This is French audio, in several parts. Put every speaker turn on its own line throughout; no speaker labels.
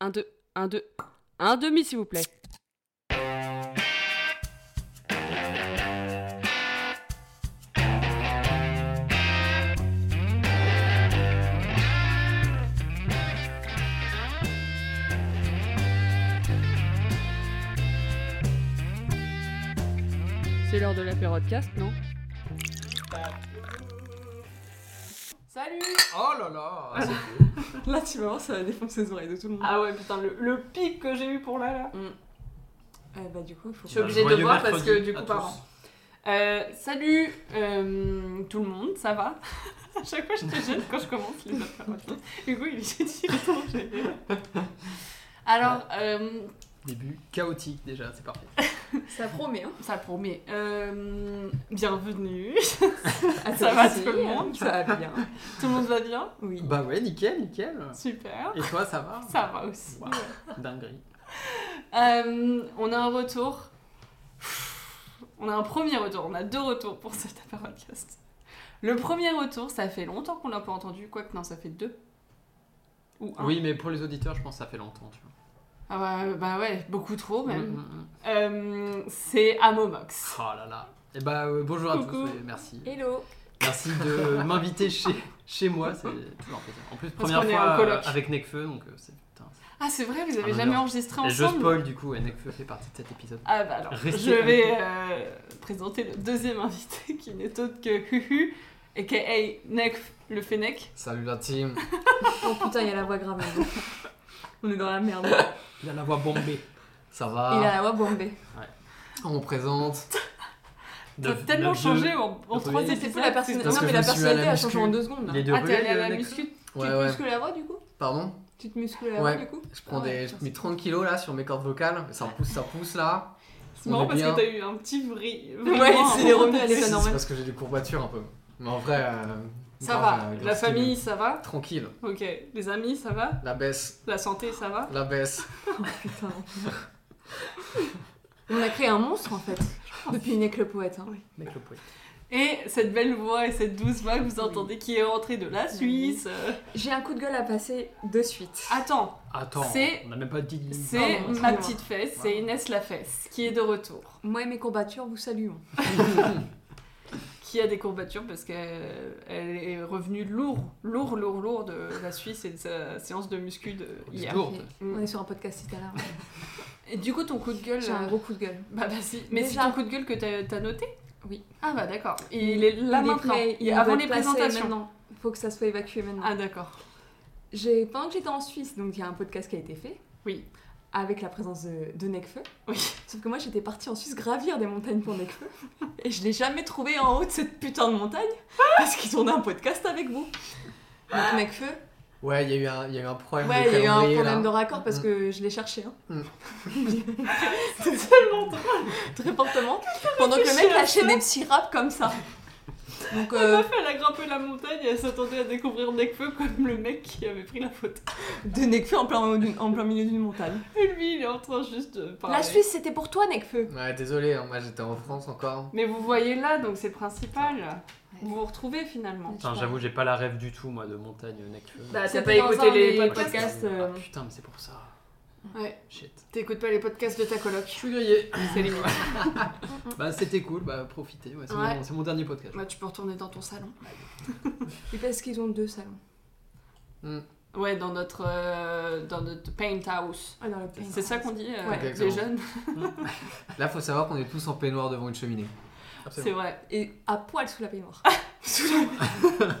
Un, deux, un, deux, un demi, s'il vous plaît. C'est l'heure de la podcast, non Salut
Oh là là ah, c'est-
Là, tu vas voir, ça va défoncer les oreilles de tout le monde.
Ah ouais, putain, le, le pic que j'ai eu pour là, là.
Mm.
Ah,
Eh bah, du coup, il faut...
Je suis obligée de
Joyeux
boire parce
mercredi
que du
à
coup,
tous.
pardon. Euh, salut euh, tout le monde, ça va À chaque fois, je te jette quand je commence les affaires. Du coup, il est dit, il est temps que j'aille. Alors, euh,
Début chaotique déjà, c'est parfait.
Ça promet, hein.
ça promet. Euh, bienvenue. ça va tout le monde
Ça va bien.
Tout le monde va bien
Oui.
Bah ouais, nickel, nickel.
Super.
Et toi, ça va
Ça va aussi.
Waouh, dinguerie.
Euh, on a un retour. On a un premier retour. On a deux retours pour cet podcast. Le premier retour, ça fait longtemps qu'on l'a pas entendu. Quoique, non, ça fait deux. Ou un.
Oui, mais pour les auditeurs, je pense que ça fait longtemps, tu vois.
Ah bah, bah ouais, beaucoup trop même.
Mm, mm, mm.
Euh, c'est Amomox.
Oh là là. Et bah euh, bonjour à
Coucou.
tous, et merci.
Hello.
Merci de m'inviter chez, chez moi, c'est toujours un plaisir. En plus,
Parce
première
qu'on est en
fois
coloc.
euh, avec Nekfeu, donc euh, c'est putain. c'est-
Ah, c'est vrai, vous
Ah,
avez
non,
jamais
non.
enregistré
Et je
ensemble
spoil du coup, et Nekfeu fait partie de cet épisode.
Ah bah alors,
Restez
je
avec
vais euh, présenter le deuxième invité qui n'est autre que Huhu, aka Nekf, le Fennec.
Salut la team.
Oh putain, il a la voix grave. hein.
On est dans la merde.
Il a la voix bombée. Ça va
Il a la voix bombée.
On présente.
T'as tellement changé en, en
neuf-
trois
oui.
épisodes.
C'est fou la personnalité.
Parce
Non,
que
mais
je
la
me suis à
personnalité
la
a changé
muscu.
en deux secondes.
Les
là.
deux
Ah, t'es allé à la
Nekfeu
muscu
Tu te muscles la voix du coup
Pardon
Tu te muscles la
Ouais.
voix du coup
Je prends
Ah ouais,
des, je
putain,
mets 30 kilos là sur mes cordes vocales, ça pousse, ça pousse là.
C'est
On
marrant
est
parce
bien.
que t'as eu un petit vrille.
Ouais, c'est les revenus à
Si,
l'état
C'est
normal.
parce que j'ai des courbatures un peu. Mais en vrai, euh,
Ça
grave,
va.
euh, grave
La
stylé.
famille, ça va.
Tranquille,
Ok. Les amis, ça va.
la baisse,
La santé, ça va.
la baisse.
putain. On a créé un monstre en fait. Depuis Nick le poète. hein.
Mec le poète.
Et cette belle voix et cette douce voix que vous entendez qui est rentrée de la Suisse. euh,
J'ai un coup de gueule à passer de
Ah.
suite.
Attends,
Attends,
C'est-
on a même pas dit.
c'est
Pardon,
ma
excuse-moi.
petite fesse, c'est Inès la fesse qui est de retour.
Moi et mes courbatures vous saluons.
Qui a des courbatures parce qu'elle elle est revenue lourd, lourd, lourd, lourd de la Suisse et de sa séance de muscu de hier. Mm.
Lourde.
On est sur un podcast italien.
Et du coup, ton coup de gueule.
J'ai un
euh,
gros coup de gueule.
Bah vas-y. Mais
Déjà.
c'est ton coup de gueule que t'as t'as noté
Oui.
Ah bah d'accord. Il est là
Il est
maintenant.
prêt,
il
il
est
doit
avant
être
les
placé
présentations.
maintenant. Faut que ça soit évacué maintenant.
Ah d'accord.
J'ai- pendant que j'étais en Suisse, donc il y a un podcast qui a été fait.
Oui.
Avec la présence de, de Necfeu.
Oui.
Sauf que moi j'étais partie en Suisse gravir des montagnes pour Necfeu. et je l'ai jamais trouvé en haut de cette putain de montagne. parce qu'il tournait un podcast avec vous. Donc Necfeu,
Ouais, il y, a eu un- il y a eu un problème
ouais,
de
il y a eu un
Ah, calendrier,
problème de
là.
raccord parce
Mm.
que je l'ai cherché. Hein.
Mm.
C'est tellement drôle. Très fortement. Pendant que le mec lâchait des petits raps comme ça. Donc
La
euh,
meuf, elle a grimpé la montagne et elle s'attendait à découvrir Nekfeu comme le mec qui avait pris la photo.
de Necfeu en plein, en plein milieu d'une montagne.
Et lui, il est en train juste de parler.
La Suisse c'était pour toi Necfeu.
Ouais, désolé, hein, moi j'étais en France encore.
Mais vous voyez là, donc c'est le principal. Vous vous retrouvez finalement.
Putain, j'avoue,
j'ai pas la rêve du tout, moi, de montagne euh, Nekfeu.
Bah,
C'était dans un des podcasts.
euh,
putain, mais c'est pour ça.
Ouais,
Shit.
t'écoutes pas les podcasts de ta coloc.
Je suis grillé.
C'est les mots.
Bah, c'était cool, bah, profitez. Ouais, c'est
Ouais.
mon- c'est mon, dernier podcast.
Bah, tu peux retourner dans ton salon.
Et parce qu'ils ont deux salons.
Ouais, dans notre, euh, dans notre paint house.
Ah, dans le
C'est ça qu'on dit, euh,
Ouais.
les
Exactement.
jeunes.
Là, faut savoir qu'on est tous en peignoir devant une cheminée.
C'est vrai.
Et à poil sous la peignoir.
Sous la peignoir.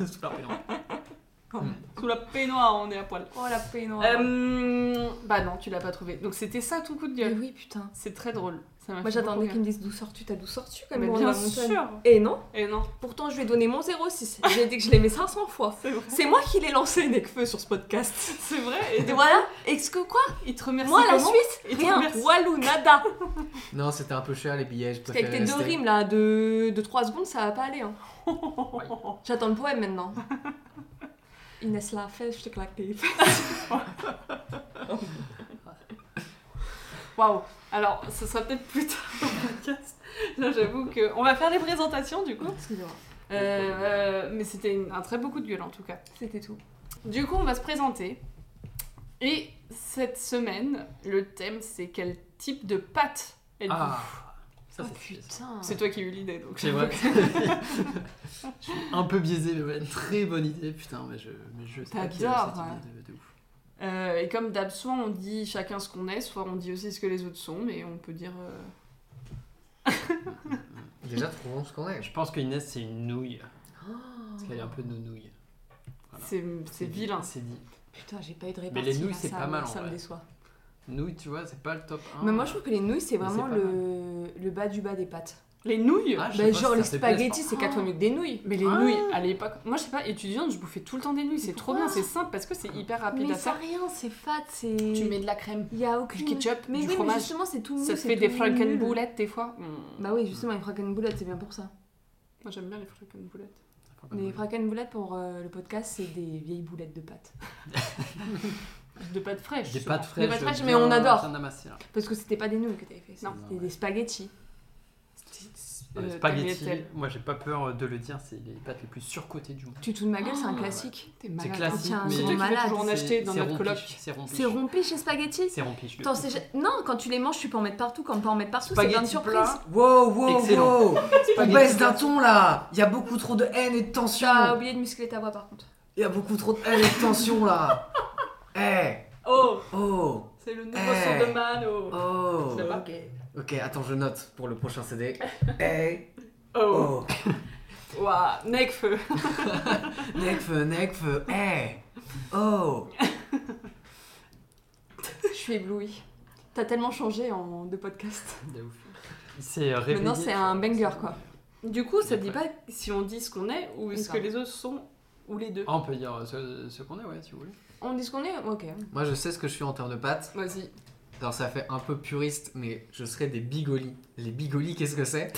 Sous la peignoir, on est à poil.
Oh la peignoir.
Euh, bah non, tu l'as pas trouvé. Donc c'était ça ton coup de
Mais
gueule.
oui, putain.
C'est très drôle. Ça m'a
Moi
fait beaucoup
j'attendais
rire.
qu'ils me disent d'où sors-tu, t'as d'où sors-tu quand
Mais
même.
bien
dans la montagne.
sûr.
Et non,
Et non.
pourtant je lui ai donné mon 06. J'ai dit que je l'aimais 500 fois.
C'est vrai.
C'est moi qui l'ai lancé, Necfeu, sur ce podcast.
C'est vrai. Et
Et voilà, et ce que quoi
il te remercie
Moi, la
comment
Suisse,
Il te
rien.
remercie.
Walou, nada.
Non, c'était un peu cher les billets, je
Parce qu'avec
préfère
tes deux rimes là, de, de 3 secondes, ça va pas aller. Hein.
Ouais.
J'attends le poème maintenant. Inès l'a fait, je te claque les fesses.
Waouh. Alors, ce sera peut-être plus tard au podcast. Là, j'avoue que on va faire les présentations du coup.
Excusez-moi.
Euh, euh, mais c'était une- un très beau coup de gueule en tout cas.
C'était tout.
Du coup, on va se présenter. Et cette semaine, le thème, c'est quel type de pâte êtes-vous
Ah, ça
Oh
c'est
putain.
C'est toi qui as eu l'idée, donc.
C'est vrai. Je suis un peu biaisé, mais ouais, très bonne idée. Putain, mais je, mais je sais pas qui a eu
T'adores,
cette
ouais.
idée de, de ouf.
Euh, et comme d'hab, soit on dit chacun ce qu'on est, soit on dit aussi ce que les autres sont, mais on peut dire. euh,
Déjà, trouvons ce qu'on est.
Je pense que Inès, c'est une nouille.
Oh,
Parce qu'elle est un peu de nouille. Voilà.
C'est c'est vilain.
C'est dit.
putain, j'ai pas eu de répartie.
Mais les nouilles,
là,
c'est
ça
pas
me-
mal, en
Ça me
vrai.
déçoit.
Nouille, tu vois, c'est pas le top 1.
Mais moi, je trouve que les nouilles, c'est
Mais
vraiment
c'est pas
le... le bas du bas des pâtes.
Les nouilles
Ah, je sais
Bah,
pas
genre,
si
les
ça te plaît,
spaghettis, c'est quatre fois mieux que des nouilles.
Mais les
Ah.
nouilles, à l'époque, moi je sais pas, étudiante, je bouffais tout le temps des nouilles, c'est trop bien, c'est simple parce que c'est hyper rapide
Mais
à
ça
faire.
rien, c'est fat, c'est.
Tu mets de la crème,
Il y a
du
aucune.
ketchup,
Mais
du
oui, mais
fromage,
justement, c'est tout mou.
ça te
c'est
fait des
tout nul.
frankenboulettes des fois. Mm.
Bah oui, justement, les frankenboulettes, c'est bien pour ça.
Moi j'aime bien les frankenboulettes.
pas mal.
Les frankenboulettes pour euh, le podcast, c'est des vieilles boulettes de pâtes.
De pâtes fraîches.
Des
souvent.
pâtes fraîches.
pâtes fraîches,
bien-
mais on adore.
bien amassées, là.
Parce que c'était pas des nouilles que t'avais fait,
Non.
c'était
Ouais.
des spaghettis.
Euh,
Euh,
spaghetti,
tagliatelle.
moi j'ai pas peur euh, de le dire, c'est les pâtes les plus surcotées du monde.
Tu te fous de ma gueule, c'est un
Ah,
classique.
T'es
C'est
malade.
classique,
tiens,
mais
c'est
C'est toi qui
malade,
vas toujours en
c'est-
acheter dans
c'est
notre
rompiche,
coloc.
C'est rompiche.
C'est rompi chez spaghettis
C'est rompiche. de
Attends,
ouf.
c'est- Non, quand tu les manges, tu peux en mettre partout. Quand pas en mettre partout, c'est
Spaghetti
pas une surprise.
plat.
Wow, wow,
Excellent.
wow On
Spaghetti
baisse
plat.
d'un ton là Il y a beaucoup trop de haine et de tension
T'as oublié de muscler ta voix par contre.
Il y a beaucoup trop de haine et de tension là Eh
Oh,
Oh
c'est le nouveau
Eh.
son de Mano.
Oh
Tu l'as pas
Ok, attends, je note pour le prochain CD. Eh
Oh,
Oh
Ouah, Necfeu.
Necfe, necfe, eh Oh
Je suis éblouie. T'as tellement changé en deux podcasts.
De ouf. Il s'est réveillé.
Maintenant, c'est un banger quoi.
Du coup, ça
Il est
dit pas si on dit ce qu'on est ou ce
ça.
que les autres sont ou les deux.
Ah, on peut dire euh, ce, ce qu'on est, ouais, si vous voulez.
On dit ce qu'on est Ok.
Moi, je sais ce que je suis en termes de pâtes.
Vas-y.
Alors, ça fait un peu puriste, mais je serais des bigolis. Les bigolis, qu'est-ce que c'est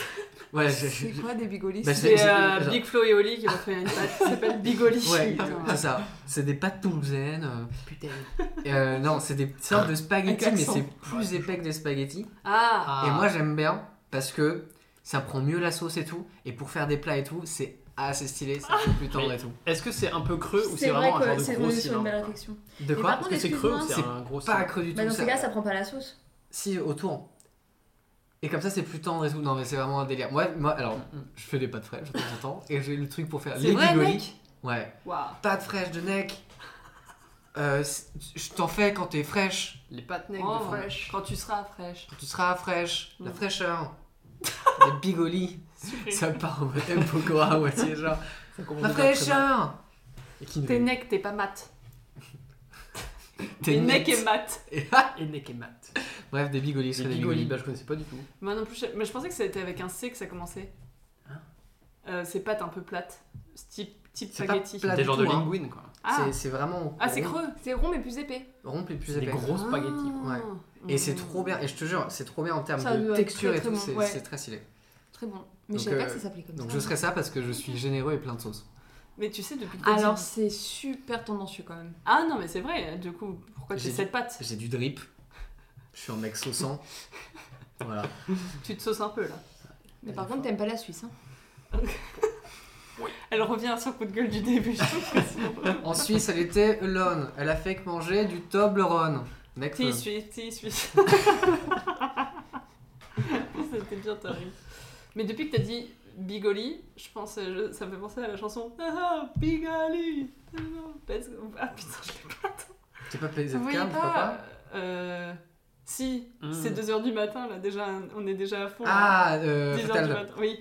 Ouais, je-
C'est quoi des bigolis
Ben,
Bah,
C'est
J'ai-
euh,
j'ai-
Big Flo et Oli qui ont fait une pâte qui s'appelle Bigoli.
Ouais,
Putain.
c'est ça. C'est des pâtes toulousaines. euh, euh, non, c'est des sortes de spaghettis,
Avec
mais
l'accent.
c'est plus épais que des spaghettis.
Ah,
Et moi, j'aime bien parce que ça prend mieux la sauce et tout. Et pour faire des plats et tout, c'est assez stylé, c'est un peu plus tendre et tout.
Est-ce que c'est un peu creux ou c'est vraiment un genre de gros cylindre quoi
De
Mais
quoi
par
Est-ce que c'est creux ou c'est
excuse-moi,
un gros
Pas
cylindre
creux du tout.
Bah dans
ça-
ces cas, ça prend pas la sauce.
Si, autour. Et comme ça, c'est plus tendre et tout. Non, mais c'est vraiment un délire. Moi, moi alors, je fais des pâtes fraîches de temps en temps. Et j'ai le truc pour faire
C'est
les
vrai,
bigolis.
mec
Ouais.
waouh.
pâtes fraîches de neck. Euh, c- je t'en fais quand t'es fraîche.
Les pâtes
Oh,
nègres de
ouais.
fromage.
Quand tu seras fraîche.
Quand tu seras fraîche. La
Mm.
fraîcheur. Les bigolis. ça part en mode M. à moitié genre.
Ça commence
La
déjà très
fraîcheur.
bien. Et qui ne-
T'es nec, t'es pas mat.
T'es
nec
nec.
et mat.
Et nec et mat.
Bref, des bigolis.
Les bigolis, bah je connaissais pas du tout.
Moi non plus, je... mais je pensais que c'était avec un C que ça commençait.
Hein
Euh, c'est pâte un peu plate. C'est Type, type
C'est pas
spaghetti.
plat
Des
du
genres de
tout, hein.
linguine quoi.
Ah,
C'est- C'est vraiment.
ah c'est
rond-
creux.
C'est rond mais plus épais.
Rond puis plus
C'est des
épais.
gros spaghettis.
Ah.
Ouais. Et c'est
Mmh.
trop bien. Et je te jure, c'est trop bien en termes
Ça doit
de
être
texture
très,
et
très
tout.
bon,
C'est
ouais.
c'est très stylé.
Très bon. Mais
Donc,
je savais pas
euh,
que ça s'appelait comme
Donc
ça. hein.
je serais ça parce que je suis généreux et plein de sauce.
Mais tu sais depuis que t'as
Alors
dit-
c'est super tendancieux quand même.
Ah non mais c'est vrai. Du coup pourquoi
J'ai
t'es
dit-
cette pâte
J'ai du drip. Je suis un mec saucant. voilà.
Tu te sauces un peu là.
Mais
Ouais,
par
Bah, des
contre
fois.
t'aimes pas la Suisse. Hein.
Elle revient sur coup de gueule du début. je trouve que sinon-
En Suisse, elle était alone. Elle a fait que manger du Toblerone. euh, Next.
T'y suis, t'y suis. C'était bien terrible. Mais depuis que t'as dit Bigoli, je pense, euh, je- ça me fait penser à la chanson Ah ah, Bigoli Ah, non, parce que- Ah putain, je l'ai pas.
T'es pas PZK,
Vous voyez
pourquoi pas
Euh. Si,
Mm.
c'est 2h du matin là, déjà, on est déjà à fond.
Hmm. Ah, euh,
10h du
fatal.
matin, oui.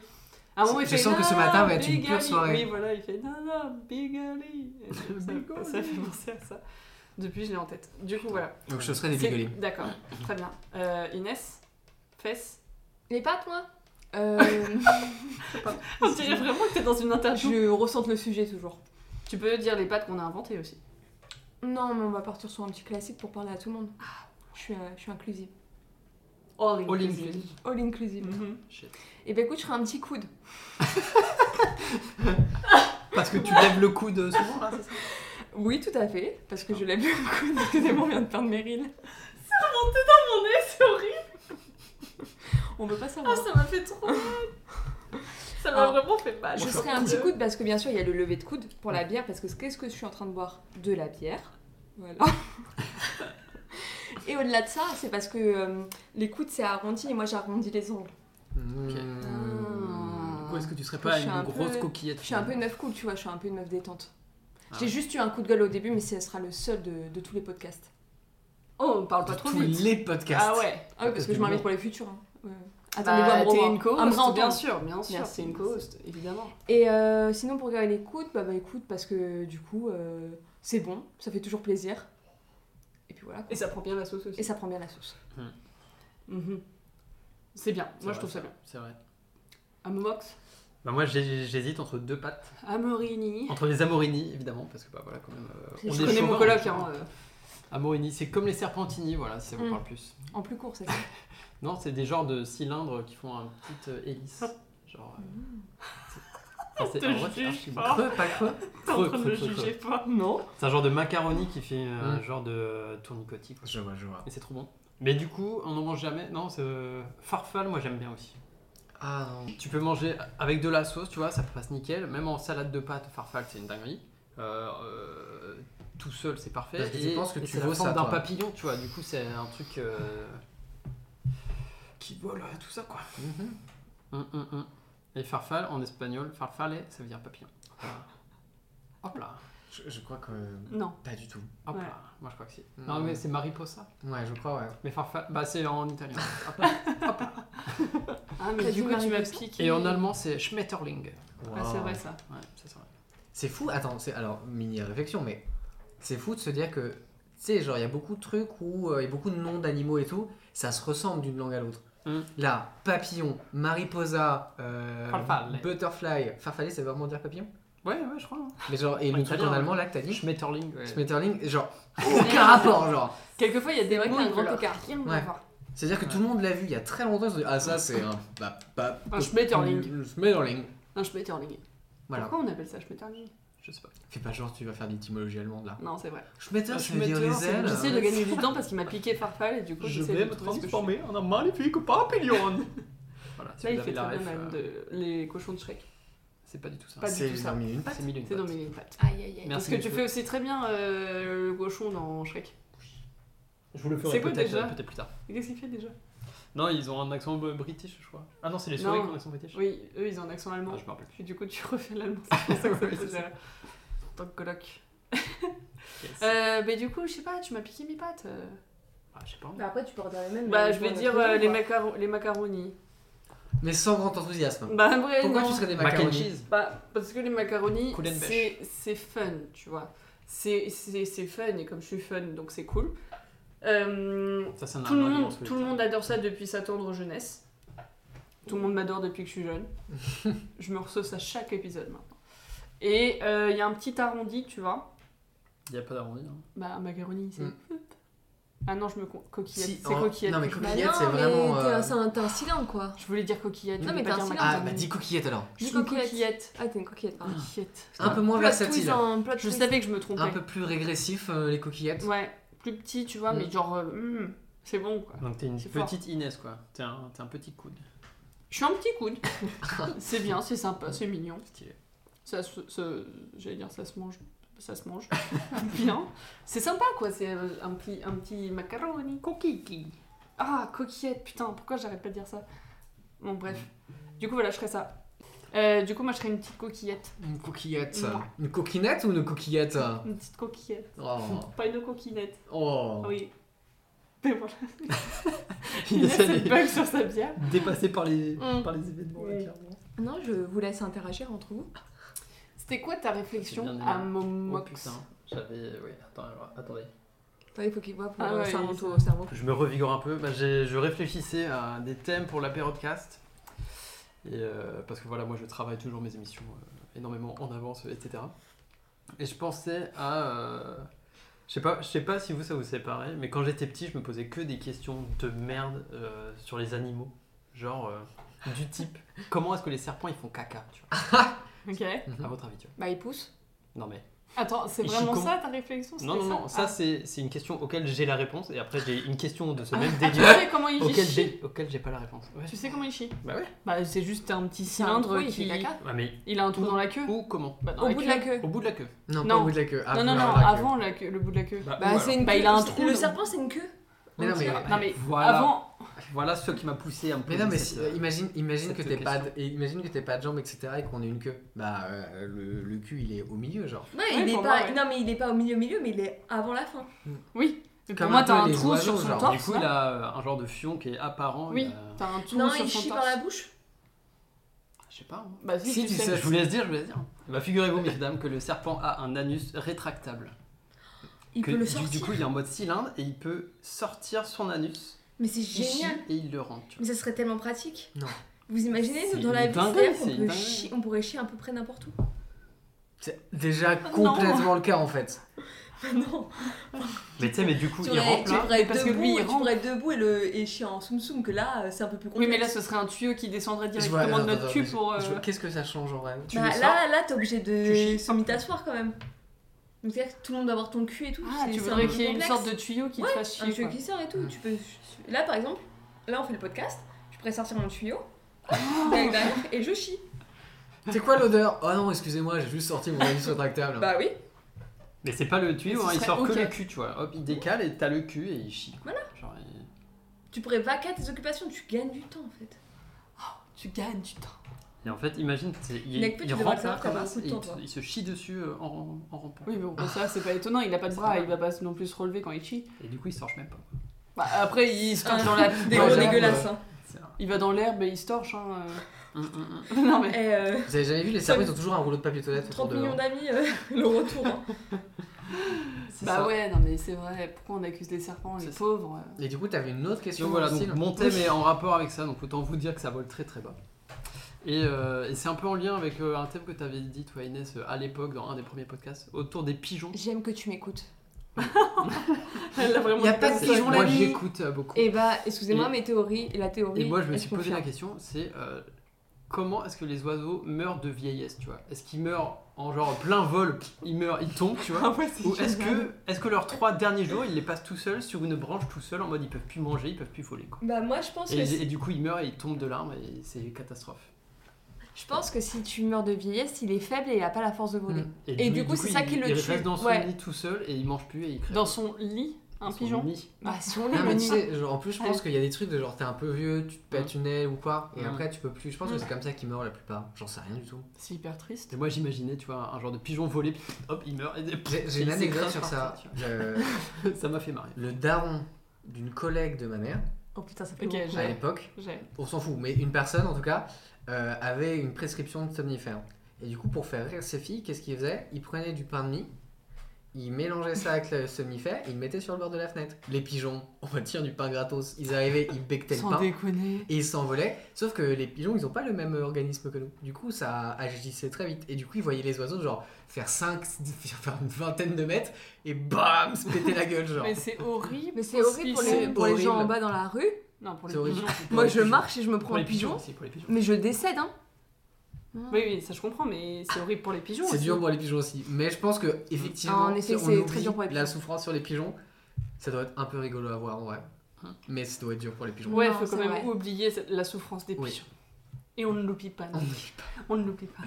À un moment, il
Je
fait,
sens que ce
Nana,
matin va être une
Big
pure
Ali.
soirée.
Oui, voilà, il fait Nana, Bigali. Ça, ça fait penser à ça. Depuis, je l'ai en tête. Du coup, voilà.
Donc je serais des
C'est-
bigolis.
D'accord, très bien. Euh, Inès Fess
Les pâtes moi euh,
On dirait vraiment que t'es dans une interview.
Je ressente le sujet toujours.
Tu peux dire les pâtes qu'on a inventées aussi.
Non mais on va partir sur un petit classique pour parler à tout le monde. Je suis, euh, je suis inclusive.
All
All
inclusive.
in
All inclusive.
Mm-hmm.
Mhm.
Shit.
Et bah écoute je ferai un petit coude.
Parce que tu lèves le coude euh, souvent
Ah,
là, c'est ça
Oui tout à fait. Parce que je lève le coude. Excusez-moi on vient de perdre mes rides.
Ah, Mon nez, c'est horrible.
On veut pas
Ah,
savoir.
ça m'a fait trop mal. Ça m'a
Alors,
vraiment fait mal.
je serai un petit coude parce que bien sûr il y a le lever de coude pour la bière parce que qu'est-ce que je suis en train de boire De la bière. Voilà. Oh. Et au-delà de ça, c'est parce que euh, les coudes c'est arrondi et moi j'arrondis les ongles.
Hmm. Du coup, est-ce que tu serais
Ah. Je
pas
suis
une
un
grosse
peu-
coquillette
Je suis un peu une meuf cool, tu vois, je suis un peu une meuf détente.
Ah
J'ai
ouais.
juste eu un coup de gueule au début, mais ce sera le seul de, de tous les podcasts.
Oh, on parle pas
de
trop
tous
vite.
les podcasts.
Ah ouais.
Ah oui, parce que je
bon.
m'invite pour les futurs. hein. Ouais.
Attendez,
Attendez-vous à me
t'es une
revoir. À Ah, me
co-host,
réentendre.
bien sûr, bien sûr,
Merci,
t'es une
merci.
co-host, évidemment.
Et euh, sinon, pour regarder les coudes, bah, bah écoute, parce que du coup, euh, c'est bon, ça fait toujours plaisir. Et puis voilà. quoi.
Et ça prend bien la sauce
Et
aussi.
ça prend bien la sauce.
Mhm. C'est bien,
C'est
moi
vrai,
je trouve ça
c'est
bien.
vrai, C'est vrai.
Amomox,
Bah moi j'ai- j'hésite entre deux pattes,
Amorini.
entre les Amorini évidemment parce que bah voilà quand même. euh,
Je
on
Je
est
connais
chauvin,
mon
on
coloc,
est chauvin.
hein. euh.
Amorini, c'est comme les Serpentini, voilà, si ça vous
Mm.
parle plus.
En plus court, ça fait.
Non, c'est des genres de cylindres qui font un petite euh, hélice. Genre. euh, c'est- enfin, c'est-
Te
en vrai, c'est
juge
archi bon.
pas.
creux, pas creux.
T'es en
Creux,
train de
creux,
le
creux,
juger pas.
Non.
C'est un genre de macaroni qui fait euh, un
Mm.
genre de euh, tournicotis. quoi.
Je vois, je vois.
Et c'est trop bon. Mais du coup, on n'en mange jamais. Non, c'est euh, farfalle, moi j'aime bien aussi.
Ah non.
Tu peux manger avec de la sauce, tu vois, ça passe nickel. Même en salade de pâtes, farfalle, c'est une dinguerie. Euh, euh, tout seul, c'est parfait.
Parce que tu penses que tu
c'est la
vaux
forme
ça,
d'un
toi.
papillon, tu vois. Du coup, c'est un truc euh, qui vole euh, tout ça, quoi.
Mhm.
Hum, hum, hum. Et farfalle, en espagnol, farfalle, ça veut dire papillon. Hop là,
Je, je crois que.
Non.
Pas du tout.
hop
Ouais.
là. Moi, je crois que c'est.
Mm.
Non, mais c'est mariposa.
Ouais, je crois, ouais.
Mais farfalle, bah, c'est en italien. Hop là.
Ah, mais
T'as
du
dit
coup, tu m'as
Marie-Claude.
piqué.
Et en allemand, c'est Schmetterling.
Ah, c'est vrai ça.
Ouais, ça, c'est vrai.
C'est fou, attends, c'est alors mini réflexion, mais c'est fou de se dire que, tu sais, genre il y a beaucoup de trucs où euh, il y a beaucoup de noms d'animaux et tout, ça se ressemble d'une langue à l'autre.
Mm.
Là, papillon, mariposa, euh,
Farfalle.
butterfly, farfalle, ça veut vraiment dire papillon
Ouais, ouais, je crois. hein.
Mais genre, et
En
le truc
italien,
en allemand là que t'as dit,
Schmetterling. ouais.
Schmetterling, genre, aucun rapport, genre.
Quelquefois, il y a des
C'est vrai
mots,
qu'il y a un
ils
grand
veulent
écart.
rien
Ouais.
avoir.
C'est-à-dire que tout le monde l'a vu il y a très longtemps, ils se sont dit, ah ça c'est un. Bah, bah,
Un Schmetterling.
Schmetterling.
Un Schmetterling.
Voilà.
Pourquoi on appelle ça Schmetterling
Je sais pas.
Fais pas genre tu vas faire de l'étymologie allemande là.
Non, c'est vrai.
Schmetter, ça veut
Schmetter,
dire les
c'est-
ailes.
J'essaie de gagner du temps parce qu'il m'a piqué Farfal et du coup, j'essaie de trouver ce que je-
en un magnifique papillon. voilà, si
Là, il
vous
fait
avez la
très bien
ref,
même
euh,
de... les cochons de Shrek.
c'est pas du tout ça.
Pas du
C'est
tout ça.
dans Mille et une pattes.
C'est mille et une
C'est dans
pattes.
mes pattes.
Aïe aïe aïe.
Merci
Parce que tu
beaucoup.
fais aussi très bien euh, le cochon dans Shrek.
Je vous le
ferai C'est quoi
peut-être euh,
déjà
peut-être plus tard.
Et Qu'est-ce qu'il fait déjà
Non, ils ont un accent euh, british, je crois. Ah non, c'est les
Non.
souris qui ont un accent british.
Oui, eux, ils ont un accent allemand.
Ah, je me rappelle plus.
Et du coup, tu refais l'allemand. C'est pour ça que ça me
Oui, c'est
faisait
ça.
rire. En tant que coloc.
Yes.
Euh, mais du coup, je sais pas, tu m'as piqué mes pattes. euh.
Ah, je sais pas.
Bah après, tu peux regarder même.
Bah,
les-
je vais
les
dire
autres
euh,
raisons,
les,
quoi.
macaro- les macaronis.
Mais sans grand enthousiasme.
Bah, en vrai,
Pourquoi
non.
tu serais des
Mac and
macaronis
cheese.
Bah, parce que les macaronis,
Cool and
c'est c'est fun, tu vois. C'est c'est- c'est fun, et comme je suis fun, donc c'est cool. Euh,
Ça,
Ah,
c'est un
tout, le
argument
monde,
solide.
tout le monde adore ça depuis sa tendre jeunesse. Tout le monde m'adore depuis que je suis jeune. je me ressauce à chaque épisode maintenant. Et euh, il y a un petit arrondi, tu vois.
Il n'y a pas d'arrondi. hein.
Bah, un macaroni, c'est.
Mm.
Ah non, je me. con- Coquillette.
Si,
c'est
en-
coquillette.
non, mais
que je-
Bah
Coquillette, c'est
non, mais
vraiment,
t'es un-
euh,
c'est un- T'es un cylindre quoi.
Je voulais dire coquillette.
Non,
je
mais
voulais
t'as
pas
un
dire
cylindre,
Ah,
macaroni.
bah dis coquillette alors.
Je suis
Dis coquillette.
coquillette.
Ah, t'es une coquillette. pardon.
Coquillette.
Un peu moins
Plot twist
versatile.
en plot
Je
twist.
savais que je me trompais.
Un peu plus régressif, euh, les coquillettes.
Ouais, plus petit, tu vois,
Mm.
mais genre, euh, hmm, c'est bon quoi.
Donc, t'es une
C'est fort.
petite Inès, quoi. T'es un, t'es un petit coude.
Je suis un petit coude. c'est bien, c'est sympa, c'est mignon.
Stylé.
Ça se. se- J'allais dire, ça se mange. Ça se mange. bien. C'est sympa quoi, c'est euh, un petit, un petit macaroni. Coquille. Ah, coquillette, putain, pourquoi j'arrête pas de dire ça Bon, bref.
Mm.
Du coup, voilà, je ferais ça. Euh, du coup, moi, je serais une petite coquillette.
Une coquillette. euh,
Mouah.
Une coquinette ou une coquillette euh
Une petite coquillette.
Oh.
Pas une coquinette.
Oh.
Oui. Mais voilà.
Il
Inès,
essaie
elle
de
bug sur sa bière.
dépasser par les,
Mm.
par les événements, là,
Oui.
clairement.
Non, je vous laisse interagir entre vous.
C'était quoi ta
C'est
réflexion
bien
à
aimé. Oh
Momox
putain, j'avais. Oui, attends, alors, attendez.
Attends, il faut qu'il voit pour euh,
Ah ouais,
ça remonte
ça-
au cerveau.
Je me revigore un peu. Bah, j'ai- je réfléchissais à des thèmes pour la podcast. Et, euh, parce que voilà, moi je travaille toujours mes émissions euh, énormément en avance, etc. Et je pensais à. euh, je sais pas, je sais pas si vous ça vous séparez, mais quand j'étais petit, je me posais que des questions de merde euh, sur les animaux, genre euh, du type comment est-ce que les serpents ils font caca, tu vois
Ok.
À votre avis, tu vois
Bah, il pousse.
Non mais
Attends, c'est
Et
vraiment
Chico.
ça ta réflexion
non
c'était
non non,
Ah.
ça c'est c'est une question auquel j'ai la réponse et après j'ai une question de ce même
Ah, tu
délire
sais comment il
auquel
chie
j'ai auquel j'ai pas la réponse. Ouais.
Tu sais comment il chie
Bah ouais.
Bah c'est juste un petit
C'est un
cylindre
trou, il
qui...
fait caca.
Ah, mais
Il a un trou dans la queue
Ou comment
Bah, dans
Au bout de la queue.
Au bout de la queue.
Non,
Non.
pas au bout de la queue.
Non, non, non,
avant
avant la queue, le bout de la queue.
Bah, c'est une
Bah,
queue.
il a un trou,
Le
non
serpent, c'est une queue.
Mais non, mais-
Non, mais
Ah, Voilà,
avant,
voilà ce qui m'a poussé à me
Mais
poser
non, mais
cette,
si-
euh,
imagine, imagine,
cette
que t'es pas,
question.
et imagine que t'es pas de jambes, etc. et qu'on ait une queue. Bah, euh, le, le cul, il est au milieu, genre.
Ouais, il est
pour
pas,
moi, ouais.
Non, mais il est pas au milieu-milieu, mais il est avant la fin.
oui. Mais pour
Comme
moi,
un peu
t'as un
les
trou
oiseaux,
sur son
genre,
Du
torse.
coup, il a euh, un genre de fion qui est apparent.
Oui,
il a-
t'as un trou
non,
sur
il
son
chie
torse.
par la bouche.
Je sais pas. hein.
Bah, si, tu sais.
Je vous laisse dire, je vous laisse dire. Bah, figurez-vous, mesdames, que le serpent a un anus rétractable.
Il
Que
peut le
du-
sortir.
Du coup, il est en mode cylindre et il peut sortir son anus.
Mais c'est
il chie
génial.
Et il le rentre. tu vois.
Mais ça serait tellement pratique.
Non.
Vous imaginez, nous,
C'est
dans la
une
vie,
dinguerie,
c'est-à-dire
c'est
qu'on
une
peut
dinguerie.
chier- on pourrait chier à peu près n'importe où.
C'est déjà complètement le cas en fait.
non.
Mais tu sais, mais du coup,
Tu
il
pourrais-
rentre
tu
là.
pourrais être
parce que lui,
debout,
il
tu
rampe.
pourrais être debout et, le, et chier en soum soum, que là, euh, c'est un peu plus
Oui,
complexe.
mais là, ce serait un tuyau qui descendrait
Je vois-
directement de
attends,
notre
attends,
cul
je-
pour. euh,
je- Qu'est-ce que ça change en vrai
Tu
Bah,
le sors.
là, là, t'es obligé
Tu
de
chies.
semi t'asseoir quand même. Donc c'est-à-dire que tout le monde doit avoir ton cul et tout.
Ah,
c'est-
tu
c'est un
voudrais
peu
qu'il y ait une
complexe.
sorte de tuyau qui te fasse
un
chier.
tuyau
quoi.
qui sort et tout.
Mm.
Tu peux... Là, par exemple, là, on fait le podcast. Je pourrais sortir mon tuyau derrière, derrière, et je chie.
C'est quoi l'odeur Oh non, excusez-moi, j'ai juste sorti mon anus
Ah.
rétractable.
Bah oui.
Mais c'est pas le tuyau,
Ce
hein, il
serait
sort
ok.
que le cul, tu vois. Hop, il décale et t'as le cul et il chie. quoi. Genre, il-
Tu pourrais vaquer à tes occupations. Tu gagnes du temps en fait.
Tu gagnes du temps.
Et en fait, imagine, c'est- il,
Mec, tu
il
devrais
rampe
savoir
là comme
t'as
ça,
beaucoup de
et il,
temps,
te-
toi.
il se chie dessus euh, en, en rampant.
Oui, mais bon, ça, c'est pas étonnant. Il a pas de bras, il va pas non plus se relever quand il chie.
Et du coup, il sort même pas.
Bah, après, il se torche
Ah,
dans la.
Des
Ouais,
gros
j'avoue,
dégueulasses. hein.
C'est un-
Il va dans l'herbe et il se torche. Hein.
Hum, hum,
euh. non, mais.
Et, euh,
Vous avez jamais vu les serpents ils ont toujours un rouleau de papier toilette autour
30
de
millions d'amis, euh, le retour. hein.
hum. C'est
Bah
ça.
ouais, non, mais c'est vrai. Pourquoi on accuse les serpents, les
C'est ça.
pauvres euh.
Et du coup, t'avais une autre
Donc
question.
voilà,
dans le
donc
style
mon thème est en rapport avec ça, donc autant vous dire que ça vole très très bas. Et, euh, et c'est un peu en lien avec euh, un thème que tu avais dit, toi Inès, euh, à l'époque, dans un des premiers podcasts, autour des pigeons.
J'aime que tu m'écoutes.
Elle l'a vraiment
Y a
dit
pas
comme
de
ça.
pigeons
moi
la nuit.
j'écoute euh, beaucoup. Et,
Et bah, excusez-moi,
Et-
mes théories, la théorie.
moi je me
elle
suis
se
posé la
confirme.
question, c'est euh, comment est-ce que les oiseaux meurent de vieillesse, tu vois Est-ce qu'ils meurent en genre plein vol, ils meurent, ils tombent, tu vois
Ah ouais, c'est
Ou est-ce
génial.
que, est que leurs trois derniers jours, ils les passent tout seuls sur une branche tout seuls en mode ils peuvent plus manger, ils peuvent plus voler quoi.
Bah, moi je pense que.
Et, et du coup, ils meurent et ils tombent de larmes et c'est une catastrophe.
Je pense que si tu meurs de vieillesse, il est faible et il a pas la force de voler.
Mm.
Et du coup, c'est ça qui
il-
le
il
tue.
reste dans son
Ouais.
nid tout seul et il mange plus et il crève.
Dans son lit, un
Son
pigeon
nid.
Bah, si on
Non,
l'aime,
mais
on
tu
y va.
sais, genre, en plus, je pense qu'il y a des trucs de genre, t'es un peu vieux, tu te pètes une aile ou quoi, et
Mm.
après, tu peux plus. Je pense
Mm.
que c'est comme ça qu'ils meurent la plupart. J'en sais rien du tout.
C'est hyper triste.
Et moi, j'imaginais, tu vois, un genre de pigeon volé, puis hop, il meurt. et-
J'ai j'ai
et
une
il
anecdote
s'écrase
sur
par
ça.
terre,
Euh,
tu vois. ça m'a fait marrer.
le daron d'une collègue de ma mère,
Oh putain, ça fait
Ok,
beaucoup.
à
j'ai.
l'époque,
j'ai.
on s'en fout, mais une personne en tout cas euh, avait une prescription de somnifère. Et du coup, pour faire rire ses filles, qu'est-ce qu'il faisait Il prenait du pain de mie, il mélangeait ça avec le somnifère et il le mettait sur le bord de la fenêtre. Les pigeons, on va dire du pain gratos, ils arrivaient, ils becquetaient le
Sans
pain.
déconner.
Et ils s'envolaient, sauf que les pigeons, ils n'ont pas le même organisme que nous. Du coup, ça agissait très vite. Et du coup, ils voyaient les oiseaux, genre, faire 5, faire une vingtaine de mètres, et bam, se péter la gueule, genre.
Mais c'est horrible.
Mais c'est horrible pour les,
C'est
pour les gens en
horrible.
bas dans la rue.
Non, pour les
C'est horrible.
pigeons.
Moi,
les
je
pigeons.
marche et je me prends
Pour les
un
pigeons
pigeon,
aussi, pour les pigeons.
mais je décède, hein.
Oui, oui, ça je comprends, mais c'est horrible pour les pigeons.
C'est
aussi.
dur pour les pigeons aussi. Mais je pense que effectivement,
Ah, en effet,
si on
c'est
oublie
très dur pour les
La
pigeons.
souffrance sur les pigeons, ça doit être un peu rigolo à voir en vrai. Mais ça doit être dur pour les pigeons.
Ouais, il
Non,
faut
c'est
quand même
vrai.
oublier cette- la souffrance des
Oui.
pigeons. Et on ne l'oublie pas. non. On ne l'oublie pas.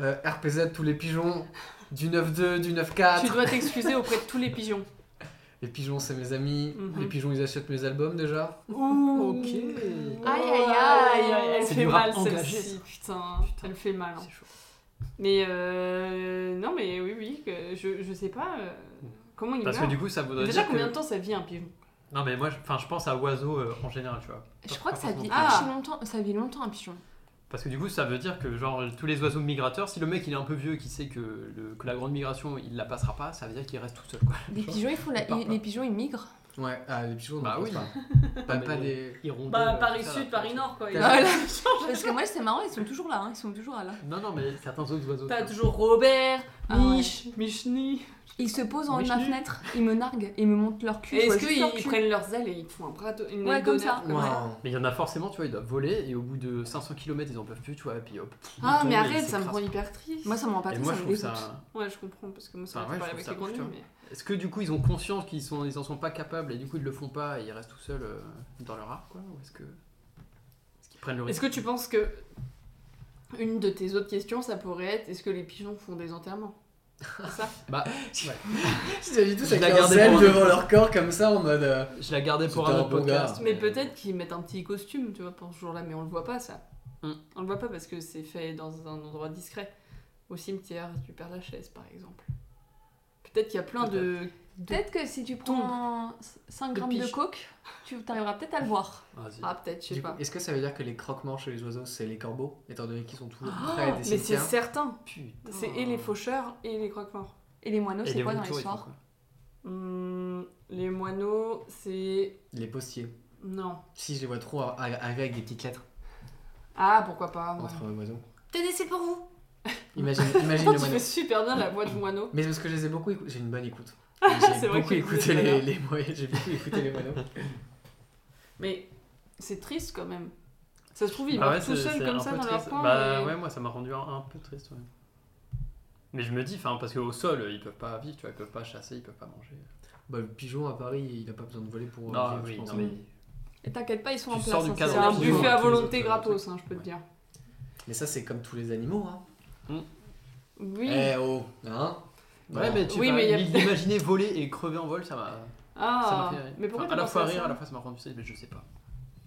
Euh, RPZ, tous les pigeons, du 9-2, du 9-4.
Tu dois t'excuser auprès de tous les pigeons.
Les pigeons, c'est mes amis.
Mhm.
Les pigeons, ils achètent mes albums déjà.
Ouh.
Ok.
Ah,
Aïe aïe aïe, aïe, elle
C'est
fait
du
mal
rap engagé,
celle-ci,
ça.
putain,
Putain.
elle fait mal. hein.
C'est chaud.
Mais euh, non mais oui oui, que je, je sais pas euh, comment il
Parce que
meurt.
du coup, ça voudrait
Déjà
dire
combien
que-
de temps ça vit un pigeon
Non, mais moi, je- enfin, je pense à oiseaux euh, en général, tu vois.
Je crois que ça vit
Ah.
archi longtemps, ça vit longtemps un pigeon.
Parce que du coup, ça veut dire que genre tous les oiseaux migrateurs, si le mec il est un peu vieux et qu'il sait que, le- que la grande migration il la passera pas, ça veut dire qu'il reste tout seul quoi.
Les pigeons, ils font la-
Il part
ils-
pas.
les pigeons, ils migrent.
Ouais, ah, les pigeons,
Bah
non,
oui.
Pas, pas,
Non, mais-
pas des.
Ils rondent,
Bah
euh,
Paris
tout ça,
Sud,
là.
Paris Nord quoi.
T'as-
Parce que moi, c'est marrant, ils sont toujours là, hein, ils sont toujours là.
Non, non, mais certains autres oiseaux.
T'as toujours Robert,
Ah ouais.
Mich, Michny.
Ils se posent en haut de
Oui,
ma
je-
fenêtre, ils me narguent, ils me montrent leur cul.
Et
je vois
Est-ce
juste leur
qu'ils
cul.
prennent leurs ailes et ils te font un bras, de- une
Ouais,
aile
comme
d'honneur,
ça.
comme ça.
Waouh.
Mais il y en a forcément, tu vois, ils doivent voler et au bout de 500 km ils en peuvent plus, tu vois, et puis hop. ils
Ah
tombent
mais
et
arrête,
ils
ça me rend
s'écrasent.
hyper triste.
Moi, ça me rend pas
Et
triste,
moi
ça
je
me
trouve
dégoûte.
ça.
Ouais, je comprends parce que moi ça
Bah
m'a
ouais,
parlé
je
avec les
trouve ça
grenouilles
ouf,
mais
Est-ce que du coup ils ont conscience qu'ils sont, ils en sont pas capables et du coup ils le font pas et ils restent tout seuls euh, dans leur art quoi Ou est-ce que. Est-ce qu'ils prennent le
Est-ce
risque
que tu penses que une de tes autres questions, ça pourrait être est-ce que les pigeons font des enterrements C'est ça
Ils avaient tous
Je
avec
la
leur
gardais
selle
pour un
devant
autre.
leur corps comme ça en mode. euh,
Je la gardais pour un
C'était un
autre
bon gars.
podcast.
Mais
mais-
peut-être qu'ils mettent un petit costume, tu vois, pour ce jour-là, mais on le voit pas ça.
Hmm.
On le voit pas parce que c'est fait dans un endroit discret. Au cimetière du Père Lachaise, par exemple. Peut-être qu'il y a plein de.
Peut-être que si tu prends 5
De
grammes de
piche.
coke, tu t'arriveras peut-être à le voir.
Vas-y.
Ah, peut-être, je sais
du coup,
pas.
Est-ce que ça veut dire que les croque-morts chez les oiseaux, c'est les corbeaux Étant donné qu'ils sont toujours
Oh,
près des
mais c'est
cimetières.
certain.
Ah, Putain.
C'est et les faucheurs et les croque-morts.
Et les moineaux,
Et
c'est
les
quoi dans
vautours, ils font
l'histoire
quoi
Hmm, les moineaux, c'est.
Les postiers.
Non.
Si je les vois trop ar- ar- arriver avec des petites lettres
Ah, pourquoi pas. ouais.
entre oiseaux.
Tenez, c'est pour vous
Imagine, imagine le
Tu fais
moineau.
super bien la voix de moineau.
Mais c'est parce que je les ai beaucoup écoutés. J'ai une bonne écoute.
C'est
J'ai
vrai
beaucoup,
que vous
écouté
êtes
les,
malin.
les moineaux. J'ai beaucoup écouté les moineaux.
Mais c'est triste quand même. Ça se trouve, ils
Bah
meurent
ouais,
tout
c'est-
seuls
c'est
comme
un
ça
peu
dans leur
triste.
coin.
Bah
et-
ouais, moi ça m'a rendu un, un peu triste. ouais. Mais je me dis, enfin, parce qu'au sol, ils peuvent pas vivre, tu vois, ils peuvent pas chasser, ils peuvent pas manger.
Bah, le pigeon à Paris, il a pas besoin de voler pour. euh,
Non,
vivre,
oui,
je pense.
non, mais-
Et t'inquiète pas, ils sont
Tu
en place.
sors du
hein,
cadre
C'est un
Ils
buffet
buffet
mangent
à
tous les
volonté
autres,
gratos, hein, je peux
Ouais.
te dire.
Mais ça, c'est comme tous les animaux. Hein.
Oui.
Eh oh Hein
Ouais,
Voilà.
mais tu
Oui,
vois,
mais il y a-
d'imaginer voler et crever en vol, ça m'a ça
ah,
m'a fait rire.
mais pourquoi
Enfin, à
t'as
la
pensé
fois
à ça
rire, à la fois ça m'a rendu triste, mais je sais pas.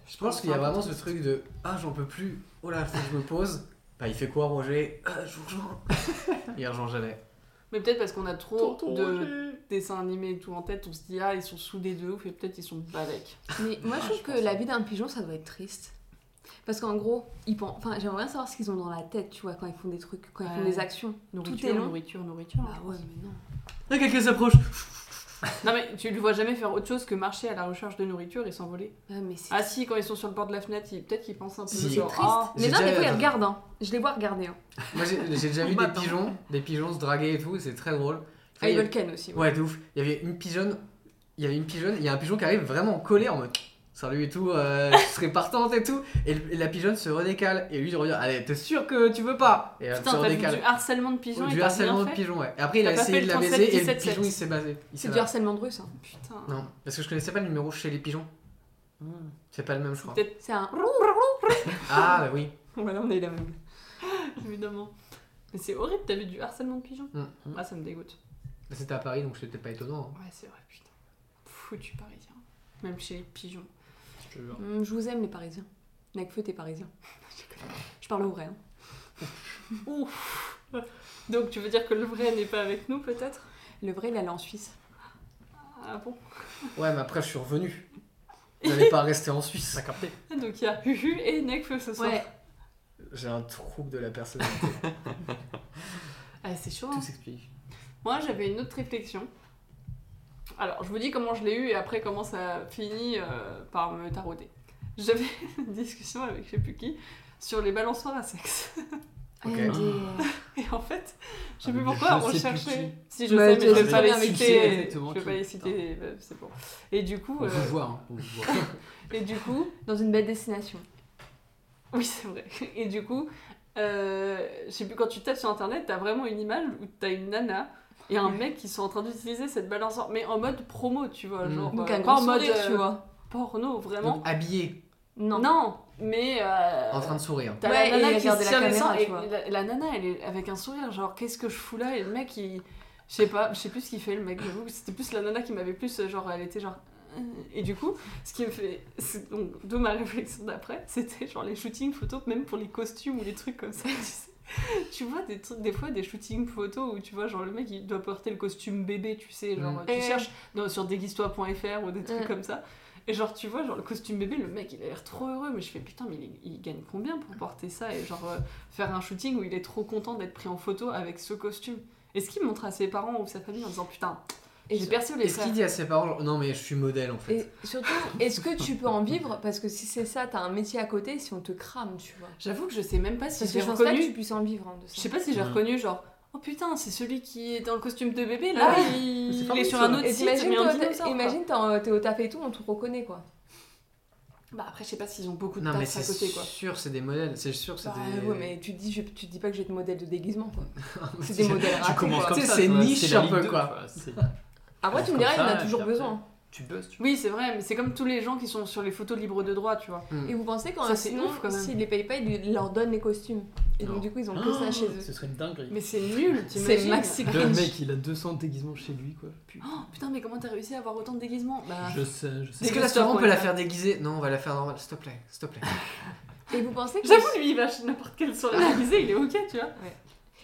Je pense qu'il y a vraiment ce truc de Ah, j'en peux plus. Oh là, faut que je me pose. Bah, il fait quoi, Roger Ah, Je vous rejoins. Il rejoint jamais.
Mais peut-être parce qu'on a trop de dessins animés et tout en tête, on se dit ah, ils sont soudés de ouf et peut-être ils sont pas avec.
Mais moi, je
Ah,
trouve
je
que
pense
la
ça.
vie d'un pigeon, ça doit être triste. Parce qu'en gros, ils pensent. Enfin, j'aimerais bien savoir ce qu'ils ont dans la tête, tu vois, quand ils font des trucs, quand ils font
Ouais.
des actions.
Nourriture,
est long.
nourriture, nourriture.
Ah ouais, mais non.
Là, quelqu'un s'approche.
Non mais tu le vois jamais faire autre chose que marcher à la recherche de nourriture et s'envoler.
Ah, mais c'est.
Ah si, quand ils sont sur le bord de la fenêtre, ils- peut-être qu'ils pensent un peu.
Si.
genre,
C'est
ah,
mais
J'ai
non, des
déjà-
fois, ils regardent, hein. Je les vois regarder, hein.
Moi, j'ai j'ai déjà
On
vu des
m'attend.
pigeons, des pigeons se draguer et tout, et c'est très drôle.
Ah,
Il
ils
y a-
veulent ken aussi. ouais.
Ouais, de ouf. Il y avait une pigeonne, il y avait une pigeonne, il y a un pigeon qui arrive vraiment collé en mode Salut et tout, euh, je serais partante et tout. Et, le- et la pigeonne se redécale. Et lui, il revient Allez, t'es sûr que tu veux pas Et elle se
Putain, t'as vu
redécale.
du harcèlement de pigeons et
du
t'as
harcèlement
rien
de
fait.
pigeon, ouais. Et après, il
T'as
a
pas
essayé
fait le
de la
37,
baiser et
17,
le pigeon,
7.
il s'est basé. Il s'est
C'est du
barré.
harcèlement de russe, hein.
Putain.
Non, parce que je connaissais pas le numéro chez les pigeons.
Hmm.
C'est pas le même, je crois.
Peut-être
C'est un.
Ah, bah oui.
Voilà, on est la même.
évidemment. Mais c'est horrible, t'as vu du harcèlement de pigeons.
Mm.
Ah ça me dégoûte.
Bah, C'était à Paris, donc c'était pas étonnant. hein.
Ouais, c'est vrai, putain. Foutu parisien. Même chez les pigeons.
Je te jure.
Hum, je vous aime, les parisiens. Necfeu, t'es parisien. je parle au vrai, hein.
Donc, tu veux dire que le vrai n'est pas avec nous, peut-être
Le vrai, il allait en Suisse.
Ah bon
Ouais, mais après, je suis revenu. J'allais pas rester en Suisse.
T'as capté
Donc, il y a Huhu et Nekfeu ce soir.
Ouais.
J'ai un trouble de la personnalité.
Ah, c'est chaud. hein.
Tout s'explique.
Moi, j'avais une autre réflexion. Alors, je vous dis comment je l'ai eu et après comment ça finit euh, par me tarauder. J'avais une discussion avec je sais plus qui sur les balançoires à sexe.
Ah,
Ok. Ah.
il y a des-
Et en fait, je sais plus
Ah, mais
pourquoi
je
on
sais plus
cherchait.
qui.
Si je sais,
Bah, je
mais je vais
sais
pas les
plus qui c'est
citer.
exactement
Je vais
qui.
pas les citer, euh, c'est bon. Et du coup,
On
euh,
vous voit, hein. on vous voit.
et du coup,
Dans une belle destination.
Oui, c'est vrai. Et du coup, euh, je sais plus, quand tu tapes sur internet, t'as vraiment une image où t'as une nana et un mec qui sont en train d'utiliser cette balançoire, mais en mode promo, tu vois.
Mm.
Genre,
Donc,
euh,
un
pas
grand
en mode
sourire,
euh,
tu vois.
porno, vraiment.
Donc, habillé,
Non.
euh, Non, mais. euh,
en train de sourire.
T'as
Ouais,
la
et
nana qui
regarder
se
la
tient les
caméra,
seins,
tu
et
vois.
la, la nana, elle est avec un sourire, genre qu'est-ce que je fous là Et le mec, il. Je sais pas, je sais plus ce qu'il fait, le mec, j'avoue. C'était plus la nana qui m'avait plus, genre, elle était genre. euh, Et du coup, ce qui me fait. c'est- Donc, de ma réflexion d'après, c'était genre les shootings photos, même pour les costumes ou les trucs comme ça, tu sais. Tu vois des trucs, des fois des shootings photos où tu vois, genre le mec il doit porter le costume bébé, tu sais, genre
Mm.
tu
Eh.
cherches dans- sur déguise-toi.fr ou des trucs
Mm.
comme ça. Et genre, tu vois, genre le costume bébé, le mec il a l'air trop heureux, mais je fais putain, mais il, il gagne combien pour porter ça et genre euh, faire un shooting où il est trop content d'être pris en photo avec ce costume Est-ce qu'il montre à ses parents ou sa famille en disant putain,
Et
j'ai
sur-
percé les
Est-ce
frères
qu'il dit à ses parents genre, Non, mais je suis modèle en fait
Et surtout, est-ce que tu peux en vivre Parce que si c'est ça, t'as un métier à côté, si on te crame, tu vois.
J'avoue que je sais même pas si
Parce que
j'ai
je pense pas que tu
reconnu.
puisses en vivre hein, de
Je
ça.
sais pas si j'ai
Ouais.
reconnu genre. Oh putain, c'est celui qui est dans le costume de bébé là,
Ah,
il...
mais c'est
il est
formidable,
sur un
ça.
autre
Et
site, mais en dinosaure.
t'imagines,
quoi.
imagine, t'es en- t'es au taf et tout, on te reconnaît quoi.
Bah après, je sais pas s'ils ont beaucoup de
Non, mais
taf
c'est
à côté quoi.
sûr, c'est des modèles. C'est sûr, c'est
Bah
des. Ah,
ouais, mais tu te dis, je- tu te dis pas que j'ai de modèle de déguisement quoi.
mais
C'est
tu-
Ah,
des modèles
Tu
ratés
commences
quoi.
comme
Tu sais,
ça,
c'est
toi,
niche
la
un peu,
Ligue 2,
quoi.
C'est-
Après,
commences
tu me
comme
diras, il y en
ça,
a
et
toujours
puis après-
besoin.
tu buzzes. Tu...
Oui, c'est vrai, mais c'est comme tous les gens qui sont sur les photos libres de droit, tu vois.
Et vous pensez qu'en
Ça, c'est
sinon,
ouf, quand même.
s'ils les payent pas, ils leur donnent les costumes. Et
Non. Oh,
donc du coup, ils ont que ça chez eux.
Ce serait une dinguerie.
Mais c'est nul,
C'est
t'imagines
maxi
Le
cringe.
mec, il a 200 déguisements chez lui, quoi. Putain.
Oh, putain, mais comment t'as réussi à avoir autant de déguisements Bah,
Je sais, je sais.
Est-ce que la
Déguste-toi,
soirée on peut la
Paul.
faire déguisée Non, on va la faire normale. S'il te plaît, s'il te plaît.
Et vous pensez que
J'avoue, lui, il va chez n'importe quelle soirée déguisée, il est ok, tu vois.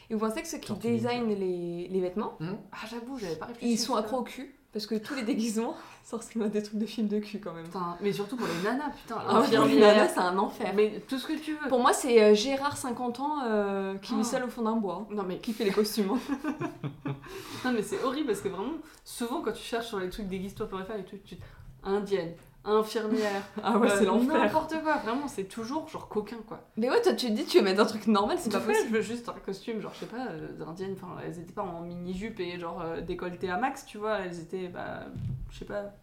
Et vous pensez que ceux qui
Tortue
designent les, les vêtements,
Ah, j'avoue, j'avais pas réfléchi.
ils sont
à ça.
accro au cul parce que tous les déguisements, ça ressemble à des trucs de films de cul quand même.
Putain, mais surtout pour les nanas, putain.
Ah ouais, pour les
l'infirmière.
nanas, c'est un enfer.
Mais tout ce que tu veux.
Pour moi, c'est euh, Gérard 50 ans euh, qui
Oh.
vit seul au fond d'un bois. hein,
Non, mais
Qui fait les costumes. hein.
Non mais c'est horrible parce que vraiment, souvent quand tu cherches sur les trucs déguise-toi.fr et tout, tu... indienne, infirmière,
Ah ouais,
euh,
c'est l'enfer.
N'importe quoi, vraiment, c'est toujours genre coquin quoi.
Mais ouais, toi, tu te dis, tu veux mettre un truc normal, c'est
C'est
pas possible.
je veux juste un costume, genre je sais pas, euh, d'indienne, enfin elles étaient pas en mini-jupe et genre euh, décolletées à max, tu vois, elles étaient, bah, je sais pas,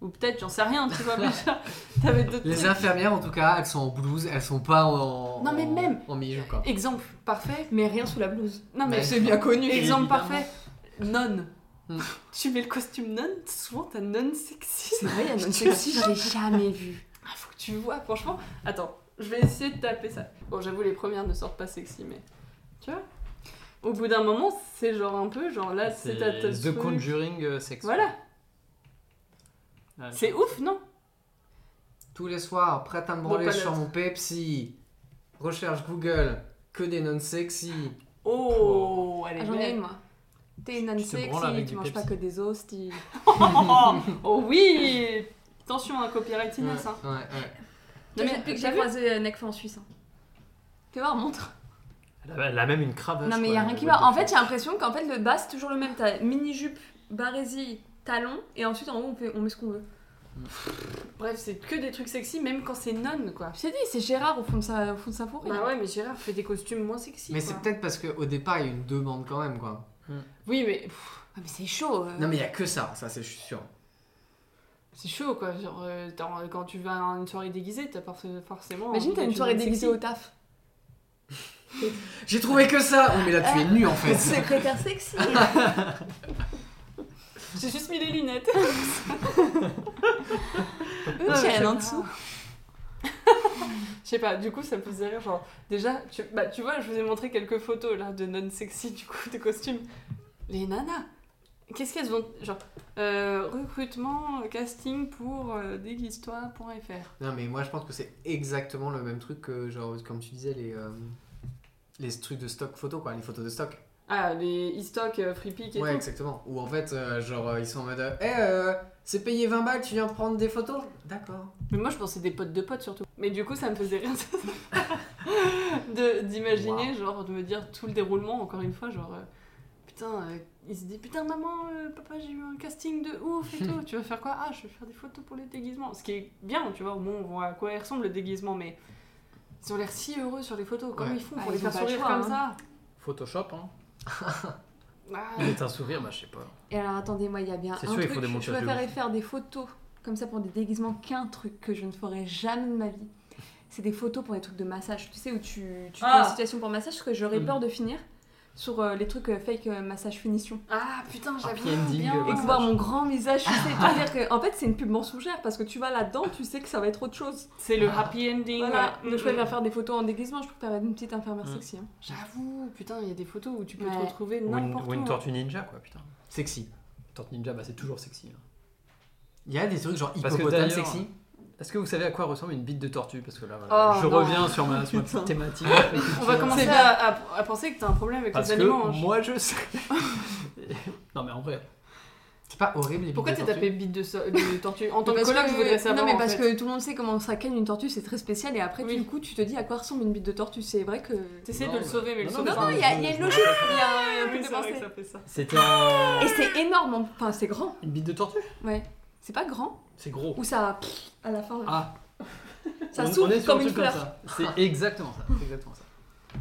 ou peut-être, j'en sais rien, tu vois, mais genre, t'avais d'autres
Les
trucs.
infirmières, en tout cas, elles sont en blouse, elles sont pas en.
Non, mais
en-
même.
En mini quoi.
Exemple parfait,
Mais rien sous la blouse.
non mais
Ouais.
C'est bien connu.
Exemple
Évidemment.
parfait, non.
Hmm.
Tu mets le costume non, souvent t'as non sexy.
C'est vrai, il y a même sexy, je l'ai jamais vu.
Ah, faut que tu vois, franchement. Attends, je vais essayer de taper ça. Bon, j'avoue, les premières ne sortent pas sexy, mais. Tu vois Au bout d'un moment, c'est genre un peu, genre
Ah,
là, c'est ta ta-
The
truc.
Conjuring euh, sexe.
Voilà,
Ouais.
c'est ouf, non
Tous les soirs, prête à me branler
palette.
sur mon Pepsi. Recherche Google. Que des non-sexy.
Oh, elle
Ah,
est
J'en ai une,
belle.
moi. T'es une
Tu te branles
sexy,
avec
tu
du
manges pas
Pepsi.
que des os, tu-
Oh, oh oui Attention, un copyright
Ouais, ouais,
inès, hein.
ouais.
Non, mais
depuis que
t'as
j'ai
vu
croisé Necfa en Suisse. hein. Tu voir, montre.
Elle a, elle a même une cravache.
Non, mais il
quoi,
a rien
elle-
qui
what the
va. En
fuck.
fait, j'ai l'impression qu'en fait, le bas, c'est toujours le même. T'as mini-jupe, barésie, talon, et ensuite, en haut, on, fait- on met ce qu'on veut.
Bref, c'est que des trucs sexy, même quand c'est non, quoi.
Je t'ai dit, c'est Gérard au fond de sa, au fond de sa forêt.
Bah ouais, mais Gérard fait des costumes moins sexy.
Mais
quoi.
c'est peut-être parce qu'au départ, il y a une demande quand même, quoi.
Oui, mais pff,
Ah, mais c'est chaud. euh.
Non, mais il y a que ça, ça, c'est je suis sûr.
c'est chaud, quoi. Genre, euh, t'as- quand tu vas à une soirée déguisée, t'as forc- forcément.
Imagine,
envie
t'as
d'être
une soirée
nonne
déguisée
sexy.
au taf.
J'ai trouvé que ça Oh, mais là, tu
Euh.
es nu, en fait.
Secrétaire sexy.
J'ai juste mis les lunettes.
Une chaîne en dessous.
Je sais pas, du coup ça me faisait rire. Genre, déjà, tu, bah, tu vois, je vous ai montré quelques photos là de non-sexy du coup, de costumes. Les nanas, qu'est-ce qu'elles ont. Genre, euh, recrutement, euh, casting pour euh, déguise-toi.fr.
Non, mais moi, je pense que c'est exactement le même truc que, genre, comme tu disais, les... euh, Les trucs de stock photo, quoi, les photos de stock.
Ah, les e-stock, euh, free pick et
Ouais,
tout.
exactement. Ou en fait, euh, genre, euh, ils sont en mode euh, Eh, euh, c'est payé 20 balles, tu viens prendre des photos D'accord.
Mais moi je pensais des potes de potes surtout. Mais du coup ça me faisait rire de d'imaginer, genre, de me dire tout le déroulement, encore une fois, genre. euh, Putain, euh, il se dit putain maman, euh, papa j'ai eu un casting de ouf et tout, tu vas faire quoi Ah je vais faire des photos pour les déguisements. Ce qui est bien, tu vois, au moins on voit à quoi il ressemble le déguisement, mais ils ont l'air si heureux sur les photos, comment
Ouais.
ils font
Ah,
pour les
ils
faire
ont pas le
sourire
choix,
comme ça
Photoshop, hein.
Ah,
Mettre un sourire, bah je sais pas.
Et alors, attendez, moi, il y a bien un
C'est sûr, il
truc.
faut des
je
montages de
préférais faire des photos comme ça pour des déguisements qu'un truc que je ne ferai jamais de ma vie. C'est des photos pour des trucs de massage. Tu sais, où tu, tu
Ah.
fais une situation pour massage, parce que j'aurais
Mm.
peur de finir sur euh, les trucs euh, fake euh, massage finition.
Ah, putain j'avais
Happy ending,
bien.
euh,
Et de
massage.
voir mon grand visage, tu sais, te dire que, en fait, c'est une pub mensongère parce que tu vas là-dedans, tu sais que ça va être autre chose.
C'est le happy ending.
Voilà,
ouais.
donc je préfère
Mm, mm.
faire des photos en déguisement, je préfère être une petite infirmière
Mm.
sexy. hein.
J'avoue, putain, il y a des photos où tu peux te
Ouais.
retrouver
Ou une,
n'importe
ou une
où. hein.
tortue ninja, quoi, putain.
Sexy.
Tortue ninja, bah c'est toujours sexy. hein.
Il y a des trucs genre
Parce que
hippopotame
d'ailleurs-
sexy.
Est-ce que vous savez à quoi ressemble une bite de tortue Parce que là, voilà,
Oh,
je
non.
reviens sur ma, sur ma petite thématique.
On va commencer
C'est
à, à- à penser que t'as un problème avec
Parce
les
que
animaux. hein.
moi, je sais. non, mais en vrai,
C'est pas horrible les
Pourquoi
bites
t'es
de
tapé
tortue.
bite de, so- de tortue En tant que
Parce
coloc,
que-
je voudrais savoir.
Non, mais
en
parce
fait.
que tout le monde sait comment ça canne une tortue, c'est très spécial. Et après,
Oui.
du coup, tu te dis à quoi ressemble une bite de tortue. C'est vrai que.
T'essaies
Non,
de le
mais-
sauver, mais le
non,
sauver.
non,
Non, il y a, il y a une logique, il y a un
Oui,
peu de
c'est vrai
pensée.
que ça fait ça.
C'était en.
Et c'est énorme, en- enfin, c'est grand.
Une bite de tortue
Ouais. C'est pas grand.
C'est gros.
Ou ça. pff, à la fin, là.
Ah,
ça
on- on
s'ouvre
est sur
comme
un
une
truc
fleur.
ça. C'est exactement ça. c'est exactement ça.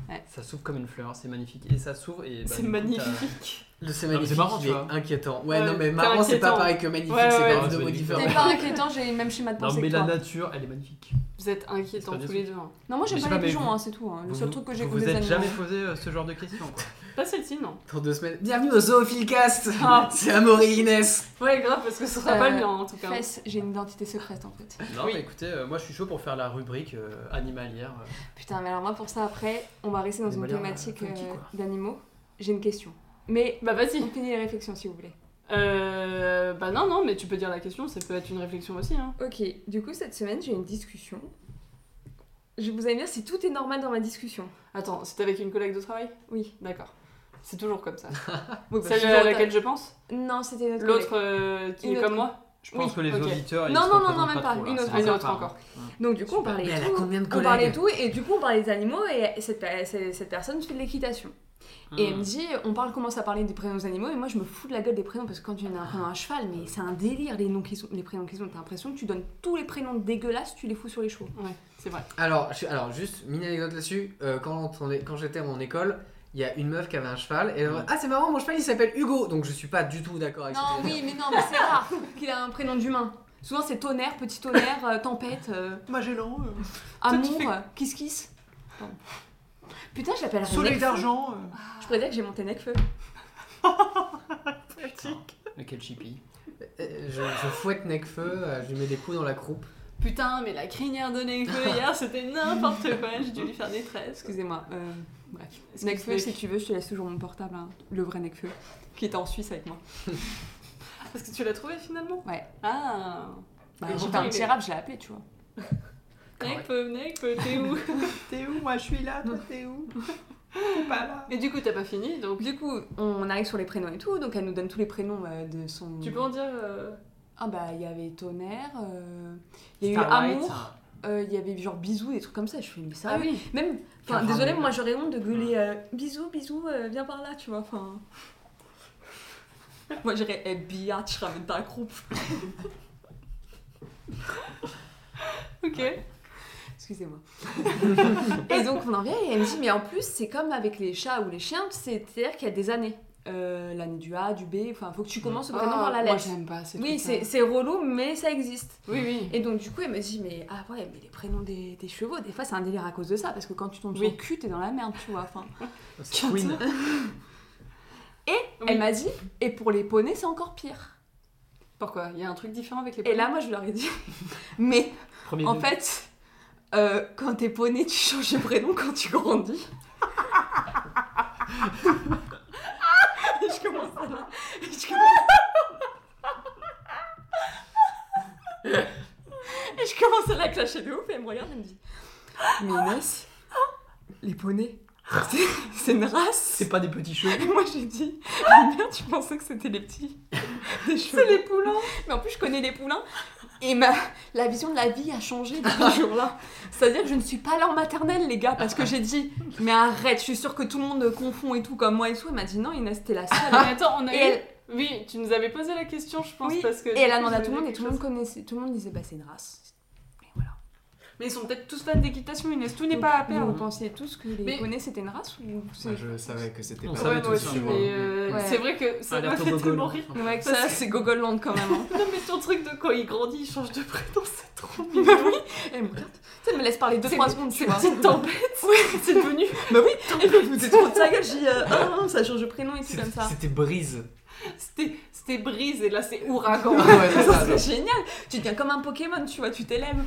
Ouais.
Ça s'ouvre comme une fleur, c'est magnifique. Et ça s'ouvre et. bah,
C'est
du coup,
magnifique.
Le c'est
mais
magnifique,
c'est marrant,
il
tu
est
vois.
inquiétant. Ouais,
Ouais,
non, mais
c'est
marrant, c'est pas
inquiétant.
pareil que magnifique,
Ouais,
c'est
ouais,
quand
ouais.
même deux mots
C'est
différents.
C'est pas inquiétant, j'ai le même schéma de
t'as- Non,
pensée
mais
que
la
toi.
nature, elle est magnifique.
Vous êtes
C'est
inquiétants
pas
tous
du
les deux. hein.
Non, moi,
Mais
j'aime
j'ai
pas
pas
les
vu.
pigeons, hein, c'est tout. hein. Le
Vous-
seul truc que j'ai
vous
contre
vous
les
êtes
animaux.
jamais posé euh, ce genre de questions, quoi.
Pas celle-ci, non.
Dans deux semaines. Bienvenue au Zoophilcast
Ah.
C'est Amaury Inès
Ouais, grave, parce que ce sera
Euh,
pas le mien en tout cas.
Fesse, j'ai une identité secrète en fait.
Non,
Oui.
mais écoutez, euh, moi je suis chaud pour faire la rubrique euh, animalière. euh.
Putain, mais alors moi pour ça après, on va rester dans
Des
une
manières,
thématique
euh, funky,
euh,
quoi.
d'animaux. J'ai une question. Mais
Bah vas-y.
on finit les réflexions si vous voulez.
Euh, bah non, non, mais tu peux dire la question, ça peut être une réflexion aussi. Hein.
Ok, du coup cette semaine j'ai une discussion. Je vous allez me dire si tout est normal dans ma discussion.
Attends, c'est avec une collègue de travail
Oui.
D'accord. C'est toujours comme ça.
Oui, bah,
Celle
toujours
à laquelle je pense
Non, c'était notre
L'autre
collègue.
euh, qui
Une
est
autre.
comme moi
Je pense
Oui,
que les
ok.
auditeurs. ils
Non,
se
non, non,
représentent
non, même pas.
trop, là.
Une
C'est
autre,
pas
une
ça,
autre
pardon.
encore.
Donc du coup on parlait
Mais elle a
tout.
combien de
on
collègues
parlait tout et du coup on parlait des animaux et cette, per- cette cette personne fait de l'équitation. Et elle me
Hmm.
dit, on parle, commence à parler des prénoms aux animaux, et moi je me fous de la gueule des prénoms parce que quand tu donnes un prénom à un cheval, mais c'est un délire les, noms qu'ils ont, les prénoms qu'ils ont. T'as l'impression que tu donnes tous les prénoms dégueulasses, tu les fous sur les chevaux.
Ouais, c'est vrai.
Alors, je- alors juste, mini anecdote là-dessus. Euh, quand on est- quand j'étais à mon école, il y a une meuf qui avait un cheval. Et elle
Mm.
m'a dit, Ah, c'est marrant, mon cheval il s'appelle Hugo. Donc je suis pas du tout d'accord
Ah,
avec
Non,
ce
oui, mais non, mais c'est rare qu'il a un prénom d'humain. Souvent c'est tonnerre, petit tonnerre, euh, tempête, euh,
Magellan, euh,
amour,
tu fais-
euh, kiss kiss. Pardon. Putain, je l'appellerais
soleil
Necfeu.
d'argent. euh.
Je pourrais dire que j'ai monté Necfeu.
Mais quel chippy.
Euh, Je, je fouette Necfeu, euh, je lui mets des coups dans la croupe.
Putain, mais la crinière de Nekfeu hier, c'était n'importe quoi, j'ai dû lui faire des tresses.
Excusez-moi. euh, bref.
Excuse
Necfeu,
Nec.
si tu veux, je te laisse toujours mon portable, hein, le vrai Necfeu, qui était en Suisse avec moi.
Ah, Parce que tu l'as trouvé finalement
Ouais.
Ah
Bah,
Et
j'ai fait
pourtant,
un
il
petit
est-
rap, je l'ai appelé, tu vois.
Nekfeu, Nekfeu, t'es où
T'es où Moi je suis là, toi t'es où Pas là.
Et du coup, t'as pas fini, donc
Du coup, on arrive sur les prénoms et tout, donc elle nous donne tous les prénoms euh, de son.
tu peux en dire. euh,
Ah bah il y avait tonnerre, euh, il y a eu
Starlight.
amour, euh, il y avait genre bisous, des trucs comme ça. Je fais mais ça.
Ah oui
Même, enfin
Enfin,
désolé,
mais-
moi j'aurais honte de gueuler euh, bisous, bisous, euh, viens par là, tu vois. Enfin. moi j'irais eh, biatch, ramène ta croupe.
Ok.
Excusez-moi. et donc on en vient et elle me dit mais en plus c'est comme avec les chats ou les chiens, c'est-à-dire qu'il y a des années. Euh, l'année du A, du B, enfin faut que tu commences vraiment par la
Ah, Oh, Moi
lettre.
j'aime pas ces
Oui, c'est
trucs-là.
c'est relou, mais ça existe.
Oui, oui.
Et donc, du coup, elle me dit, mais ah ouais, mais les prénoms des, des chevaux, des fois, c'est un délire à cause de ça, parce que quand tu tombes sur
Oui.
le cul, t'es dans la merde, tu vois. Enfin,
C'est Queen.
Oui.
Elle m'a dit, et pour les poneys, c'est encore pire.
Pourquoi Il y a un truc différent avec les
Et là, moi, je leur ai dit, mais
Premier
en
degré.
fait, euh, quand t'es poney, tu changes de prénom quand tu grandis. je commence à la- je commence- Et je commence à la clasher de ouf, et elle me regarde, elle me dit Mais Inès, les poneys, c'est- c'est une race
C'est pas des petits chevaux.
et moi j'ai dit, ah merde, tu pensais que c'était les petits. C'est les poulains. Mais en plus, je connais les poulains. Et ma, la vision de la vie a changé depuis ce jour-là. C'est-à-dire que je ne suis pas leur maternelle, les gars, parce que j'ai dit, mais arrête, je suis sûre que tout le monde confond et tout, comme moi et tout. Elle m'a dit, non, Inès, t'es la seule.
Ah, mais attends, on a
Et
eu.
elle-
Oui, tu nous avais posé la question, je pense,
Oui,
parce que.
Et elle a demandé à tout le monde, et tout le monde connaissait, tout le monde disait, bah c'est une race.
Mais ils sont peut-être tous fans d'équitation, Inès, tout n'est pas à
Vous
perdre.
pensiez tous que les
Mais-
poneys c'était une race ou c'est.
je savais que c'était
On
pas
savait
Ouais,
tout
moi
ça,
hein.
aussi,
moi.
mais euh,
Ouais.
c'est vrai que ça m'a
Alerte au
fait
gogol.
tellement rire.
Ouais, ça, c'est Gogoland quand même. hein.
Non, mais ton truc de quand il grandit, il change de prénom, c'est trop
Bah
mignon.
oui, elle me regarde. Tu sais, elle me laisse parler 2-3 secondes, tu vois.
C'est une tempête. Oui, c'est devenu.
Et
euh,
puis vous êtes contre sa gueule, j'ai dit euh, Ah, ah, ça change de prénom et tout
C'était
comme ça.
c'était Brise.
C'était c'était brise et là c'est ouragan.
Ouais, c'est
Ça
ça.
serait génial. Tu deviens comme un Pokémon, tu vois, tu t'élèves.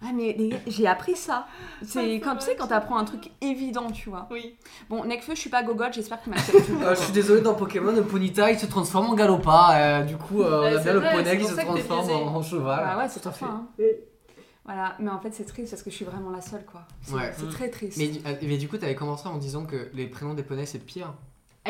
Ah mais les gars, j'ai appris ça. C'est
Ah, ça
quand
va,
tu sais quand
tu
t'apprends un truc évident, tu vois.
Oui.
Bon, Necfeu, je suis pas gogote, j'espère qu'il m'accepte.
Euh, je suis désolé, dans Pokémon, le Ponyta il se transforme en Galopa. euh, du coup, euh,
Ouais,
on a
c'est
bien le
vrai, c'est
poney qui
pour
se
ça que t'es
transforme
biaisé.
en, en cheval.
Ah ouais, c'est
Tout à
trop fin. hein. Voilà, mais en fait c'est triste parce que je suis vraiment la seule quoi. C'est
Ouais.
c'est très triste.
Mais, du- euh, mais du coup, t'avais commencé en disant que les prénoms des poneys c'est pire.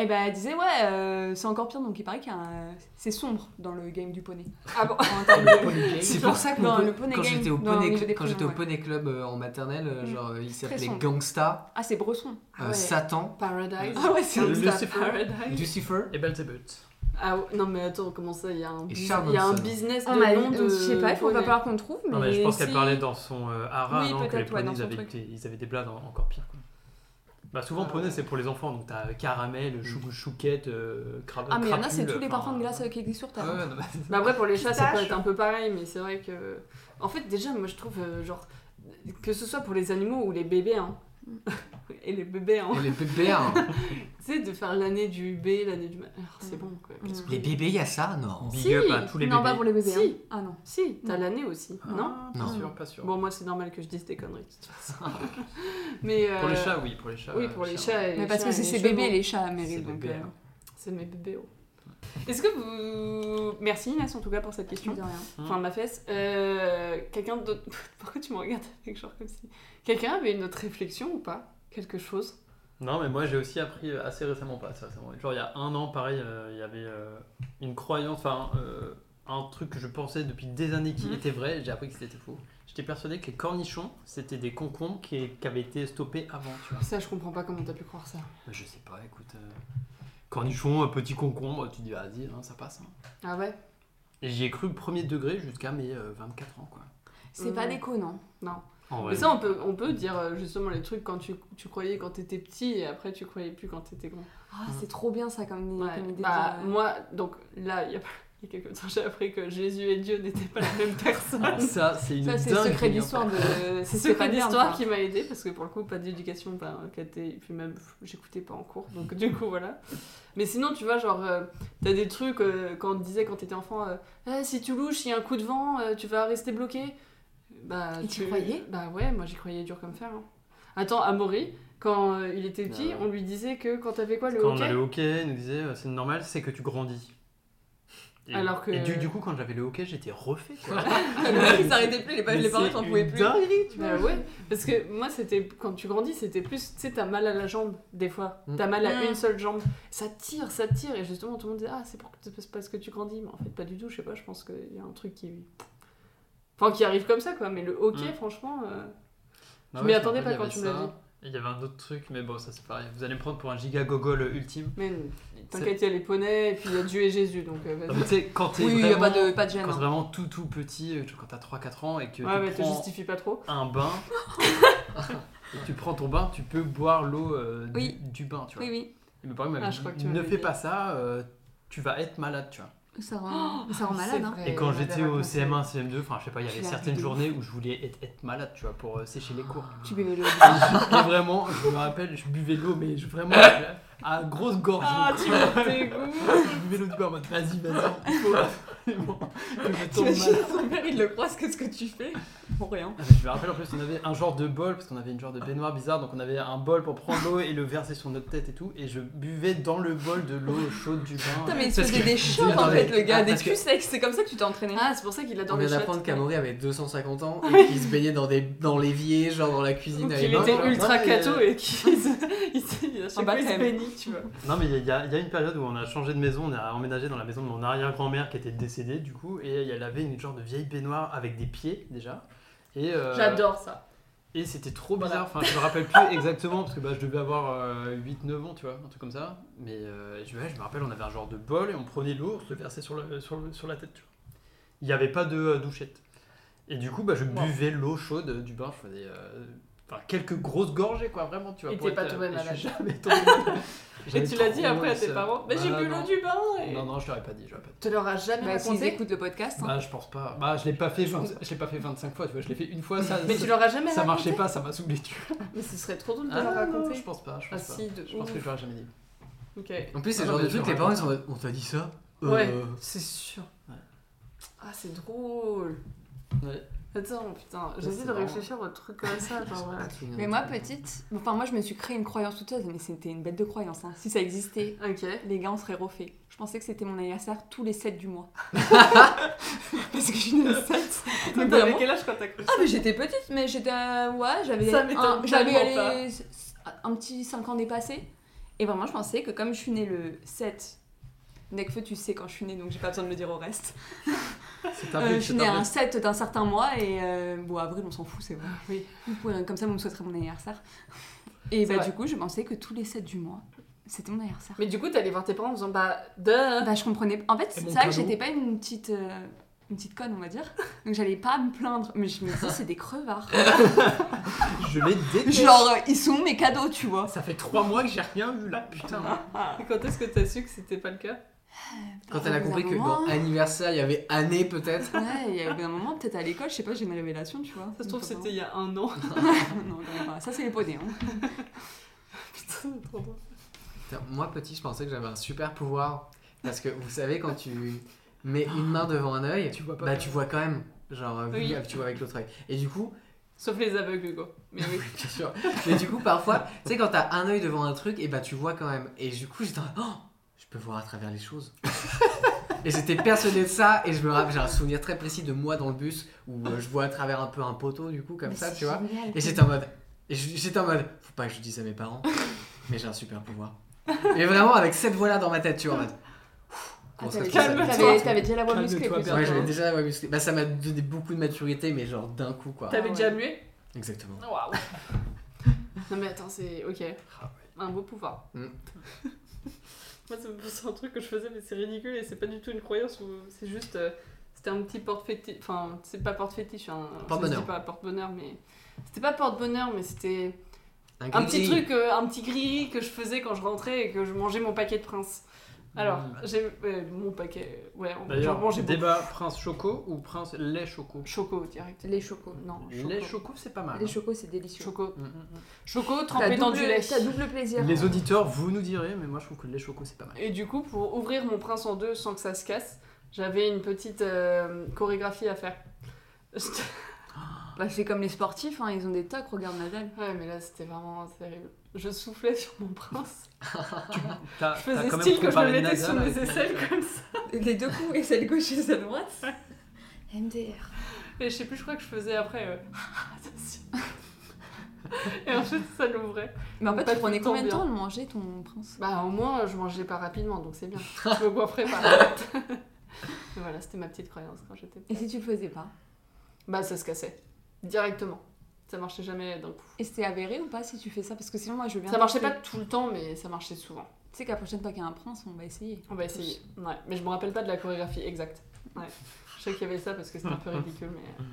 Eh ben elle disait ouais, euh, c'est encore pire donc il paraît qu'il y a un- c'est sombre dans le game du poney.
Ah bon
En termes de-
C'est pour ça que
Dans
mon
le
po-
poney
quand
game,
j'étais au
dans le
poney,
niveau des
quand j'étais au
prénoms,
poney club euh, en maternelle, euh,
Mm.
genre euh, il s'appelait
sombre.
Gangsta,
Ah c'est Bresson.
euh,
Ah ouais.
Satan,
Paradise.
Ah ouais, c'est
Le-
un
le-
Paradise.
Lucifer.
Et Belzébuth.
Ah ouais, non mais attends, comment ça Il y a un,
Et
bus-
Charles
il y a un
Manson.
business de
On m'a
nom de.
Ah, euh, je sais pas, il faut pas
poney.
falloir qu'on trouve mais
Non, mais je pense qu'elle
si-
parlait dans son euh, hara,
Oui,
non, que les
peut-être, ouais,
poneys
dans
ils
son
avaient,
truc.
des, ils avaient des blagues en- encore pires. quoi. Bah, souvent,
Ah. Mm.
poney, c'est pour les enfants. Donc, t'as caramel, chou chouquette, euh, cra-
Ah, mais il y en a, c'est
crapule,
tous les
enfin,
parfums de glace euh, qui existent sur
Ouais,
Terre.
ouais, non, mais-
Bah après pour les chats ça peut être un peu pareil mais c'est vrai que en fait déjà moi je trouve euh, genre que ce soit pour les animaux ou les bébés hein,
Mm.
Et les bébés, hein.
Et les bébés, hein.
Tu sais, de faire l'année du B, l'année du. ma- Alors, C'est
Mm.
bon, quoi.
Mm.
les bébés, il y a ça Non.
Big
Si.
up à tous les
Non,
bébés.
pas pour les bébés.
Si.
hein. Ah non.
Si, t'as
Mm.
l'année aussi,
Ah,
non
Pas
Mm.
Non.
sûr, pas sûr.
Bon, moi, c'est normal que je dise des conneries, de toute façon. Mais. euh,
Pour les chats, oui, pour les chats.
Oui, pour les
chats.
chats. et
Mais
les
parce
chiens
que
et
c'est
les
ses
chevaux.
bébés, les chats à Meryl.
C'est
donc,
bébé,
euh,
hein.
C'est mes bébés, oh. Est-ce que vous. Merci Inès en tout cas pour cette question.
Mmh.
De rien.
Enfin, ma fesse. Euh, Quelqu'un d'autre. Pourquoi tu me regardes avec genre comme si. Quelqu'un avait une autre réflexion ou pas Quelque chose
Non, mais moi j'ai aussi appris euh, assez récemment, pas assez récemment. Genre il y a un an, pareil, euh, il y avait euh, une croyance, enfin euh, un truc que je pensais depuis des années qui
Mm.
Mhm.
était vrai, j'ai appris que c'était faux. J'étais persuadé que les cornichons, c'était des concombres qui, qui avaient été stoppés avant, tu vois.
Ça, je comprends pas comment t'as pu croire ça.
Mais Bah, Je sais pas, écoute. euh, cornichon, euh, petit concombre, tu dis vas-y, hein, ça passe. hein.
Ah ouais
Et j'y ai cru premier degré jusqu'à mes euh, 24 ans, quoi.
C'est pas
Mm.
déconnant.
En vrai.
Mais ça, on peut, on peut dire euh, justement les trucs quand tu, tu croyais quand t'étais petit et après tu croyais plus quand t'étais grand.
Ah, c'est trop bien ça comme,
Ouais,
comme idée.
bah,
de-
moi, donc là, il y a, il y a quelques temps, j'ai appris que Jésus et Dieu n'étaient pas la même personne.
Alors Ah, ça, c'est une
Ça, c'est le
dinguerie,
secret
hein.
d'histoire de.
C'est
Stéphane
ce secret
Bern,
d'histoire
ça.
qui m'a aidé parce que pour le coup, pas d'éducation, pas caté, et puis même, pff, j'écoutais pas en cours, donc du coup, voilà. Mais sinon, tu vois, genre, euh, t'as des trucs, euh, quand on te disait quand t'étais enfant, euh, Ah, si tu louches, il y a un coup de vent, euh, tu vas rester bloqué. Bah,
Et tu croyais
Bah ouais, moi j'y croyais dur comme fer. hein. Attends, à Maury, quand euh, il était petit,
Ah
on
ouais.
lui disait que quand t'avais quoi, le
Quand on
hockey
a le hockey, il nous disait euh, c'est normal, c'est que tu grandis. Et,
Alors que-
et du, du coup, quand j'avais le hockey, j'étais refait. Quoi.
Ils s'arrêtaient plus, les,
Mais
bah, les parents
c'est
j'en pouvaient
une
plus.
dinguerie, tu
Bah ouais, parce que moi c'était quand tu grandis, c'était plus tu sais t'as mal à la jambe des fois,
Mm.
t'as mal à
Mm.
une seule jambe, ça tire, ça tire et justement tout le monde dit ah c'est pour- c'est parce que tu grandis, mais en fait pas du tout, je sais pas, je pense qu'il y a un truc qui enfin qui arrive comme ça quoi, mais le hockey
Mm.
franchement euh, Je
Non, ouais,
m'y attendais
rappelle,
pas
il y
quand
avait
tu me l'as
ça. Il y avait un autre truc, mais bon, ça c'est pareil. Vous allez me prendre pour un giga gogol ultime.
mais t'inquiète il y a les poneys et puis il y a Dieu et Jésus donc euh,
Non,
vas-y.
mais tu sais, quand t'es
Oui, il y a
vraiment,
pas de, pas de gêne.
quand t'es
hein.
vraiment tout tout petit, euh, tu- quand t'as 3-4 ans et que
Ouais, mais
tu
te
prends
justifie pas trop.
un bain, et tu prends ton bain, tu peux boire l'eau euh, du-
Oui.
du, bain, tu vois.
Oui, oui.
Et mes parents m'avaient
Ah, je crois que
dit,
tu
ne
m'avais
fais
dit.
pas ça, euh, tu vas être malade, tu vois.
Ça rend, ça rend malade. Hein.
Euh,
Et quand j'étais au
CM1
CM1, CM2, enfin je sais pas, il y
Tu
avait
l'as
certaines
vu de
journées où je voulais être, être malade, tu vois, pour euh, sécher les cours.
Tu buvais le.
Et vraiment, je me rappelle, je buvais de l'eau, mais je, vraiment je- à grosse gorge.
Ah, tu m'as dégoûté.
je buvais l'eau du beurre en mode vas-y, vas-y, il faut absolument que je tombe
T'imagines
malade.
ton père, il le croise, qu'est-ce que tu fais Pour rien.
Ah, mais je me rappelle en plus, on avait un genre de bol, parce qu'on avait une genre de baignoire bizarre, donc on avait un bol pour prendre l'eau et le verser sur notre tête et tout, et je buvais dans le bol de l'eau chaude du
Putain,
bain.
mais il se
Parce
faisait
que-
des chocs en
Attendez.
fait, le gars,
Ah,
des
parce que-
culs secs. C'est comme ça que tu t'es entraîné.
Ah, c'est pour ça qu'il
On
adore les
vient
chats.
d'apprendre qu'Amaury avait 250 ans et qu'il se baignait dans, des, dans l'évier, genre dans la
Ou
cuisine à
qu'il
non,
était
non,
ultra
non,
cato
mais-
et qu'il il s'est- il a chaque
En
fois, il se
baptême.
bénit, tu vois.
Non, mais il y, a- il y a il y a une période où on a changé de maison, on a emménagé dans la maison de mon arrière-grand-mère qui était décédée, du coup, et elle avait une genre de vieille baignoire avec des pieds déjà. Et, euh,
J'adore ça.
Et c'était trop bizarre, enfin je me rappelle plus exactement parce que bah, je devais avoir 8-9 ans, tu vois, un truc comme ça. Mais euh, je, ouais, je me rappelle, on avait un genre de bol et on prenait l'eau, on se le versait sur, le- sur, le- sur la tête, tu vois. Il n'y avait pas de euh, douchette. Et du coup, bah, je buvais l'eau chaude euh, du bain, je faisais euh, enfin, quelques grosses gorgées, quoi, vraiment, tu vois.
Et
pour
t'es pas
être, euh,
tombé
et
malade.
Je suis jamais tombé malade.
Et
J'avais
tu l'as dit
trop
après à
eu
tes
ça.
parents Mais j'ai
Bah,
bu l'eau
non.
du bain et...
Non, non, je l'aurais pas dit, je l'aurais pas dit.
Tu leur as jamais
Bah, s'ils
raconté
écoutent le podcast, hein.
Bah, je pense pas. Bah, je l'ai pas fait, 20 je l'ai pas fait 25 fois, tu vois, je l'ai fait une fois, ça,
Mais tu leur as jamais
ça
raconté
marchait pas, ça m'a saoulé, tu vois.
Mais ce serait trop drôle de
Ah,
leur
non,
raconter.
je pense pas, je
Ah
pense pas.
si, de
Je pense
ouf.
que je l'aurais jamais dit.
Ok.
En plus, c'est le
Ah,
genre
non,
de
mais
truc,
tu
les parents ils sont en mode, on t'a dit ça Euh,
Ouais, c'est sûr.
Ouais.
Ah, c'est drôle.
Ouais.
Attends, putain,
c'est
j'essaie de
marrant.
réfléchir à votre truc comme ça,
je sais
genre...
pas,
Ah,
euh,
tu viens
Mais
de-
moi, petite, enfin, moi, je me suis créé une croyance toute seule, mais c'était une bête de croyance. hein. Si ça existait,
Ok.
les gars, on serait refait. Je pensais que c'était mon anniversaire tous les 7 du mois. Parce que je suis née le 7.
T'avais
Donc, vraiment.
quel âge quand t'as cru
Ah, mais j'étais petite, mais j'étais. euh, ouais, j'avais.
Ça m'étonne
un- J'avais
tellement
allé- un petit 5 ans dépassé. Et vraiment, je pensais que comme je suis née le 7. Necfeu, tu sais quand je suis née, donc j'ai pas besoin de le dire au reste.
C'est
Euh,
un
je
but,
suis
c'est
née
un
un
but.
7 d'un certain mois et euh, bon, avril, on s'en fout, c'est vrai.
Oui.
Vous pouvez- comme ça, vous me souhaiterez mon anniversaire.
C'est
Et bah,
vrai.
du coup, je pensais que tous les 7 du mois, c'était mon anniversaire.
Mais du coup, t'allais voir tes parents en disant, bah, de...
Bah, je comprenais. En fait,
Et
c'est
mon
vrai que
cadeau
j'étais pas une petite. euh, Une petite conne, on va dire. Donc j'allais pas me plaindre, mais je me disais, c'est des crevards.
Je l'ai détesté.
Genre, euh, ils sont où mes cadeaux, tu vois.
Ça fait 3 mois que j'ai rien eu là, putain.
Ah. Et Quand est-ce que t'as su que c'était pas le cas
Quand elle a
Au bout
compris
d'un
que
moment-
dans anniversaire, il y avait année peut-être.
Ouais, il y a eu un moment, peut-être à l'école, je sais pas, j'ai une révélation, tu vois.
Ça se trouve,
Enfin,
euh,
c'était il y a un an.
non, quand même pas. Ça, c'est les poneys. Hein.
Putain, trop drôle.
Putain, Moi, petit, je pensais que j'avais un super pouvoir. Parce que vous savez, quand tu mets une main devant un œil,
Tu vois pas.
bah tu vois quand même. Genre, vu-
Oui.
tu vois avec l'autre œil. Et du coup,
Sauf les aveugles, quoi. Mais oui.
bien sûr. Mais du coup, parfois, tu sais, quand t'as un œil devant un truc, et bah tu vois quand même. Et du coup, j'étais en mode, Oh, je peux voir à travers les choses. et j'étais persuadé de ça, et je me rappelle, j'ai un souvenir très précis de moi dans le bus où euh, je vois à travers un peu un poteau, du coup, comme ça, tu vois. Et j'étais en mode. et j- J'étais en mode. Faut pas que je dise à mes parents, mais j'ai un super pouvoir. Et vraiment, avec cette voix-là dans ma tête, tu vois, en mode. Ouf,
Ah,
comment ça se passe,
calme-toi.
ça
T'avais t'avais déjà la voix
Calme-toi,
musclée.
Bertrand.
Ouais, j'avais déjà la voix musclée. Bah, ça m'a donné beaucoup de maturité, mais genre d'un coup, quoi.
T'avais
Ah
déjà
ouais.
mué
Exactement.
Waouh. non, mais attends, c'est. Ok. Un beau pouvoir.
Moi, c'est- c'est un truc que je faisais, mais c'est ridicule et c'est pas du tout une croyance. ou- C'est juste. euh, c'était un petit porte-fétiche. Enfin, c'est pas porte-fétiche. Hein,
Porte-bonheur.
C'était pas porte-bonheur, mais. C'était pas porte-bonheur, mais c'était un petit
gris-gris.
truc, euh, un petit gris que je faisais quand je rentrais et que je mangeais mon paquet de prince. Alors,
Mm.
j'ai. ouais, mon paquet. Ouais, j'en
D'ailleurs,
mangeais beaucoup.
débat prince choco ou prince lait choco
Choco direct.
Les chocos.
Non,
Lait
choco.
choco, c'est pas mal.
Les
hein.
chocos, c'est délicieux.
Choco.
Mm, mm, mm.
Choco
T'as
trempé dans du lait.
double, t'as double plaisir.
Les auditeurs, vous nous direz, mais moi je trouve que le lait choco, c'est pas mal.
Et du coup, pour ouvrir mon prince en deux sans que ça se casse, j'avais une petite euh, chorégraphie à faire.
Bah, c'est comme les sportifs, hein, ils ont des tocs, regarde Nadal.
Ouais, mais là, c'était vraiment terrible. Je soufflais sur mon prince.
T'as-
Je
Ah, t'as
faisais
quand même
style que je me
comparé
mettais
Nadal
sur mes
hein, avec-
aisselles comme ça.
Les deux coups, et celle gauche et celle droite. MDR.
Et je sais plus, je crois que je faisais après. euh, attention. Et ensuite, ça l'ouvrait.
Mais en fait,
Pas
tu prenais
tout le
combien de
temps
temps de manger ton prince
Bah, au moins, je mangeais pas rapidement, donc c'est bien. Je me goinfrais pas. Mais voilà, c'était ma petite croyance quand j'étais
Et
petite.
si tu le faisais pas
Bah, ça se cassait. Directement. Ça marchait jamais d'un coup.
Et c'était avéré ou pas si tu fais ça Parce que sinon, moi, je veux bien.
Ça marchait pas
tester.
tout le temps, mais ça marchait souvent.
Tu sais qu'à la prochaine fois qu'il y a un prince, on va essayer.
On va essayer. Ouais. Mais je me rappelle pas de la chorégraphie exacte. Ouais. Je sais qu'il y avait ça parce que c'était un peu ridicule, mais. euh.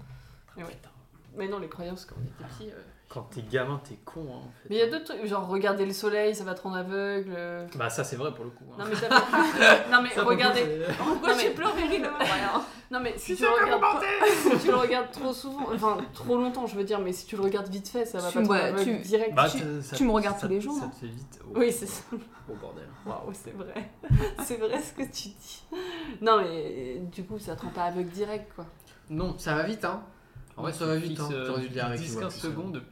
Ah,
Mais ouais. Mais non, les croyances quand on était petit. euh.
Quand t'es gamin, t'es con. hein, en fait.
Mais il y a d'autres trucs, genre regarder le soleil, ça va te rendre aveugle. euh.
Bah, ça, c'est vrai pour le coup. hein.
Non mais t'as- non mais
Ça, pour le coup,
regardez.
c'est-
Non mais,
pleurer
non mais si tu le regardes, pas- si tu le regardes trop souvent, enfin trop longtemps, je veux dire, mais si tu le regardes vite fait, ça va
Tu
pas te
vois,
rendre aveugle
tu-
direct.
Bah,
Tu-
t'as- ça-
tu me regardes
ça-
tous les jours,
Ça
non
te fait vite au,
hein. Oui, c'est ça.
au bordel.
Waouh, c'est vrai. C'est vrai ce que tu dis. Non mais euh, du coup, ça te rend pas aveugle direct quoi.
Non.
Ça va vite, hein.
En vrai,
Ça va
tu
vite,
fixes,
hein.
euh,
J'aurais dû le dire avec
10-15
une voix plus
secondes,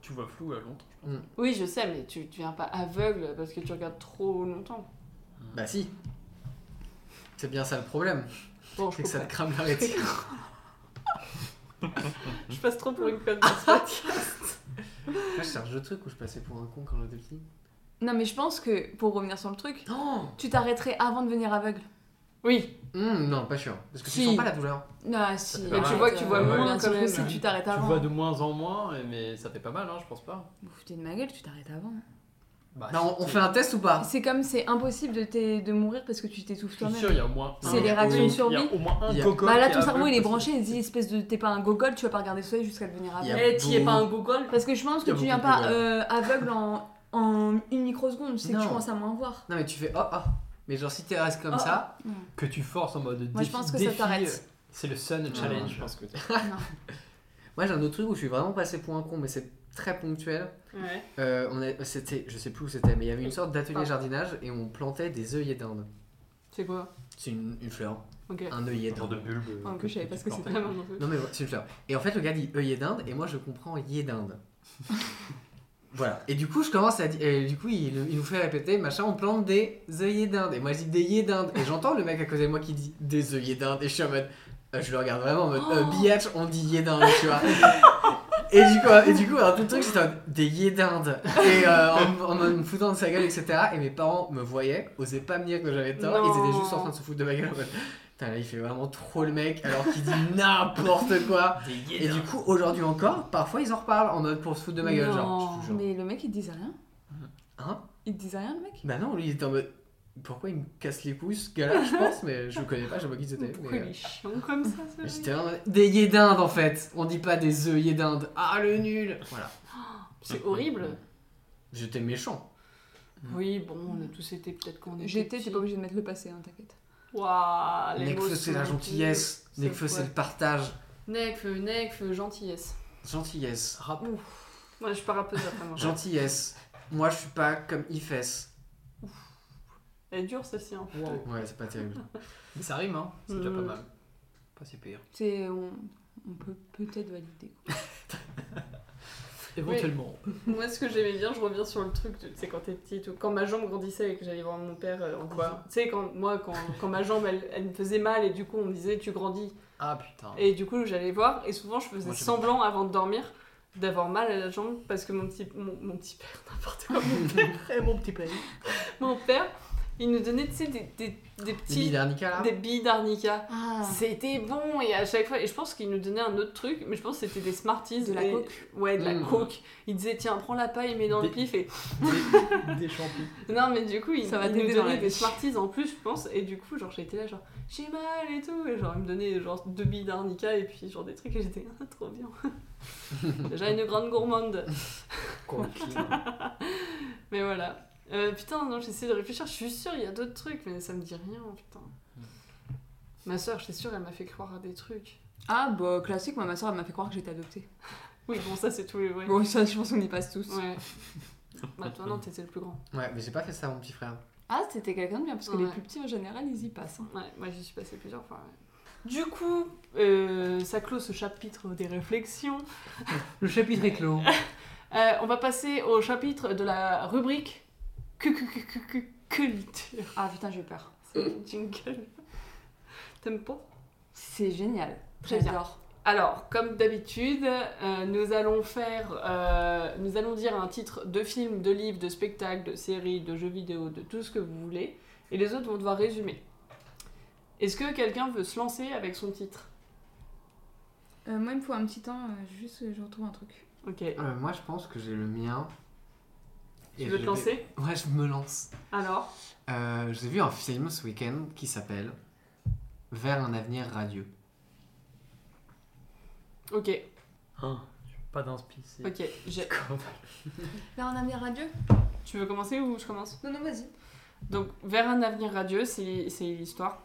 tu vois flou à longtemps. je pense.
Oui, je sais, mais tu deviens pas aveugle parce que tu regardes trop longtemps.
Bah, si. C'est bien ça le problème.
Bon,
C'est
je,
que ça
comprends.
te crame la rétine.
je passe trop pour une conne. dans ce podcast.
Moi, je cherche le truc où je passais pour un con quand j'étais petit.
Non, mais je pense que pour revenir sur le truc,
Oh
tu t'arrêterais avant de devenir aveugle.
oui,
Hum, Non, pas sûr. Parce que tu
Si.
sens pas la douleur.
Ah si.
fait pas
arrête,
mal.
Mais tu vois
euh,
que tu vois
bien
moins,
sûr
quand
que
même.
si tu t'arrêtes
Tu
avant.
vois de moins en moins, et- mais ça fait pas mal, hein, je pense pas.
Vous foutez de ma gueule, tu t'arrêtes avant.
Bah,
Non, on
c'est-
fait un test ou pas
C'est comme c'est impossible de, t'é- de mourir parce que tu t'étouffes
Je suis sûr,
toi-même.
il y a au moins un.
C'est les réactions de
Il y
survie.
a au moins un
Il y a-
coco.
Bah là,
qui est
ton cerveau il
aveugle
est
parce que-
branché, il dit espèce de t'es pas un gogol, tu vas pas regarder le soleil jusqu'à devenir
Il y a
aveugle.
Eh, t'y es pas un Google
Parce que je pense que
Il y a
tu viens
beaucoup de
pas
gogoles.
euh, aveugle en, en une microseconde, c'est que tu
Non.
commences à moins voir.
Non, mais tu fais oh oh. Mais genre, si tu restes comme
Oh,
ça,
Que tu forces en mode.
Moi, je
défi-
pense que ça
défi,
t'arrête.
euh, C'est le Sun
Non,
Challenge,
Ah, je-
je pense que t'es-
moi j'ai un autre truc où je suis vraiment passé pour un con, mais c'est très ponctuel.
Ouais.
Euh, on a- c'était, je sais plus où c'était, mais il y avait une sorte d'atelier jardinage et on plantait des œillets d'Inde.
C'est quoi
C'est une, une fleur,
Ok.
un œillet
genre
d'Inde.
de bulbe.
En plus, je savais pas ce que c'était.
Vraiment, non plus.
Non mais ouais, c'est une fleur. Et en fait le gars dit œillet d'Inde et moi je comprends yé d'Inde. voilà. Et du coup je commence à dire, et du coup il, il nous fait répéter machin, on plante des œillets d'Inde et moi je dis des yé d'Inde et j'entends le mec à côté de moi qui dit des œillets d'Inde et je suis en mode, euh, je le regarde vraiment en mode, euh, biatch on dit yé d'Inde tu vois. Et du coup, et du coup, alors tout le truc, c'était en mode, des yeux d'Inde. Et euh, en, en me foutant de sa gueule, etc. Et mes parents me voyaient, osaient pas me dire que j'avais tort.
Non.
Ils étaient juste en train de se foutre de ma gueule. en mode, Putain, là, il fait vraiment trop le mec, alors qu'il dit n'importe quoi. Et du coup, aujourd'hui encore, parfois, ils en reparlent en mode pour se foutre de ma gueule. Genre, je te jure.
Mais le mec il te disait rien.
Hein
Il te disait rien le mec
Bah non, lui, il était en mode. Pourquoi il me casse les couilles, ce gars-là, je pense, mais je le connais pas, j'ai pas qui c'était.
Pourquoi
mais,
il
euh,
est chiant comme ça, celui
mais J'étais vraiment en mode, des yeux d'Inde en fait, on dit pas des œillets d'Inde. Ah le nul Voilà.
C'est horrible.
J'étais méchant.
Oui, bon, on a tous été peut-être qu'on était.
J'étais, t'es
petits.
pas obligé de mettre le passé, hein, t'inquiète.
Waouh, Ah, les mots
Necfeu, c'est la
sont
gentillesse.
petits.
Necfeu, c'est
ouais.
le partage.
Necfeu, Necfeu, gentillesse.
Gentillesse.
Rap.
Moi, je pars un peu après moi.
Gentillesse. Moi, je suis pas comme Ifes.
Elle est dure celle-ci, hein.
Ouais, c'est pas terrible.
Mais ça rime, hein. C'est déjà pas
Mm.
mal. Pas si pire.
C'est, on, on peut peut-être valider.
Éventuellement.
Moi, ce que j'aimais bien, je reviens sur le truc, de- tu sais, quand t'es petite, ou quand ma jambe grandissait et que j'allais voir mon père euh, en
Quoi
disant- Tu sais, quand, moi, quand, quand ma jambe, elle, elle me faisait mal et du coup, on me disait, tu grandis.
Ah putain.
Et du coup, j'allais voir et souvent, je faisais
Moi, j'aime
semblant avant de dormir d'avoir mal à la jambe parce que mon petit, mon, mon petit père, n'importe quoi, mon père,
mon petit pays.
mon père, il nous donnait, tu sais, des, des, des
Les
petits.
billes d'arnica, là
Des billes d'arnica.
Ah,
C'était bon et à chaque fois, et je pense qu'il nous donnait un autre truc, mais je pense que c'était des Smarties.
De la
et-
coke.
Ouais, de la
Mmh.
coke. Il disait, tiens, prends la paille, mets dans le
Hmm. Des-
pif et
Des, des champignons.
Non, mais du coup, il,
Ça va
il nous
t'aider dans
donnait
la
des
vie.
Smarties en plus, je pense. Et du coup, genre, j'étais là, genre, j'ai mal et tout. Et genre, il me donnait genre deux billes d'arnica et puis genre des trucs. Et j'étais, ah, trop bien. Déjà une grande gourmande. Mais voilà. Euh, putain, non, j'essaie de réfléchir. Je suis sûre, il y a d'autres trucs, mais ça me dit rien, putain. Ma soeur, j'étais sûre, elle m'a fait croire à des trucs.
ah bah classique, moi ma soeur elle m'a fait croire que j'étais adoptée.
Oui, bon, ça, c'est tous les vrais.
Bon ça je pense qu'on y passe tous.
Ouais. Bah, toi, non, t'étais le plus grand.
Ouais, mais j'ai pas fait ça, mon petit frère.
Ah c'était quelqu'un de bien parce que les
Ouais.
plus petits en général ils y passent. hein.
Ouais, moi, j'y suis passée plusieurs fois. ouais. Du coup, euh, ça clôt ce chapitre des réflexions.
Le chapitre est clos.
Euh, on va passer au chapitre de la rubrique que que que que que que littéraire.
Ah putain j'ai eu peur.
C'est le jingle. T'aimes pas
C'est génial.
Très bien.
J'adore.
Alors, comme d'habitude, euh, nous allons faire, euh, nous allons dire un titre de film, de livre, de spectacle, de série, de jeu vidéo, de tout ce que vous voulez, et les autres vont devoir résumer. Est-ce que quelqu'un veut se lancer avec son titre
Euh, moi il me faut un petit temps euh, juste que je retrouve un truc.
Ok.
Euh, moi, je pense que j'ai le mien.
Tu
Et
veux
je
te
vais-
lancer
Ouais, je me lance.
Alors
Euh, j'ai vu un film ce week-end qui s'appelle Vers un avenir radieux.
Ok,
Pas d'inspiration.
ok. j'ai-
Là on a mis radio
Tu veux commencer ou je commence
Non non vas-y.
Donc, Vers un avenir radieux, c'est c'est l'histoire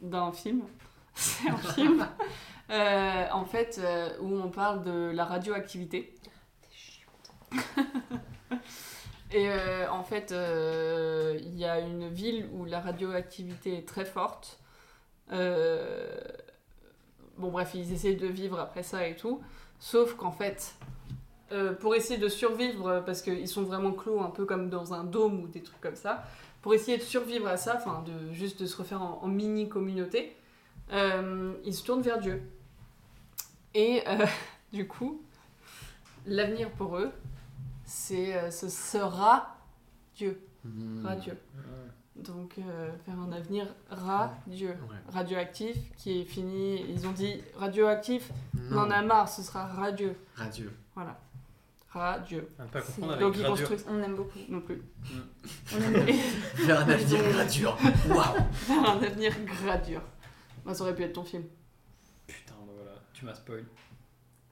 d'un film. C'est un film, euh, en fait, euh, où on parle de la radioactivité. Et euh, en fait, euh, il y a une ville où la radioactivité est très forte. Euh, bon, bref, ils essayent de vivre après ça et tout. Sauf qu'en fait, euh, pour essayer de survivre, parce qu'ils sont vraiment clos un peu comme dans un dôme ou des trucs comme ça, pour essayer de survivre à ça, enfin de, juste de se refaire en, mini communauté, ils se tournent vers Dieu. Et euh, du coup, l'avenir pour eux, c'est euh, ce sera Dieu,
Hmm.
radieux. Donc euh, faire un avenir radieux,
Ouais.
radioactif qui est fini. Ils ont dit radioactif, on
Non,
en a marre, ce sera radieux,
radieux.
voilà, radieux.
À ne pas confondre
C'est-
avec
Donc ils
radio.
construisent
On aime beaucoup.
non plus.
On aime beaucoup.
Vers un avenir radieux. Waouh
Faire un avenir radieux. Bah, ça aurait pu être ton film.
Putain, bah voilà, tu m'as spoil.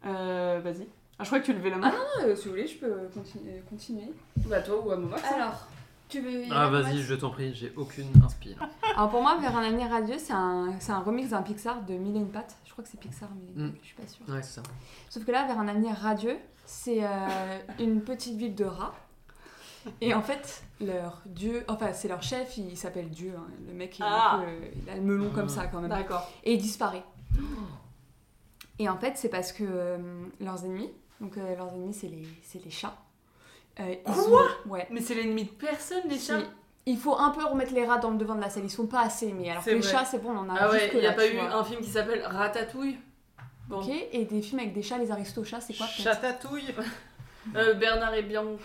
Euh, vas-y. Ah, je crois que tu levais la main.
Ah, euh, si vous voulez je peux continuer. continuer.
Bah, toi ou à Mova
Alors tu veux...
Ah vas-y, je t'en prie, j'ai aucune inspiration.
Alors pour moi, Vers un avenir radieux, c'est un, c'est un remix d'un Pixar de Mille et une pattes. Je crois que c'est Pixar, mais
Mm.
je suis pas sûre.
Ouais, c'est ça.
Sauf que là, Vers un avenir radieux, c'est euh, une petite ville de rats. Et en fait, leur dieu, enfin c'est leur chef, il s'appelle Dieu. hein. Le mec, il, est un
Ah.
peu- il a le melon comme
Ah.
ça quand même.
D'accord.
Et il disparaît. Et en fait, c'est parce que euh, leurs ennemis, donc euh, leurs ennemis, c'est les, c'est les chats. Euh, ils
Quoi
ont- Ouais.
Mais c'est l'ennemi de personne, les chats.
Si. Il faut un peu remettre les rats dans le devant de la scène, ils sont pas assez aimés. Alors que
C'est
les
vrai.
chats, c'est bon, on en a
Ah ouais,
jusque
il n'y a
là,
pas
tu
eu
vois.
un film qui s'appelle Ratatouille Bon.
Ok, et des films avec des chats, les aristochats, c'est quoi peut-être
Chatatouille
Euh, Bernard et Bianca.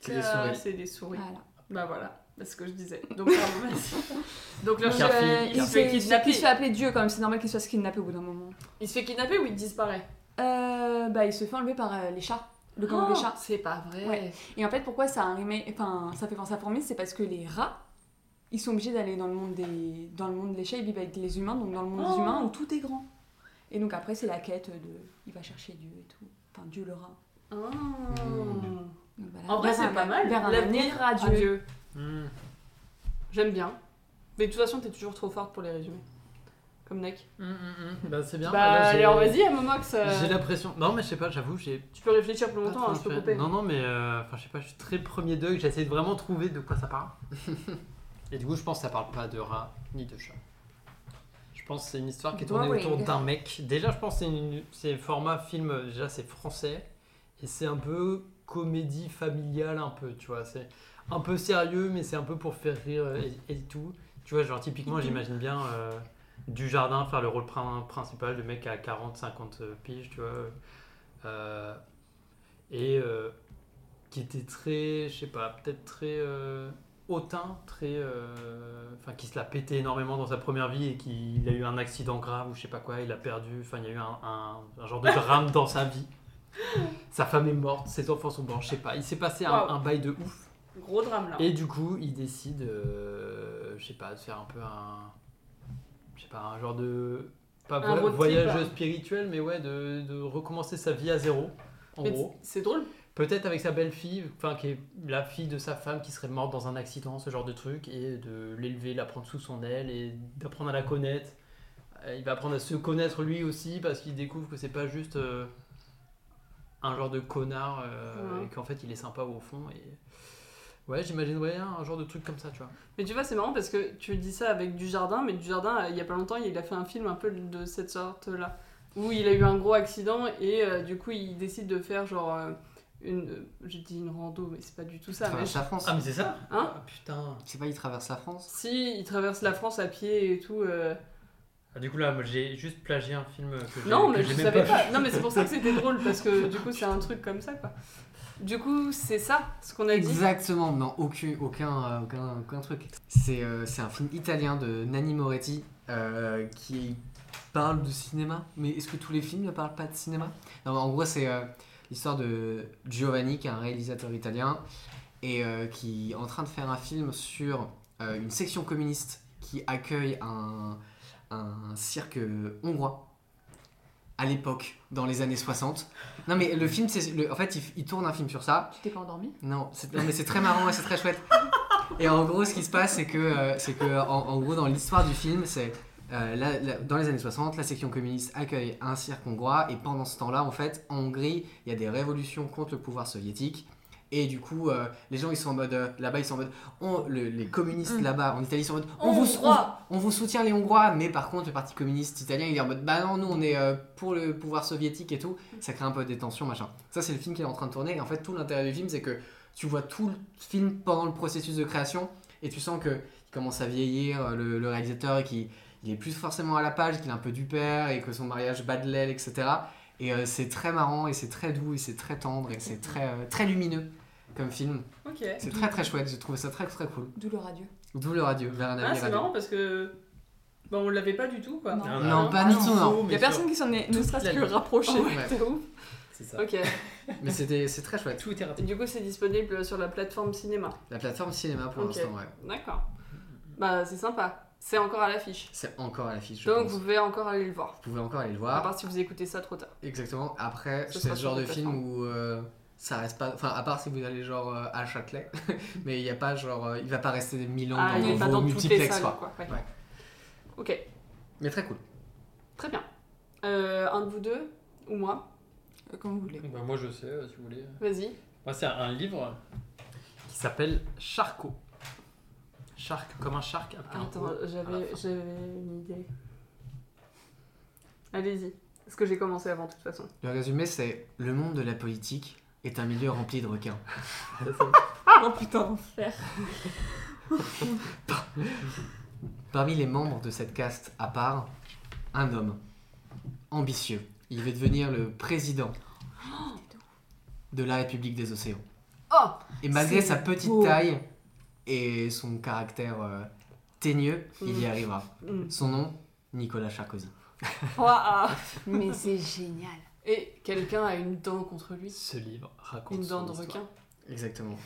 C'est des souris.
C'est des souris.
Voilà.
Bah voilà, c'est ce que je disais. Donc, pardon, vas-y. Donc leur
Donc,
chef,
Car- Garfield,
euh,
il
il,
se fait
s'est- il s'est-
kidnapper.
il se fait appeler Dieu quand même, c'est normal qu'il soit kidnappé au bout d'un moment.
il se fait kidnapper ou il disparaît
Euh, bah, il se fait enlever par euh, les chats, le gang
Oh,
des chats.
C'est pas vrai.
Ouais. Et en fait, pourquoi ça a un remake- enfin, ça fait penser à Fourmis, c'est parce que les rats, ils sont obligés d'aller dans le monde des, dans le monde des chats, ils vivent avec les humains, donc dans le monde des
Oh.
humains où tout est grand. Et donc après, c'est la quête de, il va chercher Dieu et tout, enfin Dieu le rat.
Ah.
Mmh.
Donc, voilà,
Oh. En vrai,
vers
c'est
un-
pas mal.
Vers un
L'avenir
avenir radieux.
Adieu.
Hmm.
J'aime bien. Mais de toute façon, t'es toujours trop forte pour les résumer. Comme Nek.
Hum, hum, hum. Bah, c'est bien.
bah,
Là, j'ai-
alors vas-y, Amomox. euh,
J'ai l'impression. Non, mais je sais pas, j'avoue, j'ai.
Tu peux réfléchir plus
pas
longtemps,
trop
hein, je peux
fait-
couper.
Non, non, mais euh, enfin, je sais pas, je suis très premier deuil, j'essaie de vraiment trouver de quoi ça parle. Et du coup, je pense que ça parle pas de rat ni de chat. Je pense que c'est une histoire qui est tournée
Boring.
autour d'un mec. Déjà, je pense que c'est une- c'est un format film, euh, déjà, c'est français. Et c'est un peu comédie familiale, un peu, tu vois. C'est un peu sérieux, mais c'est un peu pour faire rire euh, et, et tout. Tu vois, genre, typiquement, j'imagine bien du jardin faire le rôle prin- principal, le mec à 40-50 piges, tu vois. Euh, et euh, qui était très, je sais pas, peut-être très euh, hautain, très. euh, Enfin, qui se l'a pété énormément dans sa première vie et qui il a eu un accident grave ou je sais pas quoi, il a perdu, enfin, il y a eu un, un- un genre de drame dans sa vie. Sa femme est morte, ses enfants sont morts, je sais pas. Il s'est passé un,
Waouh.
un bail de ouf.
Gros drame là.
Et du coup, il décide, euh, je sais pas, de faire un peu un. Je sais pas, un genre de. Pas
Un
vo-
road trip,
voyage
hein.
spirituel, mais ouais, de, de recommencer sa vie à zéro. En
Mais
gros.
c'est drôle.
Peut-être avec sa belle-fille, enfin qui est la fille de sa femme qui serait morte dans un accident, ce genre de truc, et de l'élever, la prendre sous son aile et d'apprendre à la connaître. Euh, Il va apprendre à se connaître lui aussi parce qu'il découvre que c'est pas juste euh, un genre de connard euh,
Ouais.
et qu'en fait il est sympa au fond. Et... Ouais, j'imagine ouais, un genre de truc comme ça, tu vois.
Mais tu vois, c'est marrant parce que tu dis ça avec Dujardin, mais Dujardin, euh, il y a pas longtemps, il a fait un film un peu de cette sorte-là, où il a eu un gros accident et euh, du coup, il décide de faire genre euh, une. euh, J'ai dit une rando, mais c'est pas du tout
Il
ça. mais
traverse la France.
Ah, mais c'est ça
Hein
Putain.
C'est pas, il traverse la France.
Si, il traverse la France à pied et tout. euh,
Ah, du coup là, j'ai juste plagié un film que
Non, mais je savais pas. Non, mais c'est pour ça que c'était drôle parce que du coup, c'est un truc comme ça quoi. Du coup, c'est ça ce qu'on a dit.
Exactement, non, aucun, aucun, euh, aucun, aucun truc. C'est euh, c'est un film italien de Nanni Moretti euh, qui parle de cinéma. Mais est-ce que tous les films ne parlent pas de cinéma Non, mais en gros, c'est euh, l'histoire de Giovanni, qui est un réalisateur italien, et euh, qui est en train de faire un film sur euh, une section communiste qui accueille un, un cirque euh, hongrois à l'époque, dans les années 60. Non, mais le film, c'est le- en fait, il, il tourne un film sur ça.
Tu t'es pas endormi
Non, c'est- non, mais c'est très marrant et c'est très chouette. Et en gros, ce qui se passe, c'est que, euh, c'est que en, en gros, dans l'histoire du film, c'est euh, la- la- dans les années 60, la section communiste accueille un cirque hongrois et pendant ce temps-là, en fait, en Hongrie, il y a des révolutions contre le pouvoir soviétique. Et du coup, euh, les gens ils sont en mode euh, là-bas, ils sont en mode on, le- les communistes
Mm.
là-bas en Italie ils sont en mode
On
on vous, sou-
croit.
on vous soutient les Hongrois, mais par contre, le parti communiste italien il est en mode bah non, nous on est euh, pour le pouvoir soviétique et tout. Ça crée un peu des tensions, machin. Ça, c'est le film qui est en train de tourner. Et en fait, tout l'intérêt du film, c'est que tu vois tout le film pendant le processus de création et tu sens que il commence à vieillir, euh, le, le réalisateur, et qu'il il est plus forcément à la page, qu'il est un peu du père et que son mariage bat de l'aile, etc. Et euh, c'est très marrant et c'est très doux et c'est très tendre et c'est très, euh, très lumineux comme film.
Ok.
C'est très très chouette, j'ai trouvé ça très très cool.
D'où le radieux.
D'où le radio, vers un
Ah,
avenir
c'est
radio.
marrant parce que. Bah, on l'avait pas du tout quoi.
Ah,
Non.
Non, pas du tout, non.
Il y a personne qui s'en est ne serait-ce
la
que
nuit.
rapproché.
Ouais.
C'est Ah ouf.
C'est ça.
Ok.
Mais c'était- c'est très chouette.
Tout était raté.
Et du coup, c'est disponible sur la plateforme cinéma.
La plateforme cinéma pour
Ok.
l'instant, ouais.
D'accord. Bah, c'est sympa. C'est encore à l'affiche.
C'est encore à l'affiche, je
Donc,
pense. Ah.
vous pouvez encore aller le voir.
Vous pouvez encore aller le
À
voir.
part si vous écoutez ça trop tard.
Exactement. Après,
Ce
c'est
sera
le
sur
genre de
les
film où euh, ça reste pas. Enfin, à part si vous allez genre euh, à Châtelet, mais il y a pas genre. euh, il va pas rester mille ans
ah, il est
dans
pas
vos
dans toutes les
multiplex,
salles,
quoi.
quoi. ouais.
Ouais.
Ok,
Mais très cool.
très bien. Euh, un de vous deux, ou moi,
Euh, Comme vous voulez.
Bah, moi, je sais, euh, si vous voulez.
vas-y.
Moi, c'est un livre qui s'appelle Charco. Shark, comme un shark avec un O.
Attends,
Ah, à la
j'avais
fin.
j'avais une idée. Allez-y. Parce que j'ai commencé avant, de toute façon.
Le résumé, c'est le monde de la politique est un milieu rempli de requins.
Oh putain, enfer.
Parmi les membres de cette caste à part, un homme ambitieux. Il veut devenir le président de la République des océans.
Oh
Et malgré
C'est
sa petite
beau.
taille et son caractère euh, teigneux, il y
Mm.
arrivera.
Mm.
Son nom, Nicolas Sarkozy.
Ouah.
Mais c'est génial.
Et quelqu'un a une dent contre lui.
Ce livre raconte
Une
son
dent de
histoire.
requin.
Exactement.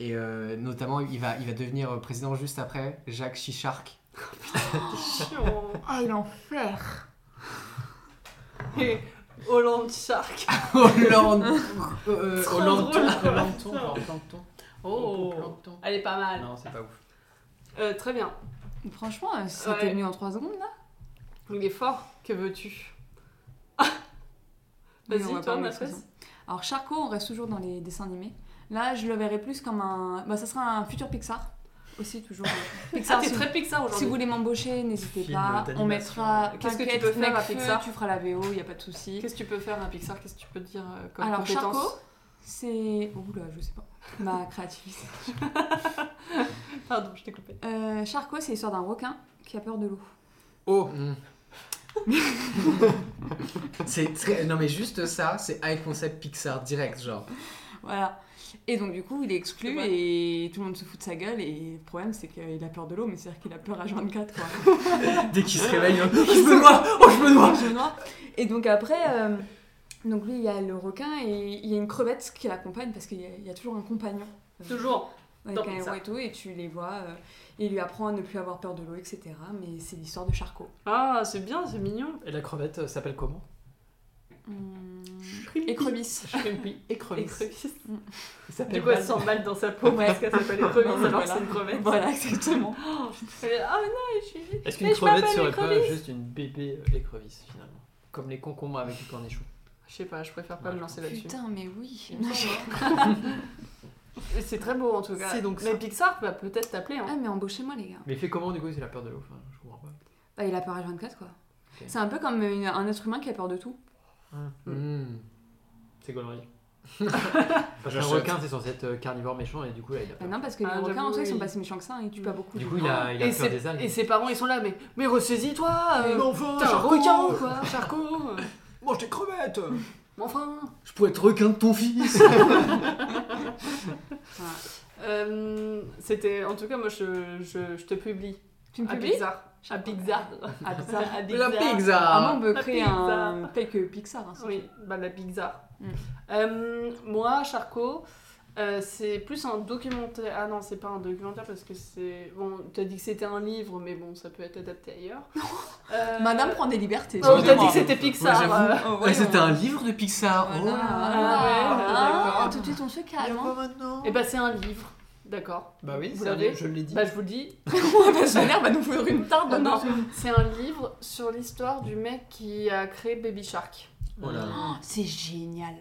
Et euh, notamment, il va, il va devenir euh, président juste après Jacques Chicharc.
Chiant.
Oh, Ah, l'enfer.
Et Hollande Shark.
Hollande.
euh,
Trop
Hollande.
drôle.
Plancton, pas plancton.
Oh,
Plancton.
elle est pas mal.
Non, c'est pas ouf.
Euh, très bien.
Franchement, euh, si
Ouais.
t'es venu en 3 secondes là,
Il est fort. Que veux-tu
Mais on va
Vas-y, toi,
parler
ma
de toute
fesse.
façon. Alors, Charcot, on reste toujours dans les dessins animés. Là, je le verrai plus comme un. Bah, ça sera un futur Pixar. Aussi, toujours. euh,
Ah,
Pixar,
t'es
si,
très Pixar
si vous
aujourd'hui.
voulez m'embaucher, n'hésitez
Film
pas. On
d'animation.
mettra.
Qu'est-ce que tu
t'inquiète,
peux faire
mec
à
feu,
Pixar
Tu feras la VO, y a pas de souci.
Qu'est-ce que tu peux faire à Pixar Qu'est-ce que tu peux dire euh, comme
Alors,
compétence
Charcot, c'est. Oula, je sais pas. Ma créativité.
Pardon, je t'ai coupé.
Euh, Charcot, c'est l'histoire d'un requin qui a peur de l'eau.
Oh
Mm. c'est très... Non mais juste ça, c'est high concept Pixar direct genre.
Voilà. Et donc, du coup, il est exclu
C'est vrai.
et tout le monde se fout de sa gueule. Et le problème, c'est qu'il a peur de l'eau, mais c'est-à-dire qu'il a peur à 24, quoi.
Dès qu'il se réveille, il- je me dois, oh je me dois.
Les cheveux noirs. Et donc après, euh, donc lui, il y a le requin et il y a une crevette qui l'accompagne parce qu'il y, a- il y a toujours un compagnon. euh,
Toujours.
Avec
dans
un
Pixar.
héros et tout, et tu les vois. euh, et il lui apprend à ne plus avoir peur de l'eau, etc. Mais c'est l'histoire de Charcot.
Ah, c'est bien, c'est mignon.
Et la crevette euh, s'appelle comment
Hmm. Et Crevis.
Shrimpy. Écrevisse.
Écrevisse.
Il s'appelle
Du coup, elle
Val.
s'emballe dans sa peau
Ouais.
parce qu'elle s'appelle écrevisse alors que
Voilà.
c'est une crevette.
Voilà, exactement.
Elle est, Ah mais non, je suis.
Est-ce qu'une
Mais je
crevette
m'appelle
serait pas
écrevisse.
juste une bébé écrevisse finalement Comme les concombres avec du cornichon.
Je sais pas, je préfère pas me lancer là-dessus.
Putain, mais oui.
Et C'est très beau en tout cas.
C'est donc
Mais
ça.
Pixar va peut-être t'appeler. Hein.
Ah, mais embauchez-moi, les gars.
Mais il fait comment du coup s'il a peur de l'eau Enfin, je comprends pas.
Bah, il a peur à 24, quoi.
Ok.
C'est un peu comme une- un être humain qui a peur de tout.
Hum. C'est gaulerie. Parce qu'un
J'achète.
requin, c'est censé être euh, carnivore méchant et du coup, là, il a
Bah,
peur.
non, parce que les
Ah,
requins, en
j'avoue,
soi, ils sont
oui. Mm.
pas si méchants que ça. hein. Ils tuent pas beaucoup.
Du coup, il a, il a
et,
peur
ses,
des algues.
et ses parents ils sont là, mais, mais ressaisis-toi euh,
enfin,
T'es un requin quoi Charcot euh,
Mange tes crevettes
Mais enfin
Je pourrais être requin de ton fils.
Euh, C'était. En tout cas, moi je, je, je te publie.
Tu me
à
publies
Pixar. À Pixar.
Ah, bizarre.
À
La Pixar.
Ah, moi, on peut
la
créer un
pizza.
tel que Pixar. hein, c'est
Oui, bah la Pixar.
Mm.
Euh, moi, Charcot, euh, c'est plus un documentaire. Ah non, c'est pas un documentaire parce que c'est. Bon, t'as dit que c'était un livre, mais bon, ça peut être adapté ailleurs. Euh,
tout. Madame prend des
Ah,
libertés.
Oh, t'as dit que
excusez-moi.
c'était Pixar.
Moi, j'avoue.
euh,
Oh,
Ouais,
voyons.
Ah, C'était un livre de Pixar.
Voilà,
Oh.
voilà.
Ah ouais,
Ah,
d'accord.
tout de suite, on se calme. hein.
maintenant
Eh ben, c'est un livre. D'accord.
Bah oui,
Vous
c'est un
savez.
livre, je l'ai dit.
Bah, je vous le dis,
Ouais, bah, ça a l'air, va nous foudre une tarte.
Non, non.
dans le-
c'est un livre sur l'histoire du mec qui a créé Baby Shark.
Oh là.
Oh, C'est génial.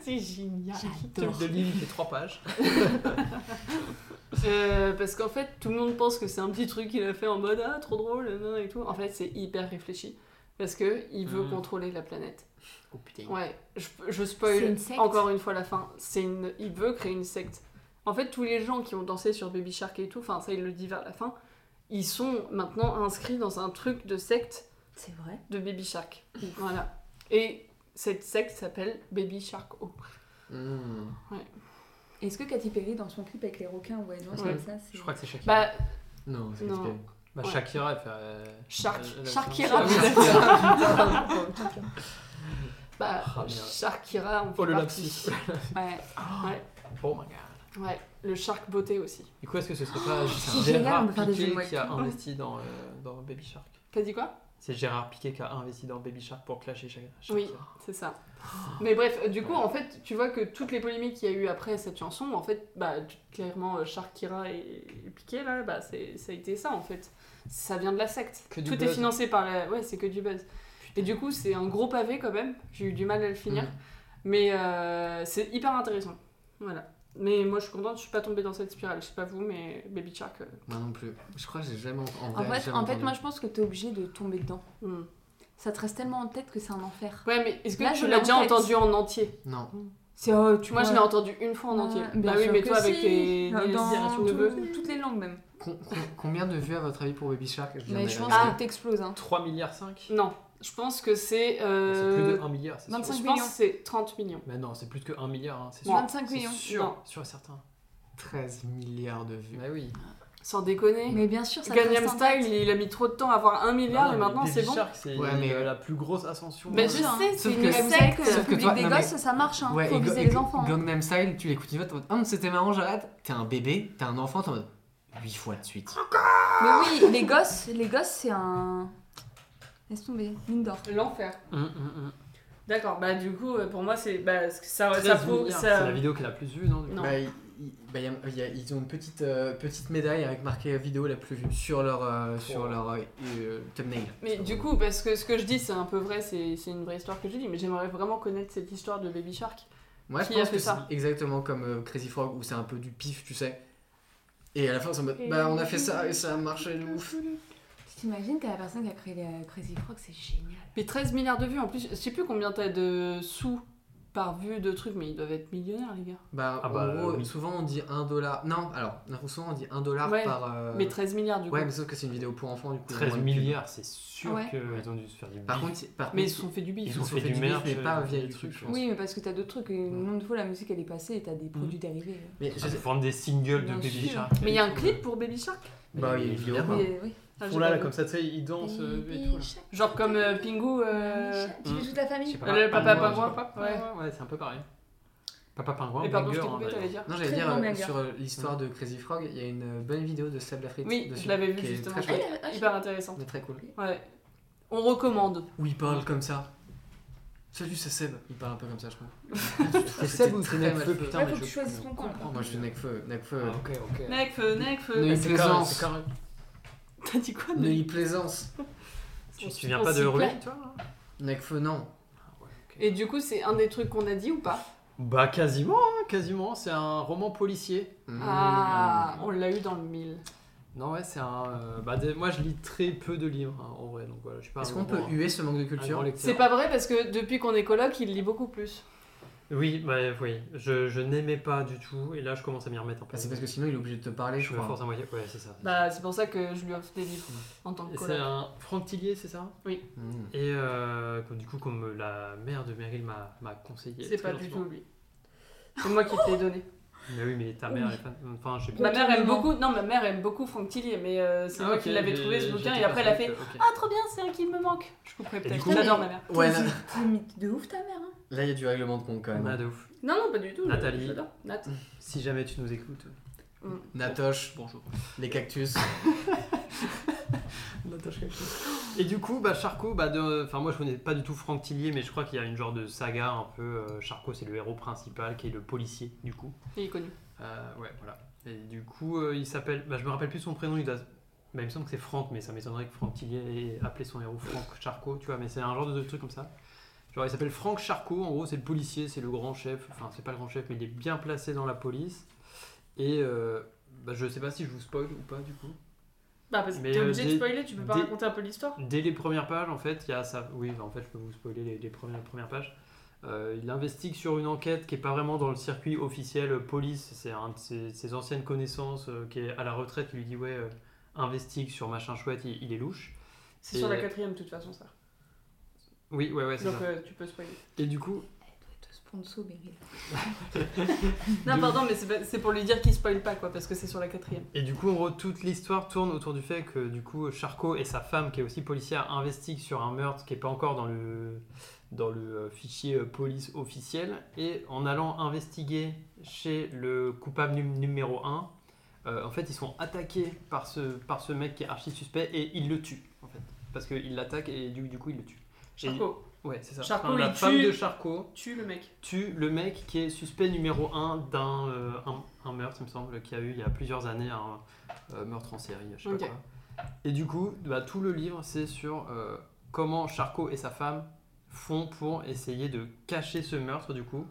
c'est génial.
Le
J'adore.
truc de livre, il fait 3 pages.
Euh, parce qu'en fait, tout le monde pense que c'est un petit truc qu'il a fait en mode ah trop drôle nan, et tout. En fait, c'est hyper réfléchi parce que il veut
Mm.
contrôler la planète.
Oh putain.
Ouais, je, je
C'est
spoil
une secte.
encore une fois la fin. C'est une, il veut créer une secte. En fait, tous les gens qui ont dansé sur Baby Shark et tout, enfin ça il le dit vers la fin, ils sont maintenant inscrits dans un truc de secte
C'est vrai.
de Baby Shark. Voilà. Et cette secte s'appelle Baby Shark O.
Mm.
Est-ce que Katy Perry, dans son clip avec les requins ou elle danse
Ouais.
comme ça, c'est.
Je crois que c'est Shakira.
Bah,
Non, c'est
Non.
compliqué.
Bah,
ouais.
Shakira, elle fait. euh,
Shark.
elle- elle-
Shakira.
Ah oui,
bah
Ah, merde.
Sharkira, on fait
Oh le
partie.
lapsus.
Ouais.
Oh my god.
Ouais, le Shark Beauté aussi.
Du coup, est-ce que ce serait pas juste
si
un
Gérard
Gérard
me fait des
Piqué
jeux de
qui a
mots.
investi dans, euh, dans Baby Shark
T'as dit quoi
C'est Gérard Piqué qui a investi dans Baby Shark pour clasher Shakira.
Oui, c'est ça. Mais bref, euh, du coup, en fait, tu vois que toutes les polémiques qu'il y a eu après cette chanson, en fait, bah, tu- clairement, euh, Shakira et, et Piqué, là, bah, c'est- ça a été ça, en fait. Ça vient de la secte.
Que du
Tout est
buzz.
financé par la... Ouais, c'est que du buzz. Et du coup, c'est un gros pavé, quand même. J'ai eu du mal à le finir.
Mm.
Mhm.
Mais euh, c'est hyper intéressant. Voilà. Mais moi, je suis contente, je suis pas tombée dans cette spirale. Je sais pas vous, mais Baby Shark... euh,
Moi non plus. Je crois que j'ai jamais en
En
vrai, j'ai
fait,
jamais
en fait,
entendu.
moi, je pense que t'es obligé de tomber dedans.
hmm.
Ça te reste tellement en tête que c'est un enfer.
Ouais, mais est-ce que
Là, je
tu
l'ai
l'as
en
déjà
tête.
entendu en entier
Non.
C'est. euh, tu
Moi,
vois,
je l'ai entendu une fois oh, en
euh,
entier.
bien
bah oui,
sûr
mais
que
toi, avec
si.
tes...
Dans
les directions de
tout-
vœux.
Toutes les langues, même.
Con- con- combien de vues à votre avis pour Baby Shark viens
Mais
de
je
la
pense
regarder.
que t'exploses. hein.
3 milliards 5
Non, je pense que c'est.
Bah, C'est
euh,
plus de 1 milliard, c'est sûr.
25
je
millions.
pense que c'est 30 millions.
Mais non, c'est plus que 1 milliard, hein, c'est sûr.
25
C'est
millions.
sûr,
Non.
sûr et certain.
13 milliards de vues.
Bah oui.
Sans déconner.
Mais bien sûr, ça te
Gangnam
reste en tête.
Style, il a mis trop de temps à avoir 1 milliard et
Non, mais
maintenant
Baby
c'est bon.
Shark, c'est
Ouais, mais-
euh, la plus grosse ascension.
Mais
euh,
je
sûr, hein.
sais, c'est
Sauf
une
que-
Et vous savez
secte.
que le
Sauf que
public
toi-
des
non,
gosses,
mais-
ça marche, hein.
Ouais,
faut
et Ga-
viser
et
les
Ga-
enfants. hein.
Gangnam Style, tu l'écoutes, tu vas, t'es en mode, ah, mais c'était marrant, j'arrête. T'es un bébé, t'es un enfant, t'es en mode 8 fois de suite.
hein. Mais oui, les gosses, les gosses, c'est un. Laisse tomber, mine d'or.
L'enfer.
hum, hum, hum.
D'accord, bah du coup, euh, pour moi, c'est bah, c- ça,
13
ça prouve.
milliards.
ça-
C'est la vidéo qui est la plus vue, non, du coup
Non.
Bah, il- il- bah, y a- y a- ils ont une petite, euh, petite médaille avec marqué euh, vidéo la plus vue sur leur, euh, sur leur euh, euh, thumbnail.
Mais du coup, parce que ce que je dis, c'est un peu vrai, c'est c'est une vraie histoire que je dis, mais j'aimerais vraiment connaître cette histoire de Baby Shark.
Moi, je
Qui a
pense
fait
que c'est
ça
exactement comme euh, Crazy Frog où c'est un peu du pif, tu sais. Et à la fin, c'est en mode,
Et-
bah on a fait ça et ça a marché de ouf.
Tu t'imagines t'es la personne qui a créé la Crazy Frog, c'est génial.
Mais 13 milliards de vues en plus, je sais plus combien t'as de sous par vue de trucs, mais ils doivent être millionnaires, les gars.
Bah,
Ah
en
bah,
gros,
oui.
souvent on dit 1 dollar. Non, alors, non, souvent on dit 1 dollar
Ouais,
par. euh,
Mais 13 milliards du coup.
Ouais, mais sauf que c'est une vidéo pour enfants, du coup.
13
ils ont une
milliards, c'est sûr
Ouais.
qu'ils ont dû se faire du
pub. Par
bif.
contre, par
Mais ils
contre,
se sont fait du bif.
ils ont fait du merch,
mais
euh,
pas
des
via le
trucs,
truc.
je
je
pense.
pense.
Oui, mais parce que t'as d'autres trucs. Le nombre de fois la musique elle est passée et t'as des produits dérivés. euh.
Mais je
Ils
sais-
vendent des singles de
Bien
Baby
sûr.
Shark.
Mais il y a un clip pour Baby Shark
Bah, il y a une
Ils
vidéo,
font-
quoi.
Oui, oui.
Ah,
Ils
j'ai
font là,
pas
là,
vu.
comme ça, tu sais, ils dansent euh, et tout. là.
Genre comme euh, Pingu, euh,
Tu fais
Hmm.
toute la
Je sais
famille
pas,
le papa
pingouin, je sais
pingouin.
pas.
Ouais.
Ouais, ouais, c'est un peu pareil. Papa pingouin,
Mais pardon, je
banger,
t'ai
hein,
coupé, t'allais
d'ailleurs.
dire.
Non, j'allais
Très
dire
bon
euh,
banger.
sur euh, l'histoire de Crazy Frog, il y a une euh, bonne vidéo de Sable à frites
Oui,
dessus,
je l'avais vu
qui est
justement.
Très chouette,
Ah,
Hyper intéressante.
mais très cool.
Ouais. On recommande.
Où il parle comme ça. Salut, c'est Seb. Il parle un peu comme ça, je crois.
C'est Seb ou c'est
C'était très
Nekfeu
mal fait.
Putain,
Ouais,
mais
faut que tu choisisses ton camp.
Oh, moi, je suis Nekfeu. Nekfeu.
Ah, ok, ok.
Necf, necf.
Ne y
C'est carré,
plaisance.
c'est carré.
euh, T'as dit quoi
Ne
Necf
y plaisance.
Tu
On
te
s'y-
souviens
on
pas
s'y
de Ruby,
plaît.
toi hein là
Nekfeu, non.
Et du coup, c'est un des trucs qu'on a dit ou pas
Bah, quasiment, hein, quasiment. C'est un roman policier.
Mmh.
Ah, on l'a eu dans le mille.
Non, ouais, c'est un. euh, bah, des- moi, je lis très peu de livres hein, en vrai, donc voilà, je suis pas.
Est-ce qu'on
un grand-
peut huer ce manque de
un grand
culture
lecteur.
C'est pas vrai parce que depuis qu'on est coloc, il lit beaucoup plus.
Oui, bah, oui. Je, je n'aimais pas du tout, et là, je commence à m'y remettre un peu.
Ah, C'est parce que sinon, il est obligé de te parler,
je
je
me
crois.
force à moitié. Ouais, c'est ça.
Bah, c'est pour ça que je lui offre des livres en tant que
Mmh. Et c'est
coloc.
un Franctilier, c'est ça
Mmh.
Et euh, comme- du coup, comme la mère de Meryl m'a m'a conseillé.
C'est
très
pas du
gentiment.
tout lui. C'est moi qui te l'ai donné.
Mais oui, mais ta mère, elle est fan. Enfin, je sais
Ma
pas.
mère aime beaucoup, non, ma mère aime beaucoup Franck Tillier, mais euh, Bah, c'est
Ah,
moi
ok,
qui l'avais
j'ai-
trouvé ce
j'étais
bouquin,
pas
et après elle
sûr
a fait
que- ok.
Ah, trop bien, c'est un qui me manque. Je couperai
du
peut-être.
coup-
J'adore ma mère.
Ouais, là,
T'es une mythe de ouf ta mère. hein.
là, il y a du règlement de compte quand même.
Ah, de ouf.
Non, non, pas du tout.
Nathalie.
j'adore. Nat.
Si jamais tu nous écoutes,
Natoche,
bonjour.
les cactus.
Et du coup, bah, Charcot, bah, de... enfin, moi je connais pas du tout Franck Tillier, mais je crois qu'il y a une genre de saga un peu. euh, Charcot, c'est le héros principal qui est le policier, du coup.
Il est connu.
Euh, ouais, voilà. Et du coup, euh, il s'appelle. Bah, je me rappelle plus son prénom, il doit. Bah, il me semble que c'est Franck, mais ça m'étonnerait que Franck Tillier ait appelé son héros Franck Charcot, tu vois, mais c'est un genre de truc comme ça. Genre, il s'appelle Franck Charcot, en gros, c'est le policier, c'est le grand chef. Enfin, c'est pas le grand chef, mais il est bien placé dans la police. Et euh, bah, je sais pas si je vous spoil ou pas, du coup.
Bah, parce que
Mais,
t'es
euh,
obligé de
des-
spoiler, tu peux pas
des-
raconter un peu l'histoire.
Dès les premières pages, en fait, il y a ça. Oui, bah, en fait, je peux vous spoiler les, les premières, les premières pages. Euh, il investigue sur une enquête qui est pas vraiment dans le circuit officiel euh, police. C'est un de ses, ses anciennes connaissances euh, qui est à la retraite qui lui dit Ouais, euh, investigue sur machin chouette, il, il est louche.
C'est sur
Et-
la quatrième, de toute façon, ça.
Oui, ouais, ouais, c'est
Donc
ça.
euh, tu peux spoiler.
Et du coup.
Elle doit être sponsor, Beryl.
Non,
de-
pardon, mais c'est pas- c'est pour lui dire qu'il spoil pas, quoi, parce que c'est sur la quatrième.
Et du coup, en gros, toute l'histoire tourne autour du fait que du coup, Charcot et sa femme, qui est aussi policière, investiguent sur un meurtre qui n'est pas encore dans le, dans le euh, fichier euh, police officiel. Et en allant investiguer chez le coupable num- numéro 1, en fait, ils sont attaqués par ce, par ce mec qui est archi suspect et il le tue, en fait. Parce qu'il l'attaque et du, du coup, il le tue. Et-
Charcot,
ouais, c'est ça.
Charcot,
la
il
femme
tue-
de Charcot
tue le mec.
tue le mec qui est suspect numéro 1 d'un euh, un, un meurtre, il me semble, qu'il y a eu il y a plusieurs années, un euh, meurtre en série, je sais
Ok.
pas quoi. Et du coup, bah, tout le livre, c'est sur euh, comment Charcot et sa femme font pour essayer de cacher ce meurtre, du coup,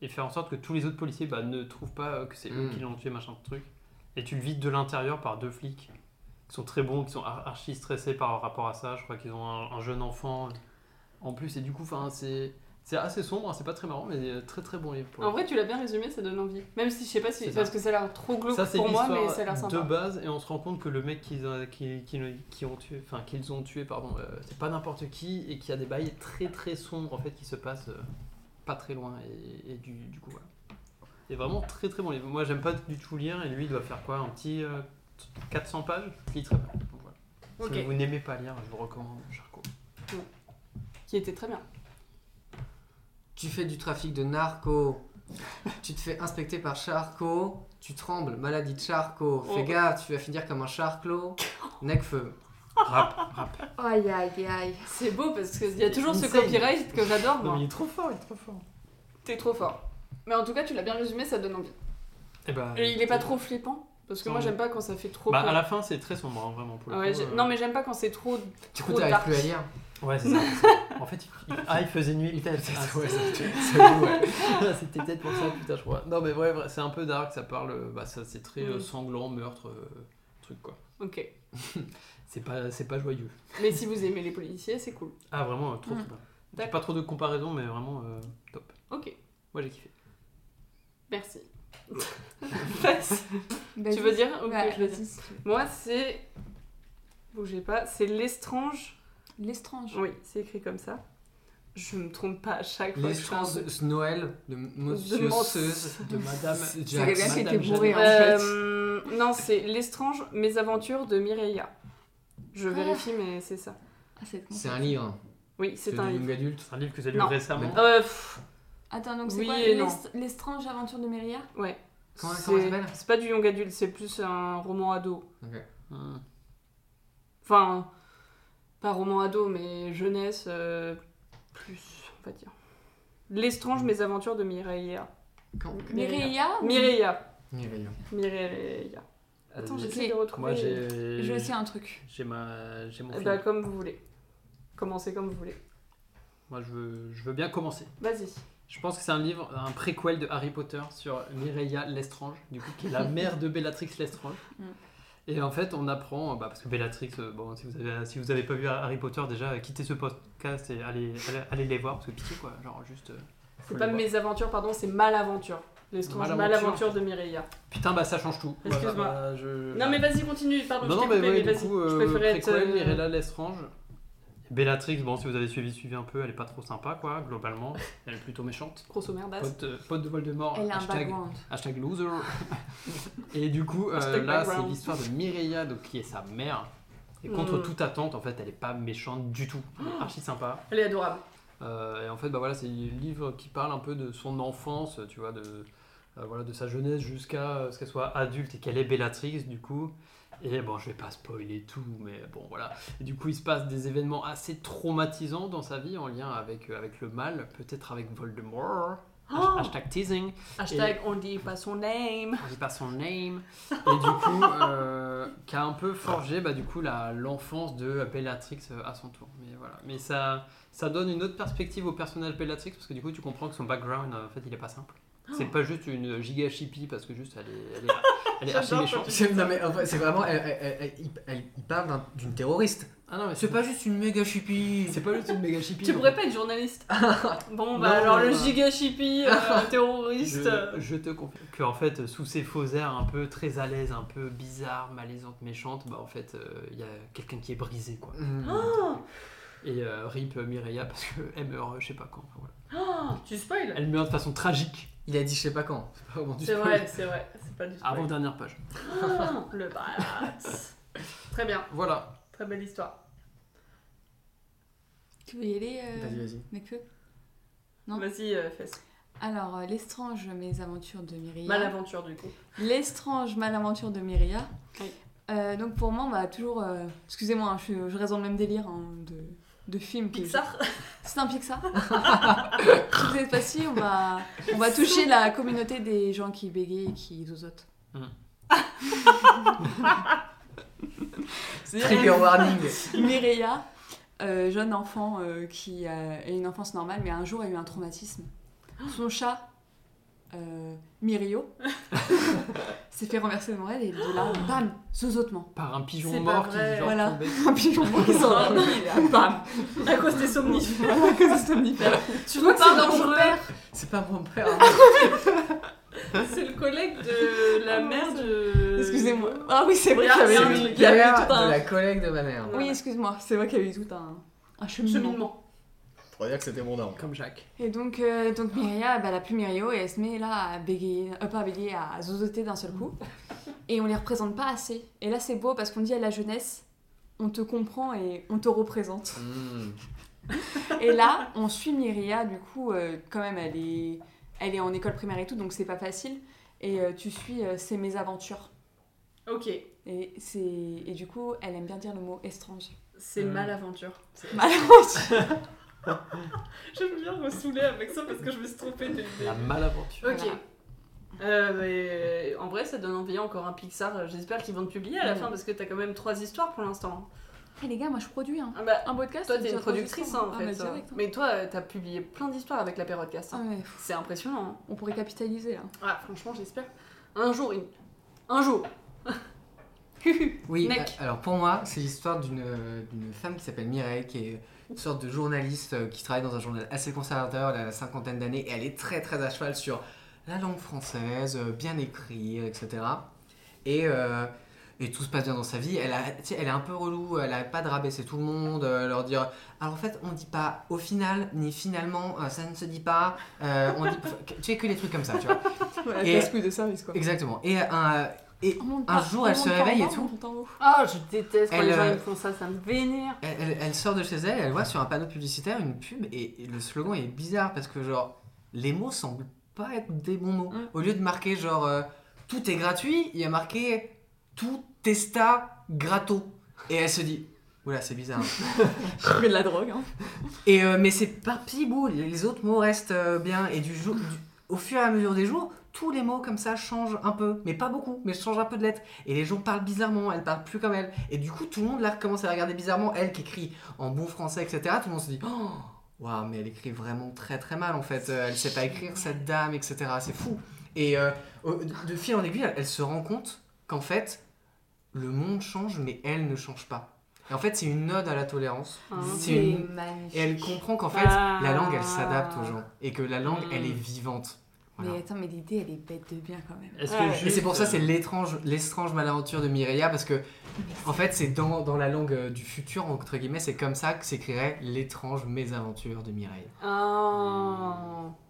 et faire en sorte que tous les autres policiers bah, ne trouvent pas euh, que c'est eux
Mm.
qui l'ont tué, machin de truc. Et tu le vides de l'intérieur par deux flics qui sont très bons, qui sont ar- archi stressés par rapport à ça. Je crois qu'ils ont un, un jeune enfant euh, en plus. Et du coup, 'fin, c'est c'est assez sombre, hein, c'est pas très marrant, mais euh, très très bon livre. pour le
En vrai, tu l'as bien résumé, ça donne envie. Même si je sais pas si.
C'est ça.
Parce que ça a l'air trop glauque
ça c'est
pour moi, mais ça a l'air
l'histoire
sympa.
de base et on se rend compte que le mec qu'ils ont- qui- qui- qui ont tué enfin qu'ils ont tué pardon euh, c'est pas n'importe qui et qu'il y a des bails très très sombres en fait qui se passent euh, pas très loin et, et du, du coup voilà et vraiment très très bon livre moi j'aime pas du tout lire et lui il doit faire quoi un petit euh, 400 pages je lis très bien Donc, voilà.
Ok.
si vous n'aimez pas lire je vous recommande Charcot
Qui était très bien.
Tu fais du trafic de narco. tu te fais inspecter par Charco. Tu trembles, maladie de Charco. Fais
Oh.
gaffe, tu vas finir comme un Charclo. Necfeu.
Oh
Rap, rap.
Aïe aïe aïe.
C'est beau parce qu'il y a toujours ce
Insane.
copyright que j'adore,
Non, mais
moi.
il est trop fort, il est trop fort.
T'es trop fort. Mais en tout cas, tu l'as bien résumé, ça donne envie.
Et bah,
Et il est pas trop flippant Parce que
Non,
moi,
mais-
j'aime pas quand ça fait trop.
Bah, à
peur.
la fin, c'est très sombre, hein, vraiment. Pour le
Ouais,
coup,
j'ai-
euh.
Non, mais j'aime pas quand c'est trop.
Du
Trop
coup, t'arrives
dark.
plus à lire.
Ouais, c'est ça. en fait, il... il- Ah, il faisait nuit.
Il t'a-
putain,
c'est-
ah,
ouais,
c'est-
c'est- c'est- ouais.
Ah, C'était peut-être pour ça, putain, je crois. Non, mais ouais, vrai, c'est un peu dark, ça parle. euh, Bah, ça, c'est très euh,
Mm.
sanglant, meurtre, euh, truc quoi.
Ok.
C'est pas, c'est pas joyeux.
Mais si vous aimez les policiers, c'est cool.
Ah, vraiment, euh, trop,
Mm.
trop bien. J'ai
D'accord.
Pas trop de comparaison, mais vraiment euh, top.
Ok,
Moi, j'ai kiffé.
merci. Passe.
Vas-y.
tu veux dire ou que
Ouais,
je le
vas-y,
dis
si tu veux.
Moi, c'est. Bougez pas, c'est l'estrange.
L'estrange.
Oui, c'est écrit comme ça. Je me trompe pas à chaque fois. que je fais un
L'estrange
truc.
de Noël de Monsieur
mon-
Seuse
De madame.
C'est quelqu'un qui
Madame
était bourré en
Jeanne.
fait.
Euh, non, c'est l'estrange mésaventures de Mireia. Je
Ah.
vérifie, mais c'est ça.
Ah, c'est con.
C'est un livre. hein.
Oui, c'est un livre.
young adulte.
C'est un livre que j'ai lu
Non.
récemment.
Euh, pff,
Attends, donc c'est
Oui
quoi
et non.
l'est- L'estrange aventure de Méria
ouais.
Comment-
C'est-
comment ça s'appelle
C'est pas du young adulte, c'est plus un roman ado.
Mm.
Enfin, pas roman ado, mais jeunesse, euh, plus, on va dire.
Mm.
L'estrange mésaventures de Mireia.
Quand-
Mireia ou-
Mireia.
Mireille.
Mireia. Attends,
Ok.
j'essaie de retrouver.
Mm. Moi, j'ai.
J'ai aussi un truc.
J'ai ma... j'ai mon
Eh
film.
ben, comme vous voulez. Commencez comme vous voulez.
Moi, je veux... je veux bien commencer.
Vas-y.
Je pense que c'est un livre, un préquel de Harry Potter sur Mireia Lestrange, du coup, qui est la mère de Bellatrix Lestrange.
Mm.
Et en fait, on apprend, bah, parce que Bellatrix, euh, bon, si vous avez, si vous avez pas vu Harry Potter déjà, euh, quittez ce podcast et allez, allez, allez les voir, parce que pitié quoi, genre juste. euh, faut
C'est
les
pas
voir.
mes aventures, pardon, c'est Malaventure. L'estrange
Malaventure.
Malaventure de Mireia.
Putain, bah ça change tout.
Excuse-moi.
Voilà, bah, je-
Non mais vas-y, continue, pardon, je
Non, non,
t'ai
mais
coupé,
ouais,
mais
du
vas-y.
coup,
je
euh,
préférais être...
préquel,
euh,
Mirella Lestrange. Bellatrix, bon, si vous avez suivi, suivi un peu, elle est pas trop sympa, quoi, globalement. Elle est plutôt méchante.
Grosso merdasse.
Pote, euh, pote de Voldemort,
Elle a un
hashtag,
background.
hashtag loser. Et du coup, euh,
Hashtag
là, c'est
background.
l'histoire de Mireia, donc, qui est sa mère. Et contre
Mm.
toute attente, en fait, elle est pas méchante du tout. Elle est archi sympa.
Elle est adorable.
Euh, et en fait, bah voilà, c'est un livre qui parle un peu de son enfance, tu vois, de, euh, voilà, de sa jeunesse jusqu'à euh, ce qu'elle soit adulte et qu'elle est Bellatrix, du coup. Et bon, je vais pas spoiler tout, mais bon, voilà. Et du coup, il se passe des événements assez traumatisants dans sa vie en lien avec, euh, avec le mal, peut-être avec Voldemort.
Oh
Hashtag teasing.
Hashtag on dit pas son name.
on dit pas son name, et du coup, euh, qui a un peu forgé bah, du coup la- l'enfance de Bellatrix euh, à son tour. Mais voilà, mais ça, ça donne une autre perspective au personnage Bellatrix parce que du coup, tu comprends que son background, euh, en fait, il est pas simple. C'est pas juste une giga hippie parce que juste elle est, elle est, elle est archi
J'adore
méchante.
C'est- Non mais en fait, c'est vraiment, elle, elle- elle- elle- il- elle- il parle d'un- d'une terroriste.
Ah non, mais
C'est pas juste une méga chupie.
c'est pas juste une méga hippie.
Tu
en
pourrais
fait.
pas être journaliste. bon
Non,
bah alors
non,
le
non.
giga chippie, euh, terroriste.
euh,
Je, je te confirme que en fait, sous ces faux airs un peu très à l'aise, un peu bizarre, malaisante, méchante, bah en fait, euh, il y a quelqu'un qui est brisé quoi.
Mm.
Et euh, rip euh, Mireia parce qu'elle meurt euh, je sais pas quand. enfin, voilà.
Oh, tu spoil
Elle meurt de façon tragique.
Il a dit je sais pas quand. C'est pas vraiment du
C'est
spoil.
vrai, c'est vrai. C'est pas du spoil.
Avant dernière page.
Ah, le barax. Très bien,
Voilà.
très belle histoire.
Tu veux y aller euh,
Vas-y vas-y.
mais que Non.
Vas-y, euh, fais
Alors, euh, l'estrange mésaventures de Myria.
Malaventure du coup.
L'estrange malaventure de Myria.
Oui.
Euh, donc pour moi, bah, toujours... euh, Excusez-moi, hein, je, suis- je reste dans le même délire hein, de, de film. que-
Pixar
C'est un Pixar. Cette fois-ci, on va, on va toucher la communauté des gens qui bégayent et qui zozotent.
Hmm.
Trigger warning.
Mireia, euh, jeune enfant euh, qui euh, a une enfance normale, mais un jour a eu un traumatisme. Son chat, euh, Mirio, s'est fait renverser de morale et de là, bam, zozotement.
Par un pigeon
C'est pas
mort qui
vrai.
est genre
Voilà.
tombé.
Un pigeon qui s'en va. Bam.
À cause des somnifères.
Voilà, que c'est somnifère.
Tu vois que c'est dangereux.
C'est pas mon père. hein.
C'est le collègue de la
Oh,
mère de.
Excusez-moi. Ah oui, c'est vrai qu'il y
Il y a
avait
un
C'est le
truc,
père
tout un-
de la collègue de ma mère.
Oui, excuse-moi, c'est vrai qu'il y a eu tout un, un cheminement.
Cheminement.
Faudrait dire que c'était mon nom.
Comme Jacques.
Et donc, euh, donc Myria, bah, elle a plus Myrio et elle se met là à bégayer, euh, pas à bégayer, à zozoter d'un seul coup. Et on les représente pas assez. Et là, c'est beau parce qu'on dit à la jeunesse, on te comprend et on te représente.
Hmm.
Et là, on suit Myria, du coup, euh, quand même, elle est, elle est en école primaire et tout, donc c'est pas facile. Et euh, tu suis euh, ses mésaventures.
Ok.
Et, c'est... et du coup, elle aime bien dire le mot étranger.
C'est
Euh.
malaventure. J'aime bien me saouler avec ça parce que je me suis trompée dès le début.
La malaventure.
Ok.
Voilà.
Euh, mais, en vrai, ça donne envie encore un Pixar. J'espère qu'ils vont le publier à la
Mm.
fin parce que t'as quand même trois histoires pour l'instant.
Eh les gars, moi je produis hein.
Ah bah,
un podcast.
toi, t'es
déjà
une productrice hein, en
enregistrement.
fait.
Ah, mais
ça.
direct, hein.
Mais toi, euh, t'as publié plein d'histoires avec la Pérodcast.
Ah,
hein.
mais pff,
C'est impressionnant.
on pourrait capitaliser là.
hein. Ah, franchement, j'espère. Un jour, une- un jour.
Oui,
Mec.
a- alors pour moi, c'est l'histoire d'une euh, d'une femme qui s'appelle Mireille, qui est une sorte de journaliste euh, qui travaille dans un journal assez conservateur, elle a la cinquantaine d'années, et elle est très très à cheval sur la langue française, euh, bien écrire, etc. Et, euh, et tout se passe bien dans sa vie. Elle, a, tu sais, elle est un peu relou, elle n'arrête pas de rabaisser tout le monde, euh, leur dire Alors en fait, on dit pas au final, ni finalement, euh, ça ne se dit pas, euh, on dit. Tu fais que les trucs comme ça, tu vois.
Voilà,
Et-
plus de service quoi.
Exactement. Et, euh,
On monte
Un
pas-
jour,
on
elle
monte
se
pas en
réveille et
bas,
tout.
on monte en haut.
Ah, je déteste quand
Elle,
les gens
euh,
ils me font ça, ça me vénère.
Elle, elle- elle sort de chez elle, elle voit sur un panneau publicitaire une pub et, et le slogan est bizarre parce que genre les mots semblent pas être des bons mots.
Mm.
Au lieu de marquer genre euh, tout est gratuit, il y a marqué tout testa grato. Et elle se dit oula c'est bizarre.
Je fais de la drogue hein.
et euh, mais c'est par petits bouts, les- les autres mots restent euh, bien et du jour du- au fur et à mesure des jours tous les mots comme ça changent un peu, mais pas beaucoup, mais changent un peu de lettres. Et les gens parlent bizarrement, elle parle plus comme elle. Et du coup, tout le monde là commence à la regarder bizarrement. Elle qui écrit en bon français, etc. Tout le monde se dit Oh Waouh, mais elle écrit vraiment très très mal en fait. Euh, Elle sait pas écrire, cette dame, etc. C'est fou. Et euh, au- de de fil en aiguille, elle, elle se rend compte qu'en fait, le monde change, mais elle ne change pas. Et en fait, c'est une ode à la tolérance.
Ah,
c'est une-
magnifique.
Et elle comprend qu'en fait,
Ah.
la langue, elle s'adapte aux gens. Et que la langue,
Mm.
elle est vivante. Voilà.
Mais attends, mais l'idée elle est bête de bien quand même.
Est-ce
Ouais.
que
Et c'est pour ça, c'est
juste, euh,
l'étrange, l'étrange malaventure de Mireia, parce que, en fait, c'est dans, dans la langue euh, du futur, entre guillemets, c'est comme ça que s'écrirait l'étrange mésaventure de Mireille.
Ah.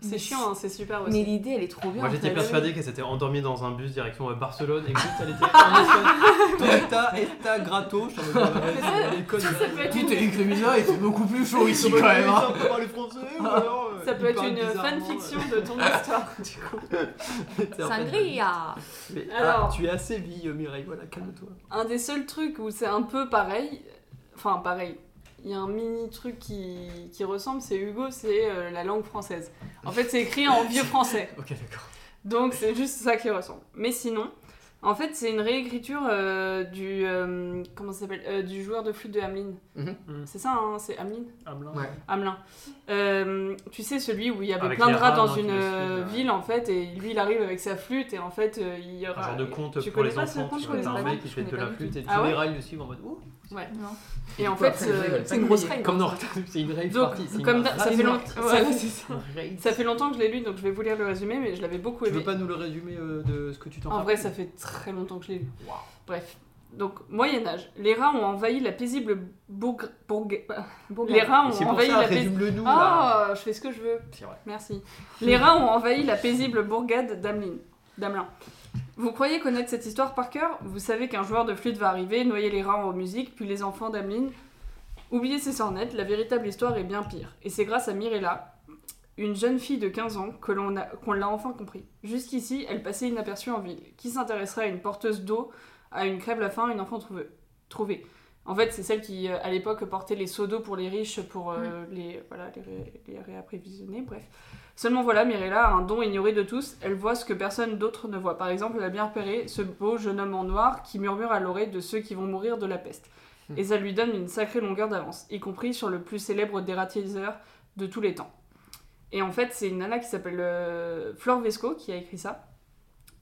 C'est
Mais
chiant, hein, c'est super
Mais
aussi.
l'idée elle est trop bien.
Moi
en
j'étais
fait.
persuadé qu'elle s'était endormie dans un bus direction à Barcelone et que juste elle était
Ah.
en Torita, Esta, Grato, je suis en mode, ouais, c'est des connes.
Tu t'es dit que le misère, il fait beaucoup plus chaud
Ils sont
ici
pas
quand même. hein.
on peut parler français ou alors, euh,
Ah. Ça
ils
peut être
parlent
une
bizarrement,
fanfiction de ton histoire.
euh, c'est en fait-
Sangria
Mais,
Alors.
ah, tu es à Séville, euh, Mireille, voilà, calme-toi.
Un des seuls trucs où c'est un peu pareil, enfin pareil, il y a un mini truc qui, qui ressemble, c'est Hugo, c'est euh, la langue française. En fait, c'est écrit en vieux français.
Ok, d'accord.
Donc c'est juste ça qui ressemble. Mais sinon, en fait, c'est une réécriture euh, du euh, comment ça s'appelle Euh, du joueur de flûte de Hamelin.
Mhm.
Mhm.
C'est ça, hein, c'est Hamelin.
Hamelin.
Ouais.
Hamelin. Euh, tu sais, celui où il y avait
Avec
plein
les
de rats
rats,
dans
non, qui
une
le suivent,
euh,
ouais.
ville, en fait, et lui, il arrive avec sa flûte, et en fait, euh, il y aura...
Un genre de conte
Tu
pour
connais
les
pas ce
enfants.
conte,
tu
je connais
vois, t'as un
pas.
mec qui
Je
fait de
connais
la
pas du
flûte et
Ah
tous les
ouais
rails le suivent en mode ouh.
Non.
Et en
Du coup,
fait,
après, je
euh,
rigole.
C'est une grosse règle.
Comme dans c'est une rave
Donc,
party. c'est une
comme
rave.
da- ça, fait long- ouais,
Ça, c'est ça.
Rave.
ça fait longtemps que je l'ai lu, donc je vais vous lire le résumé, mais je l'avais beaucoup
Tu
aimé.
veux pas nous le résumer euh, de ce que tu t'en
En
fais
vrai, ça fait très longtemps que je l'ai lu. Bref. Donc, Moyen-Âge. Les rats ont envahi la paisible bourg... bourg-
Bon,
Les
bah,
rats
Et
ont
C'est pour
envahi
ça,
la paisible...
résume-le nous. là.
Ah, je fais ce que je veux.
C'est vrai.
Merci. Les rats ont envahi la paisible bourgade d'Amelin. d'Amelin. Vous croyez connaître cette histoire par cœur Vous savez qu'un joueur de flûte va arriver, noyer les rats en musique, puis les enfants d'Amelin. Oubliez ces sornettes, la véritable histoire est bien pire. Et c'est grâce à Mirella, une jeune fille de 15 ans, que l'on a- qu'on l'a enfin compris. Jusqu'ici, elle passait inaperçue en ville. Qui s'intéresserait à une porteuse d'eau, à une crève la faim, une enfant trouve- trouvée En fait, c'est celle qui, euh, à l'époque, portait les seaux d'eau pour les riches, pour euh, les, voilà, les, ré- les réapprévisionner, bref. Seulement voilà, Mirella a un don ignoré de tous, elle voit ce que personne d'autre ne voit. Par exemple, elle a bien repéré ce beau jeune homme en noir qui murmure à l'oreille de ceux qui vont mourir de la peste. Et ça lui donne une sacrée longueur d'avance, y compris sur le plus célèbre dératiseur de tous les temps. Et en fait, c'est une nana qui s'appelle euh, Flore Vesco qui a écrit ça.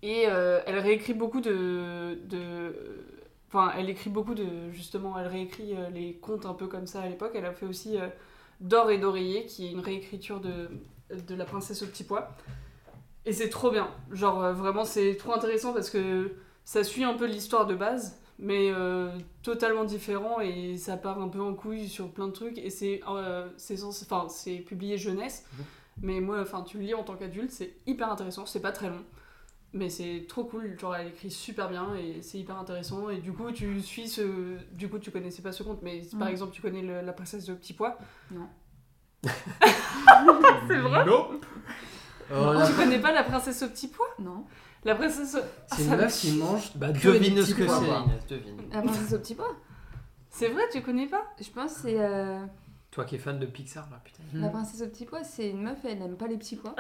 Et euh, elle réécrit beaucoup de... de... Enfin, elle écrit beaucoup de... Justement, elle réécrit euh, les contes un peu comme ça à l'époque. Elle a fait aussi euh, D'or et d'oreiller, qui est une réécriture de, de La princesse au petit pois. Et c'est trop bien. Genre, euh, vraiment, c'est trop intéressant parce que ça suit un peu l'histoire de base, mais euh, totalement différent et ça part un peu en couille sur plein de trucs. Et c'est euh, c'est censé- enfin, c'est publié jeunesse,
Mhm.
mais moi, enfin, tu le lis en tant qu'adulte, c'est hyper intéressant, c'est pas très long. Mais c'est trop cool, genre elle écrit super bien et c'est hyper intéressant. Et du coup, tu suis ce. Du coup, tu connaissais pas ce conte, mais par
Mhm.
exemple, tu connais le- La princesse au petit pois.
C'est vrai
Oh, la- Oh
Tu connais pas La princesse au petit pois
Non.
La princesse.
C'est une meuf qui mange.
Bah,
Que
devine
des
ce
petits
que
pois,
c'est,
quoi.
Inès, devine.
Euh.
La princesse au petit pois
C'est vrai, tu connais pas
Je pense que c'est. euh,
Toi qui es fan de Pixar, là, putain.
La princesse au petit pois, c'est une meuf, elle n'aime pas les petits pois.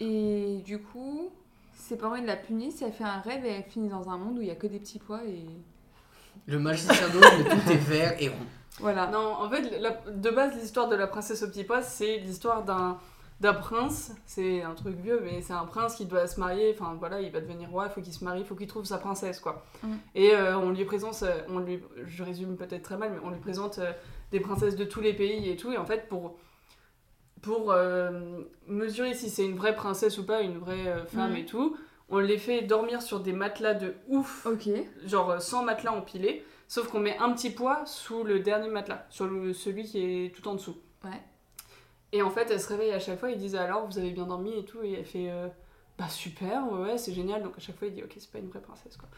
et du coup, ses parents ils la punissent, elle fait un rêve et elle finit dans un monde où il y a que des petits pois et
Le magicien d'eau, mais tout est vert et rond.
voilà.
Non, en fait, la- de base, l'histoire de la princesse au petit pois, c'est l'histoire d'un d'un prince, c'est un truc vieux, mais c'est un prince qui doit se marier, enfin voilà, il va devenir roi, il faut qu'il se marie, il faut qu'il trouve sa princesse, quoi.
Mm.
Et euh, on lui présente, euh, on lui, je résume peut-être très mal, mais on lui présente euh, des princesses de tous les pays et tout, et en fait, pour, pour euh, mesurer si c'est une vraie princesse ou pas, une vraie euh, femme
Mm.
et tout, on les fait dormir sur des matelas de ouf,
Ok.
genre euh, 100 matelas empilés, sauf qu'on met un petit poids sous le dernier matelas, sur le- celui qui est tout en dessous.
Ouais.
Et en fait, elle se réveille à chaque fois, ils disent alors vous avez bien dormi et tout, et elle fait euh, bah super, ouais, ouais, c'est génial, donc à chaque fois il dit ok, c'est pas une vraie princesse quoi.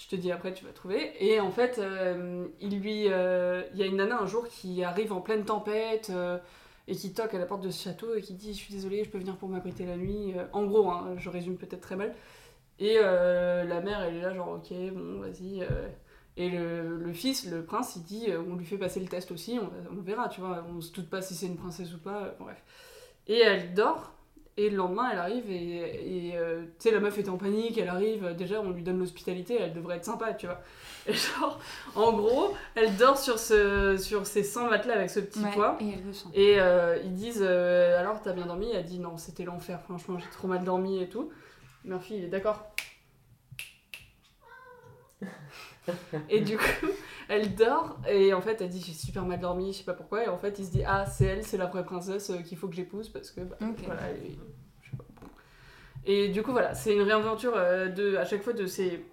Je te dis après, tu vas trouver. Et en fait, euh, il lui, euh, il y a une nana un jour qui arrive en pleine tempête euh, et qui toque à la porte de ce château et qui dit je suis désolée, je peux venir pour m'abriter la nuit. Euh, en gros, hein, je résume peut-être très mal. Et euh, la mère, elle est là, genre, ok, bon, vas-y. euh. Et le, le fils, le prince, il dit, euh, on lui fait passer le test aussi, on, va- on verra, tu vois, on se doute pas si c'est une princesse ou pas, euh, bref. Et elle dort, et le lendemain, elle arrive, et, et, euh, tu sais, la meuf est en panique, elle arrive, euh, déjà, on lui donne l'hospitalité, elle devrait être sympa, tu vois. Et genre, en gros, elle dort sur, ce, sur ces 100 matelas avec ce petit
Ouais,
poids.
Et elle ressent.
Et euh, ils disent euh, alors t'as bien dormi Elle dit non c'était l'enfer franchement j'ai trop mal dormi et tout. Murphy il est d'accord. et du coup elle dort et en fait elle dit j'ai super mal dormi je sais pas pourquoi et en fait il se dit ah c'est elle c'est la vraie princesse euh, qu'il faut que j'épouse parce que bah,
Ok.
voilà elle est- je sais pas. Et du coup voilà c'est une réinventure euh, de à chaque fois de ces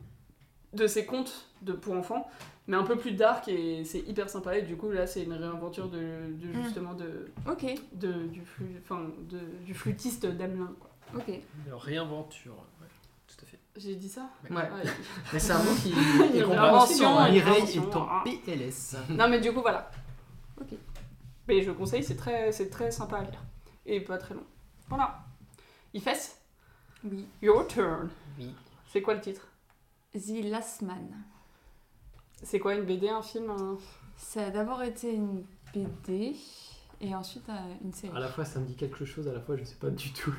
de ces contes de pour enfants mais un peu plus dark et c'est hyper sympa et du coup là c'est une réinventure de, de
Mm.
justement de
Ok.
de, du, flu- enfin, de, du flûtiste d'Amelin. quoi.
Ok.
Réinventure. Ouais, tout à fait.
J'ai dit ça
Ouais.
Ouais.
Mais c'est un mot qui
Une
est compréhensible.
invention,
hein.
une invention, hein.
PLS.
Non, mais du coup, voilà.
Ok.
Mais je conseille, c'est très, c'est très sympa à lire. Et pas très long. Voilà. Il fesse
Oui.
Your Turn.
Oui.
C'est quoi le titre
The Last Man.
C'est quoi une BD, un film un-
Ça a d'abord été une BD et ensuite euh, une série.
À la fois, ça me dit quelque chose, à la fois, je sais pas du tout.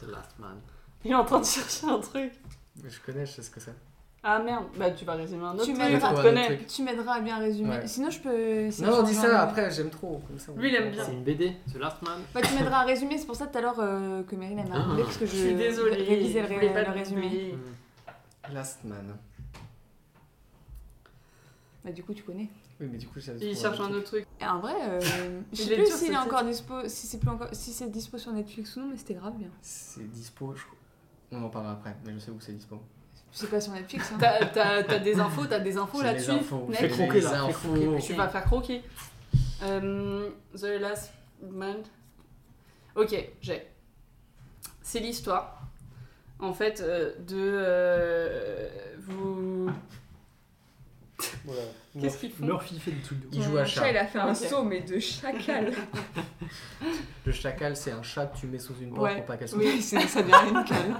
The Last Man.
Il est en train de chercher un truc.
Je connais, je sais ce que c'est.
Ah merde, bah tu vas résumer un autre
Tu
truc,
m'aimeras.
tu te
Ouais, un
connais.
autre
Tu m'aideras à bien résumer.
Ouais.
Sinon, je peux. essayer de
Non, dis ça
changer un mot.
après, j'aime trop. Comme ça, on
Lui, il aime bien.
C'est une BD, The Last Man.
Bah, tu m'aideras à résumer. C'est pour ça tout à l'heure euh, que Meryl elle m'a rappelé parce que
Je
je,
suis désolée.
révisais le,
je
ré-
voulais pas
le
te
résumé.
l'oublier.
Mm.
Last Man.
Bah, du coup, tu connais.
Oui, mais du coup, j'avais
Il
trouvé
cherche
autre
un
truc.
autre truc.
Et en vrai, euh, je
Il
sais
est
plus
dur,
s'il
ce
est encore dispo, si c'est plus encore, si c'est dispo sur Netflix ou non, mais c'était grave bien.
C'est dispo, je crois. On en parlera après, mais je sais où c'est dispo.
Je sais pas sur Netflix. Hein.
T'as- T'as t'as des infos, t'as des infos
J'ai les
là-dessus
infos,
Ned
j'ai
Fais croquer,
les
là, fais
infos.
croquer.
Tu vas faire croquer. Euh, The Last Man. Ok, j'ai. C'est l'histoire, en fait, euh, de. euh, vous.
Voilà.
Qu'est-ce qu'ils font
Murphy fait du tout de
Il joue à chat.
il a fait
un
un
saut,
saut, mais de chacal.
Le chacal, c'est un chat que tu mets sous une porte
Ouais.
pour pas qu'elle se mouille.
oui, sinon ça devient une cale.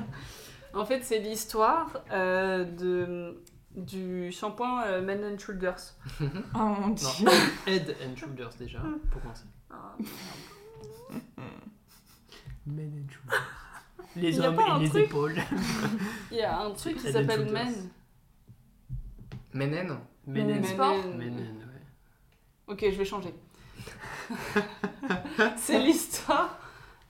En fait, c'est l'histoire euh, de du shampoing euh, Men and Shoulders.
Oh mon dieu.
Non, Head and Shoulders déjà, pour commencer.
Ah,
Men and Shoulders.
Il
Les
y a
hommes
pas un
et les
truc
épaules.
Il y a un truc qui
Head and
s'appelle
Shoulders.
Men.
Menen
Men and
Men Sport.
and-
Men and, ouais.
Ok, je vais changer. c'est l'histoire.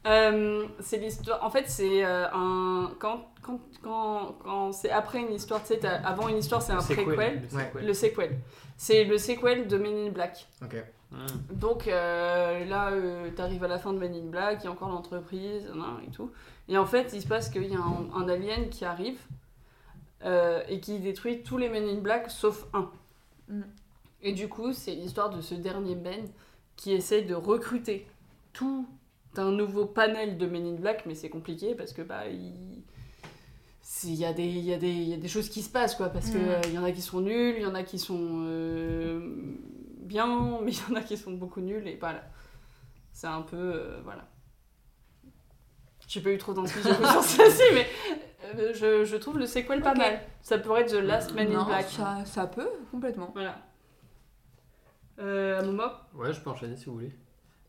euh, c'est l'histoire. En fait, c'est euh, un. Quand, quand, quand, quand c'est après une histoire, tu sais, t'as- avant une histoire, c'est un
C'est
préquel.
quoi, le
Le sequel. C'est le sequel de Men in Black.
Ok.
sequel Hmm.
Donc euh, là, euh, t'arrives à la fin de Men in Black, il y a encore l'entreprise, nan, et tout. Et en fait, il se passe qu'il y a un, un alien qui arrive euh, et qui détruit tous les Men in Black sauf un.
Mm.
Et du coup, c'est l'histoire de ce dernier Ben qui essaye de recruter tout un nouveau panel de Men in Black, mais c'est compliqué parce que bah il c'est- il y, a des- il y, a des- il y a des choses qui se passent, quoi, parce que
Mm.
qu'il y en a qui sont nuls, il y en a qui sont euh, bien, mais il y en a qui sont beaucoup nuls, et voilà. C'est un peu... euh, voilà. J'ai pas eu trop d'inspiration sur ça, si, mais euh, je, je trouve le sequel pas
Ok.
mal. Ça pourrait être The Last Man in
Non,
Black.
ça, ça peut, complètement.
Voilà. Euh, Momo
Ouais, je peux enchaîner si vous voulez.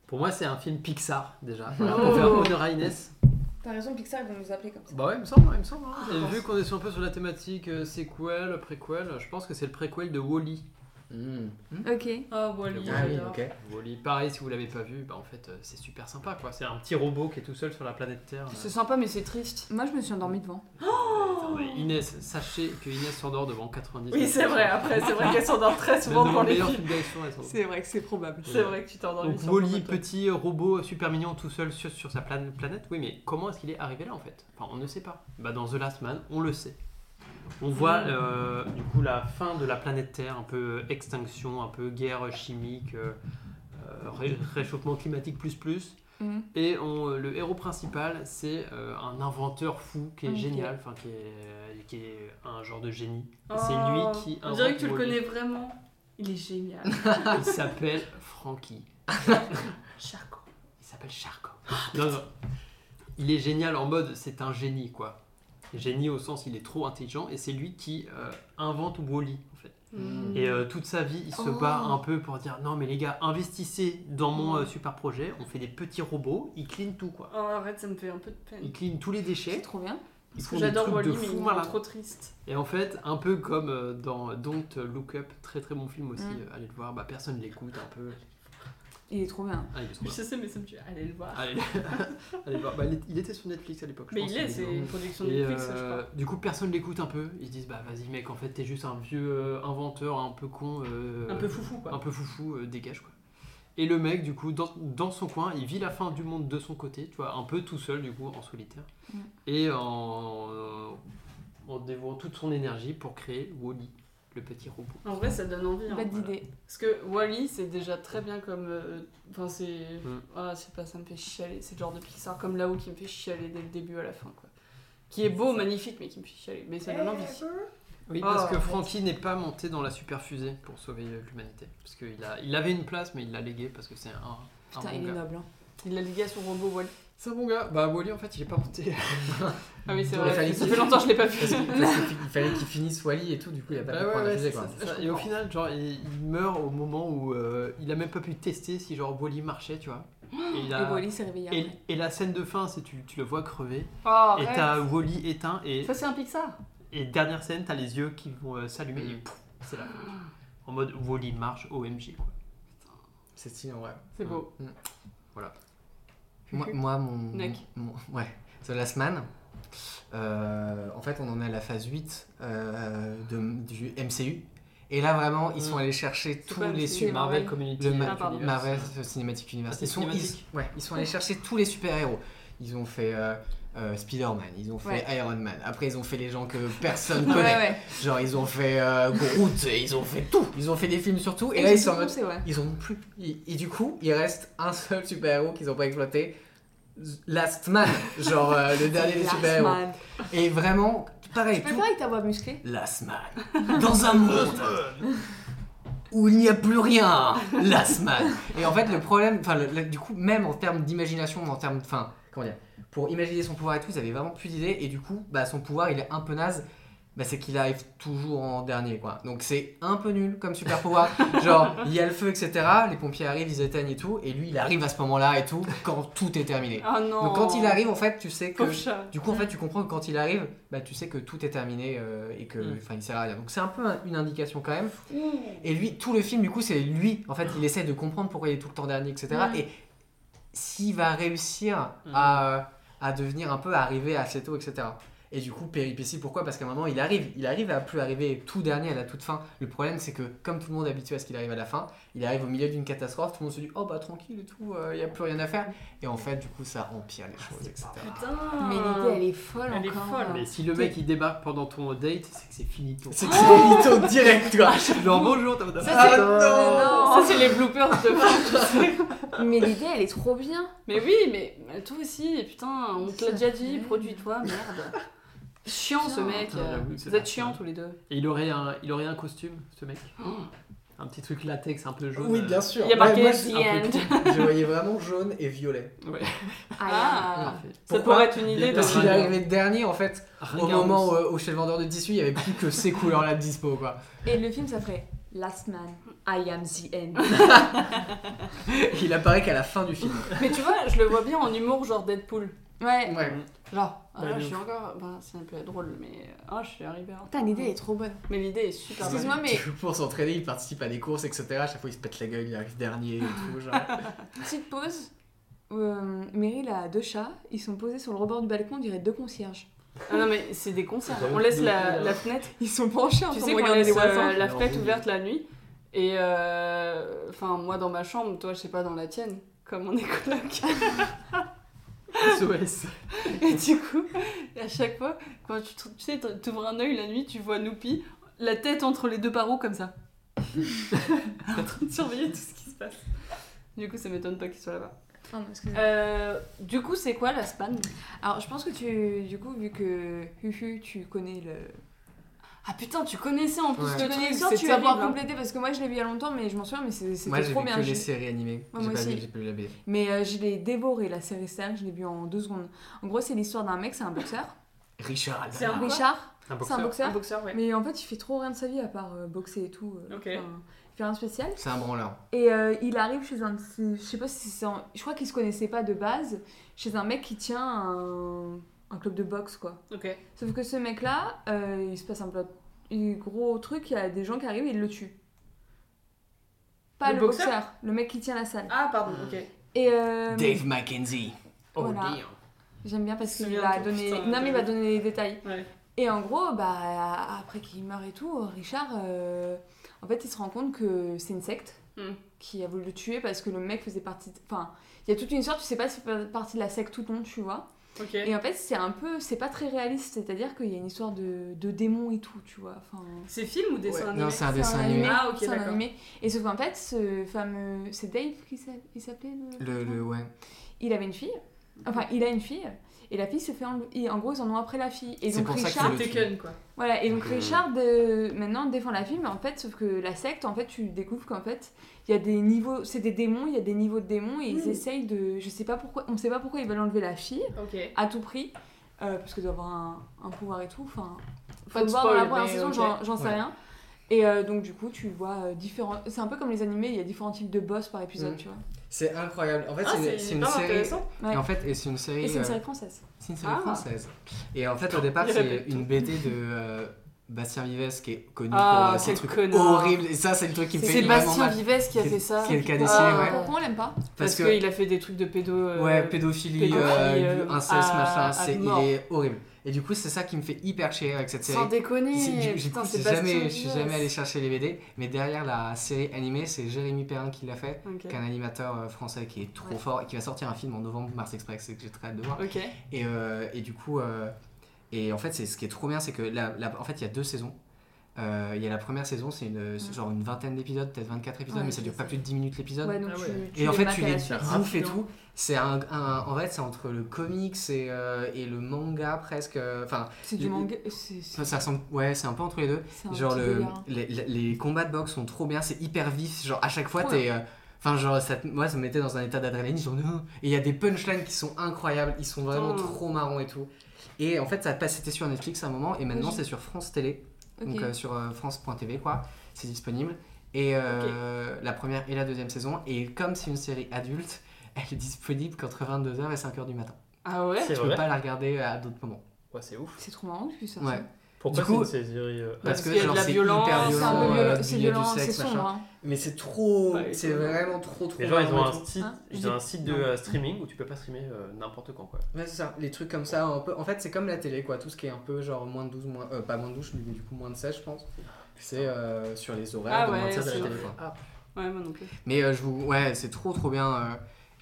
Pour moi, c'est un film Pixar déjà.
Oh.
Voilà, Pour faire honneur à Inès.
T'as raison, Pixar, ils vont nous appeler comme ça.
Bah ouais, il me semble, ouais, il me semble. hein. Et vu qu'on est sur- un peu sur la thématique euh, sequel, préquel, je pense que c'est le préquel de Wally.
Hmm.
Ok.
Oh,
Wall-E,
Ah oui, ok.
Wally, pareil, si vous l'avez pas vu, bah en fait, euh, c'est super sympa quoi. C'est un petit robot qui est tout seul sur la planète Terre.
C'est sympa, mais c'est triste.
Moi, je me suis endormie devant.
Attendez, Inès, sachez que Inès s'endort devant 90.
Oui, c'est vrai, après, c'est vrai qu'elle s'endort très
Même
souvent
devant
pour
le
les
meilleur
films.
film d'action, elle s'endort.
C'est vrai que c'est probable.
C'est vrai que tu t'endors
Donc Wally, petit robot super mignon tout seul sur, sur sa plane- planète, oui, mais comment est-ce qu'il est arrivé là en fait Enfin, on ne sait pas. Bah, dans The Last Man, on le sait. On voit
Mm.
euh, du coup la fin de la planète Terre, un peu extinction, un peu guerre chimique, euh, euh, ré- réchauffement climatique plus plus.
Mhm.
Et on- euh, le héros principal, c'est euh, un inventeur fou qui est
Ok.
génial, enfin qui est, euh, qui est un genre de génie. Et C'est lui qui
Oh, On dirait que tu le
invente
connais
Wall-E.
vraiment. Il est génial.
Il s'appelle Frankie.
Charcot.
Il s'appelle Charcot.
Ah,
Non, non. Il est génial en mode c'est un génie quoi. Génie au sens il est trop intelligent et c'est lui qui euh, invente Wally en fait.
Mm.
Hmm.
Et euh, toute sa vie il se
Oh.
bat un peu pour dire non mais les gars investissez dans mon euh, super projet, on fait des petits robots, ils clean tout quoi.
Oh, arrête, ça me fait un peu de peine.
Ils clean tous les
C'est
déchets,
trop bien.
ils
Parce que
font des
j'adore
trucs de
Wally, mais
fou
il est
malin.
trop triste.
Et en fait, un peu comme euh, dans Don't Look Up, très très bon film aussi,
Mm.
euh, allez le voir, bah, personne l'écoute un peu.
Il est trop bien.
Ah, il est trop
Je
bien.
sais, mais ça me tue. Allez le voir.
Allez, allez voir. Bah, il est- il était sur Netflix à l'époque. Ah,
mais
je pense
il est,
qu'il
c'est
dans-
une production de
Et
Netflix, je
euh,
crois.
du coup, personne l'écoute un peu. Ils se disent Bah vas-y, mec, en fait, t'es juste un vieux euh, inventeur un peu con. euh,
Un peu foufou, quoi.
Un peu foufou, euh, dégage quoi. Et le mec, du coup, dans, dans son coin, il vit la fin du monde de son côté, tu vois, un peu tout seul, du coup, en solitaire.
Mm.
Et en, euh, en dévouant toute son énergie pour créer Wally, le petit robot.
Oh.
En vrai, ça donne envie. hein.
Bah,
Pas
voilà.
d'idée.
Parce que Wally, c'est déjà très bien comme. euh, Enfin, c'est.
Mm.
Ah, c'est pas, ça me fait chialer. C'est le genre de Pixar comme là-haut qui me fait chialer dès le début à la fin, quoi. Qui est
Mm.
beau, magnifique, mais qui me fait chialer. Mais ça donne envie.
Eh,
Oui,
Oh,
parce que
ouais.
Frankie n'est pas monté dans la super fusée pour sauver euh, l'humanité. Parce qu'il a- il avait une place, mais il l'a léguée parce que c'est un. un
Putain,
bon
il
gars.
est noble. hein.
Il a ligué à son robot Wally.
C'est un bon gars. Bah, Wally, en fait, il est pas monté.
Ah oui, c'est
Il fallait
vrai. Ça
qu'il-
fait longtemps que je l'ai pas vu.
Parce qu'il parce qu'il fi- il fallait qu'il finisse Wally et tout, du coup il a pas
Bah
pu
ouais,
prendre la
ouais,
fusée,
c'est
quoi.
ça, c'est ça. Et au final, genre, il, il meurt au moment où euh, il a même pas pu tester si genre Wally marchait, tu vois. Et, il a-
Et Wally s'est réveillé
et-
après.
et la scène de fin, c'est tu, tu le vois crever.
Oh,
et
arrête.
t'as Wally éteint. Et,
Ça, c'est un Pixar.
et dernière scène, t'as les yeux qui vont euh, s'allumer. et
Mm.
pouf, C'est là. En mode Wally marche, OMG. Quoi.
C'est stylé en vrai.
C'est beau.
Mm.
Voilà.
Moi, moi, mon,
Nec.
mon- Ouais. The Last Man. euh, en fait, on en est à la phase 8 euh, de- du MCU. Et là, vraiment, ils sont
Mm.
allés chercher tous
quoi
les
MCU?
super.
Marvel
Community.
Le Ma-
Ah, pardon.
Universe.
Marvel euh, Cinematic Universe.
Ah, c'est
Ils sont,
cinématique.
ils- ouais, ils sont allés chercher tous les super-héros. Ils ont fait euh, euh, Spider-Man, ils ont fait
Ouais.
Iron Man. Après, ils ont fait les gens que personne
Ouais,
connaît.
ouais.
Genre, ils ont fait euh, Groot, et ils ont fait tout. Ils ont fait des films sur tout. Et,
Et
là,
j'ai
ils sont en
tout
mode.
pensé, ouais.
Ils en ont plus. Et, et du coup, il reste un seul super-héros qu'ils n'ont pas exploité. Last Man, genre euh, le dernier des
Last
super-héros.
Man.
Et vraiment, pareil,
Tu peux
tout-
le faire avec ta voix musclée
Last Man. Dans un monde où il n'y a plus rien. Last Man. Et en fait, le problème, enfin, le- le- du coup, même en termes d'imagination, en termes, enfin, comment dire, pour imaginer son pouvoir et tout, ils avaient vraiment plus d'idées. Et du coup, bah, son pouvoir, il est un peu naze. Bah, c'est qu'il arrive toujours en dernier, quoi. Donc c'est un peu nul comme super pouvoir. Genre, il y a le feu, etc. Les pompiers arrivent, ils éteignent et tout. Et lui, il arrive à ce moment-là et tout, quand tout est terminé.
Ah non.
Donc quand il arrive, en fait, tu sais que
Pauvre chat.
du coup, en fait, tu comprends que quand il arrive, bah, tu sais que tout est terminé euh, et que,
Mm.
enfin, il sert à rien. Donc, c'est un peu un- une indication quand même. Et lui, tout le film, du coup, c'est lui. En fait, il essaie de comprendre pourquoi il est tout le temps dernier, etc.
Mm.
Et s'il va réussir à, euh, à devenir un peu arrivé assez tôt, etc. Et du coup, péripétie, pourquoi Parce qu'à un moment, il arrive. Il arrive à plus arriver tout dernier à la toute fin. Le problème, c'est que comme tout le monde est habitué à ce qu'il arrive à la fin, il arrive au milieu d'une catastrophe. Tout le monde se dit, oh bah tranquille et tout, il n'y a plus rien à faire. Et en fait, du coup, ça empire les choses, etc.
Putain.
Mais l'idée, elle est folle
Elle est
encore.
folle.
Mais si le mec il débarque pendant ton date, c'est que c'est fini. ton-
C'est finito direct, quoi.
Genre bonjour, t'as pas
Ah
Ça, c'est-
Ah
Ça, c'est les bloopers de
Non. Mais l'idée, elle est trop bien.
Mais oui, mais mais toi aussi, putain, on te l'a déjà dit, produis-toi, merde. Chiant ce mec.
Putain, j'avoue, c'est
Vous êtes
pas
chiants
ça.
tous les deux.
Et il aurait un, il aurait un costume, ce mec. un petit truc latex un peu jaune.
Oh. Oui,
euh,
bien sûr.
Il y a
Ouais,
marqué
moi,
The
je,
End.
je voyais vraiment jaune et violet.
ouais.
Ah,
Parfait.
ça
Pourquoi
pourrait être une idée de.
Parce qu'il est arrivé dernier en fait. Ah. Au
Ringard
moment
Rousse.
où, où chez le vendeur de tissus, il y avait plus que ces couleurs-là de dispo quoi.
Et le film, ça ferait Last Man, I am the end.
Il apparaît qu'à la fin du film.
Mais tu vois, je le vois bien en humour, genre Deadpool.
Ouais.
Ouais.
Genre, ah,
Bah,
là,
de
je suis encore. Bah, c'est un peu drôle, mais. euh, Ah, je suis arrivé. en-
Putain, l'idée est trop bonne.
Mais l'idée est super bonne.
Excuse-moi, mais
Pour s'entraîner, il participe à des courses, etc. À chaque fois, il se pète la gueule, il arrive dernier et tout. Genre.
petite pause. Euh, Meryl a deux chats, ils sont posés sur le rebord du balcon, on dirait deux concierges.
Ah non, mais c'est des concerts.
J'avais
On laisse
oublié,
la,
là.
la fenêtre.
Ils sont penchés en
Tu
train
sais
de
qu'on
regarder les
laisse euh,
voisins.
la
Non,
fenêtre
oui.
ouverte la nuit. Et. euh, Enfin, moi dans ma chambre, toi, je sais pas, dans la tienne. Comme on est coloc.
SOS.
Et du coup, à chaque fois, quand tu, tu sais, t'ouvres un œil la nuit, tu vois Noupi, la tête entre les deux barreaux comme ça. en train de surveiller tout ce qui se passe. Du coup, ça m'étonne pas qu'il soit là-bas.
Ah non, excusez-moi.
Euh, du coup, c'est quoi la span
Alors, je pense que tu, du coup, vu que Huhu, tu connais le.
Ah putain, tu connaissais en plus
Ouais.
le
Tu
truc,
connais l'histoire,
c'est
tu vas pouvoir
terrible, hein.
compléter parce que moi je l'ai vu il y a longtemps, mais je m'en souviens, mais c'est-
Moi,
c'était
j'ai
trop
vu
bien.
que les
Je-
séries animées.
Moi
j'ai pas
aussi.
vu, j'ai pas vu la BD.
Mais euh, je l'ai dévoré la série Stan, je l'ai vu en deux secondes. En gros, c'est l'histoire d'un mec, c'est un boxeur.
Richard.
C'est un-
Richard,
Un
c'est un
boxeur.
Un
boxeur.
boxeur, ouais.
Mais en fait, il fait trop rien de sa vie à part euh, boxer et tout. euh,
Ok.
enfin, faire un spécial.
C'est un branleur.
Et euh, il arrive chez un de ses- Je sais pas si c'est. en- Je crois qu'ils se connaissaient pas de base. Chez un mec qui tient un, un club de boxe, quoi.
Ok.
Sauf que ce mec-là, euh, il se passe un plot- un gros truc, il y a des gens qui arrivent et ils le tuent. Pas
Le
le,
boxeur
boxeur, le mec qui tient la salle.
Ah, pardon, ok.
Et euh,
Dave Mackenzie.
Oh,
Voilà.
damn.
j'aime bien parce
Je me
qu'il
souviens
va
de-
donner.
putain,
non mais il
de-
va donner les détails.
Ouais.
Et en gros, bah après qu'il meurt et tout, Richard, euh, en fait, il se rend compte que c'est une secte
Hmm.
qui a voulu le tuer parce que le mec faisait partie. de- Enfin, il y a toute une histoire. Tu sais pas si fait partie de la secte ou non, tu vois.
Ok.
Et en fait, c'est un peu, c'est pas très réaliste. C'est-à-dire qu'il y a une histoire de, de démons et tout, tu vois. Enfin.
C'est film ou dessin animé
Non, c'est un dessin animé.
Ah, ok,
c'est un
d'accord.
animé. Et sauf qu'en fait, ce fameux. C'est Dave qui s'a- il s'appelait le...
Le, le, ouais.
Il avait une fille. Enfin, il a une fille. Et la fille se fait enlever. et En gros, ils en ont après la fille. Et
C'est
donc
pour ça que
Richard.
c'est le-
Tekken, Ah, quoi.
Voilà, et donc
Euh.
Richard euh, maintenant défend la fille, mais en fait, sauf que la secte, en fait, tu découvres qu'en fait, il y a des niveaux. C'est des démons, il y a des niveaux de démons et ils
Mm.
essayent de. Je sais pas pourquoi. On sait pas pourquoi ils veulent enlever la fille
Ok.
à tout prix. euh, parce que doit avoir un, un pouvoir et tout. Enfin, faut
Pas de
le voir dans la
spoil,
première
mais
saison,
ok.
j'en- j'en sais
Ouais.
rien. Et euh, donc, du coup, tu vois euh, différents. C'est un peu comme les animés, il y a différents types de boss par épisode,
Mm.
tu vois.
C'est incroyable. En fait,
Ah,
c'est une, c'est une
hyper
série.
intéressant.
Ouais.
Et en fait, et c'est une série.
Et c'est
euh,
une série française.
C'est une série
Ah.
française. Et en fait, au départ,
Il
c'est
répète tout.
une BD de euh, Bastien Vives qui est connu
Ah,
pour euh, ses
quel
trucs
connard.
horribles. Et ça, c'est le truc qui me fait
C'est
vraiment
Bastien
mal.
Vives qui a
Quel-
fait ça.
quel cas d'essai,
Ah,
ouais.
ouais.
Pourquoi on l'aime pas
Parce
Parce que,
qu'il a fait des trucs de pédo. euh,
ouais, pédophilie,
pédophilie,
euh,
euh,
inceste,
à- à
machin, c'est, il
mort.
est horrible. Et du coup, c'est ça qui me fait hyper chier avec cette série.
Sans déconner.
C'est- du coup, j'ai-
Putain, c'est
j'ai
Bastien
jamais, je suis
Vives.
jamais allé chercher les BD, mais derrière la série animée, c'est Jérémy Perrin qui l'a fait,
Ok.
qui est un animateur euh, français qui est trop
Ouais.
fort et qui va sortir un film en novembre, Mars Express, c'est que j'ai très hâte de voir.
Ok.
Et, euh, et du coup, euh, et en fait, c'est ce qui est trop bien, c'est que la, la- en fait, il y a deux saisons. Euh, Il y a la première saison, c'est une, c'est genre une vingtaine d'épisodes, peut-être 24 épisodes,
Ouais,
mais ça dure
c'est
pas
ça.
plus de 10 minutes l'épisode.
Ouais, donc
Ah
tu-
ouais.
tu,
Et en fait,
mates
tu
à
les
la suite.
bouffes et
rapidement.
tout. C'est un, un- en fait, c'est entre le comics et, euh, et le manga presque. euh, Enfin,
C'est du
les-
manga. c'est- c'est-
ça, ça ressemble. Ouais, c'est un peu entre les deux.
c'est un
Genre
petit
le,
délire, hein.
les, les- les combats de boxe sont trop bien, c'est hyper vif. Genre à chaque fois,
Trop
t'es. euh, Enfin, genre, ça, te- moi, ça me mettait dans un état d'adrénaline. Genre, non. et il y a des punchlines qui sont incroyables. Ils sont vraiment
Putain.
trop marrons et tout. Et en fait, ça passe. C'était sur Netflix à un moment, et maintenant
Oui.
c'est sur France Télé,
Ok.
donc euh, sur euh, France.tv quoi. C'est disponible. Et euh, la première et la deuxième saison. Et comme c'est une série adulte, elle est disponible qu'entre 22h et 5h du matin.
Ah ouais
C'est
Tu peux
vrai.
pas la regarder à d'autres moments.
Ouais, c'est ouf.
C'est trop marrant que tu fasses ça.
Ouais.
Pourquoi
Du coup-
c'est une série. euh,
Parce
Parce que
qu'il y a de
genre
la
c'est
violence,
hyper
C'est un
violent,
peu
euh,
violent, c'est
il y a du
violent, c'est
sexe, machin.
sombre. hein.
Mais c'est trop.
Ouais,
c'est
c'est
vraiment trop trop.
Les gens, ils ont
marrant
un
et tout.
site,
Hein
ils ont un site de
Non.
euh, streaming où tu peux pas streamer euh, n'importe quand. Quoi.
Ouais, c'est ça. Les trucs comme ça, un peu. En fait, c'est comme la télé, quoi. Tout ce qui est un peu genre moins de 12, moins. euh, pas moins de 12, mais du coup moins de 16, je pense. C'est euh, sur les horaires
Ah
de moins
ouais,
de 16 à
c'est
la
vrai.
télé, quoi.
Ouais, moi non plus.
Mais euh, je vous. Ouais, c'est trop trop bien. euh,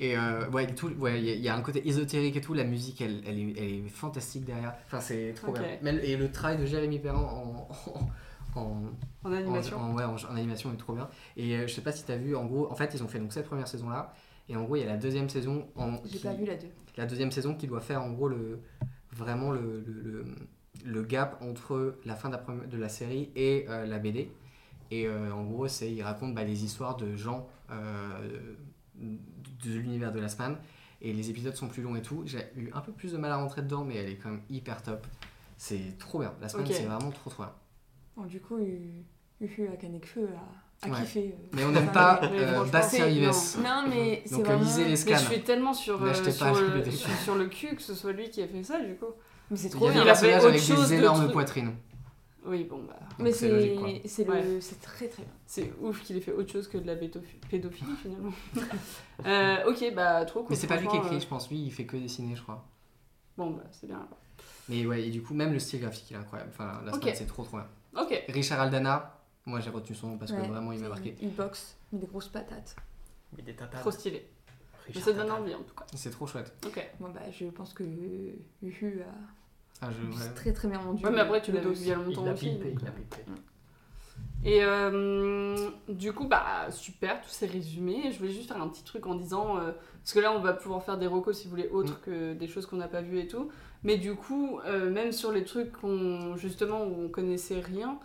Et euh, ouais, tout, ouais, il y, a- il y a un côté ésotérique et tout. La musique, elle, elle, est, elle est fantastique derrière. Enfin, c'est trop
Ok.
bien. Mais le- et le travail de Jérémy Perrin en- en- en
En animation.
En, en- ouais, en, en animation, est trop bien. Et euh, je sais pas si t'as vu, en gros, en fait, ils ont fait donc cette première saison là, et en gros, il y a la deuxième saison. En, qui-
J'ai pas vu la deux.
la deuxième saison qui doit faire en gros le vraiment le, le, le- le gap entre la fin de la, première- de la série et euh, la BD. Et euh, en gros, c'est il raconte bah, les histoires de gens euh, de l'univers de la semaine. Et les épisodes sont plus longs et tout. J'ai eu un peu plus de mal à rentrer dedans, mais elle est quand même hyper top. C'est trop bien. La semaine,
Ok.
c'est vraiment trop trop bien.
Bon, du coup, Uhu Uhu Akanekfeu a, a
Ouais.
kiffé. euh,
Mais on
cette
n'aime pas
année.
mais
euh,
franchement,
Bastien
c'est-
Rives.
Non, mais c'est
Donc euh,
vraiment...
lisez les
Mais
scans.
je suis tellement sur, euh,
N'achetez
sur,
pas le
le,
BD.
je suis sur le cul que ce soit lui qui a fait ça, du coup.
Mais
Il
c'est
y
trop
a des
bien.
Il a fait
personnages
autre
avec
chose
des
de
énormes
truc.
poitrines.
Oui, bon, bah,
Donc
Mais
c'est logique, quoi.
c'est c'est le c'est très très bien.
c'est ouf qu'il ait fait autre chose que de la bétofi- pédophilie, finalement. Euh, ok, bah, trop cool.
Mais c'est pas lui qui
franchement,
écrit,
euh,
je pense. Lui, il fait que dessiner, je crois.
Bon, bah, c'est bien.
Mais ouais, et du coup, même le style graphique, il est incroyable. Enfin, la
Ok.
semaine, c'est trop trop bien.
Ok,
Richard Aldana, moi j'ai retenu son nom parce que
Ouais.
vraiment il m'a marqué.
Il boxe, mais des grosses patates.
Mais des tatas.
trop stylé. Mais ça donne envie, en tout cas.
C'est trop chouette.
Ok.
Bon bah je pense que Uhu a
Ah, je, ouais.
très très bien rendu.
Ouais, mais après, tu
le
l'as vu
dos.
il y a longtemps
Il a
aussi.
pimpé,
donc,
il
euh.
a pimpé.
Et euh, du coup, bah super, tout s'est résumé. Je voulais juste faire un petit truc en disant, euh, parce que là, on va pouvoir faire des recos si vous voulez, autres
Mm.
que des choses qu'on n'a pas vues et tout. Mais du coup, euh, même sur les trucs qu'on, justement où on connaissait rien,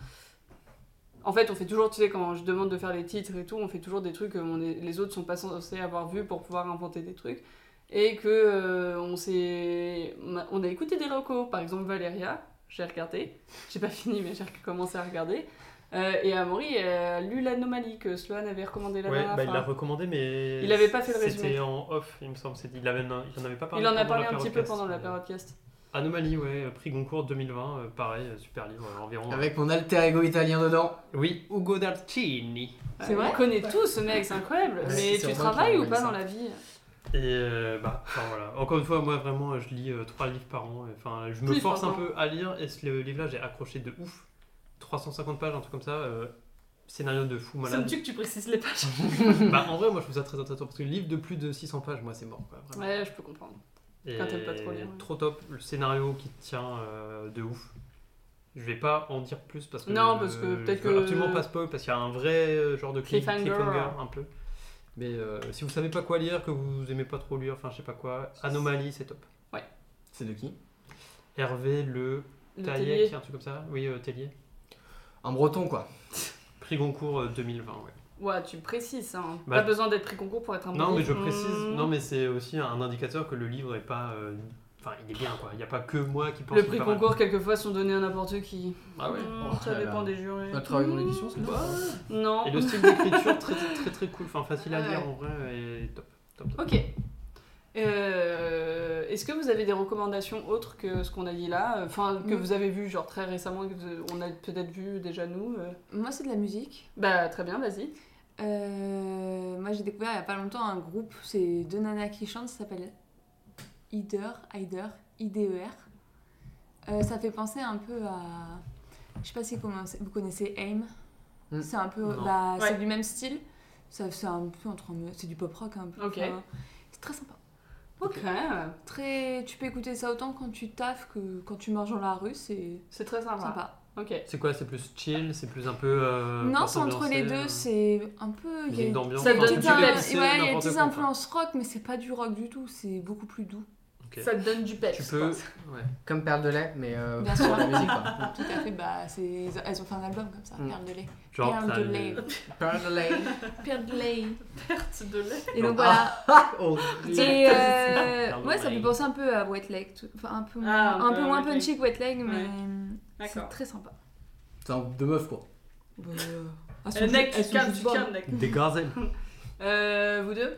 en fait, on fait toujours, tu sais, quand je demande de faire les titres et tout, on fait toujours des trucs que on est- les autres sont pas censés avoir vu pour pouvoir inventer des trucs. Et que euh, on s'est. On a- on a écouté des recos, par exemple Valéria, j'ai regardé. J'ai pas fini, mais j'ai commencé à regarder. Euh, et Amaury a lu l'anomalie que Sloan avait recommandé la
Ouais,
dernière
bah, il
fois.
l'a recommandé, mais.
Il avait pas fait le résumé.
C'était en off, il me semble. c'est- Il, avait, il en avait pas parlé.
Il en a
pendant
parlé
la
un petit peu
période
pendant la
cast.
période cast.
Anomalie, ouais, euh, prix Goncourt 2020, euh, pareil, euh, super livre, euh, environ. euh,
Avec mon alter ego italien dedans.
Oui, Ugo Dalcini.
C'est vrai On Ah, connaît tout ce mec, c'est incroyable.
Ouais,
Mais
c'est
tu
moi qui
travailles
l'ai
ou pas
envoyé
dans
ça.
la vie
Et euh, bah, enfin, voilà. Encore une fois, moi vraiment, euh, je lis euh, trois livres par an. Enfin, je me
Plus
force un
maintenant.
peu à lire, et ce livre-là, j'ai accroché de ouf. 350 pages, un truc comme ça. euh, scénario de fou
Ça me
malade.
tue que tu précises les pages.
bah, en vrai, moi, je trouve ça très intéressant parce que le livre de plus de 600 pages, moi, c'est mort. Quoi, vraiment.
Ouais, je peux comprendre.
Et
Quand t'aimes pas trop lire, ouais.
Trop top, le scénario qui tient euh, de ouf. Je vais pas en dire plus parce que.
Non, parce que
euh,
peut-être
je veux
que-
Absolument pas spoil parce qu'il y a un vrai euh, genre de cliff-
Cliffhanger. hein.
cliffhanger, un peu. Mais euh, si vous savez pas quoi lire, que vous aimez pas trop lire, enfin je sais pas quoi, Anomalie c'est top.
C'est de qui
Hervé Le
Le
Taillet,
taulier.
un truc comme ça Oui, euh, Tellier.
Un breton quoi.
Prix Goncourt euh, 2020, ouais.
Ouais, tu précises, hein.
Bah-
Pas besoin d'être pris concours pour être un bon
Non, mais je
euh,
livre.
précise,
Mmh.
non, mais c'est aussi un indicateur que le livre est pas. euh, Enfin, il est bien quoi, il n'y a pas que moi qui pense
Le
qu'il
prix
est pas mal.
concours, quelquefois, sont donnés à n'importe qui.
Ah ouais.
Mmh,
Oh
ça
là là.
dépend des jurés.
Notre travail dans l'édition, c'est
Mmh.
quoi
Non.
Et le style d'écriture très, très très cool, enfin facile à
Ah
Ouais.
lire en vrai et top. top, top.
Ok. Euh, Est-ce que vous avez des recommandations autres que ce qu'on a dit là Enfin, que
Mm.
vous avez vu genre très récemment, que vous- on a peut-être vu déjà nous euh.
Moi c'est de la musique.
Bah, très bien, vas-y.
Euh, moi j'ai découvert il y a pas longtemps un groupe, c'est deux nanas qui chantent, ça s'appelle Ider, Ider, IDER. Euh, ça fait penser un peu à. Je sais pas si comment- vous connaissez AIM.
Hmm.
Mm.
C'est un peu.
Non.
bah, C'est
Ouais.
du même style. Ça- C'est un peu entre. C'est du pop rock un peu.
Ok.
Enfin, C'est très sympa.
Ok.
Très, tu peux écouter ça autant quand tu taffes que quand tu marches dans la rue, c'est
C'est très sympa.
sympa.
Ok.
C'est quoi C'est plus chill C'est plus un peu. euh,
non,
pour
c'est entre les
s'ambiancer,
deux,
euh,
c'est un peu. Il y a
musique
une
d'ambiance.
Ça
enfin,
donne
tu
petite,
un
peux
peu-
euh,
laisser
ouais, il y a
n'importe
des
quoi,
influences rock, mais c'est pas du rock du tout, c'est beaucoup plus doux.
Ok.
Ça te donne du peps.
Tu peux.
quoi.
Ouais.
Comme Perle de lait, mais euh,
Bien
pour
sûr.
la musique quoi.
Tout à fait, bah, c'est- elles ont fait un album comme ça,
Mm.
Perle de lait.
Genre,
Perle
t'as
de
le-
lait.
Perle de lait.
Perle de lait.
Perte de lait.
Et donc
Ah.
voilà.
Oh.
Et euh,
Perle de
ouais, ça
lait.
fait penser un peu à Wet Leg, tout- enfin un peu, moins-
Ah,
un peu moins
ok.
punchy que Wet Leg, mais
Ouais.
c'est
D'accord.
très sympa.
C'est un groupe de meufs quoi.
Bah, euh, elles sont
Euh,
juste-
Nec,
elles sont
calme,
juste
tu
bonnes.
calmes, Nec.
Des gazelles.
Euh, vous deux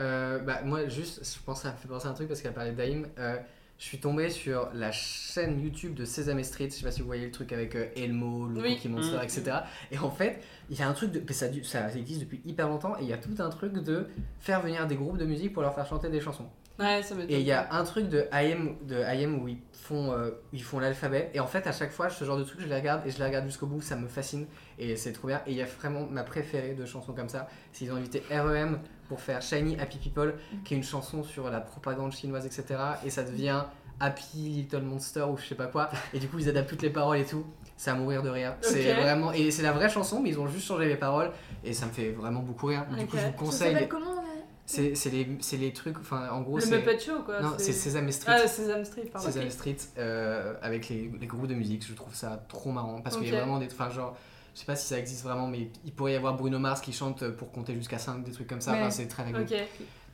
Euh, bah, moi, juste, je pense ça me fait penser à un truc parce qu'elle parlait d'Aïm. Euh, je suis tombé sur la chaîne YouTube de Sesame Street. Je sais pas si vous voyez le truc avec euh, Elmo, le
Oui.
Cookie Monster,
Mm.
etc. Et en fait, il y a un truc de. mais Ça, du- ça existe depuis hyper longtemps et il y a tout un truc de faire venir des groupes de musique pour leur faire chanter des chansons.
Ouais, ça m'étonne.
Et il y a un truc de IM, de IM où ils font, euh, où ils font l'alphabet. Et en fait, à chaque fois, ce genre de truc, je les regarde et je les regarde jusqu'au bout. Ça me fascine et c'est trop bien. Et il y a vraiment ma préférée de chansons comme ça. C'est ils ont invité REM pour faire Shiny Happy People, qui est une chanson sur la propagande chinoise, etc. Et ça devient Happy Little Monster ou je sais pas quoi. Et du coup, ils adaptent toutes les paroles et tout. C'est à mourir de rire. C'est
Ok.
vraiment. Et c'est la vraie chanson, mais ils ont juste changé les paroles. Et ça me fait vraiment beaucoup rire. Du
Ok.
coup, je vous
Ça
Ça
conseille.
s'appelle comment là
C'est c'est les, c'est les trucs. Enfin, en gros,
Le
c'est.
Muppet Show, quoi.
Non, c'est Sesame Street.
Ah, Sesame Street, pardon.
Sesame Street euh, avec les, les groupes de musique, je trouve ça trop marrant parce qu'il y
Ok.
a vraiment des. Enfin, genre, Je sais pas si ça existe vraiment, mais il pourrait y avoir Bruno Mars qui chante pour compter jusqu'à 5, des trucs comme ça.
Ouais.
Enfin, c'est très rigolo.
Ok.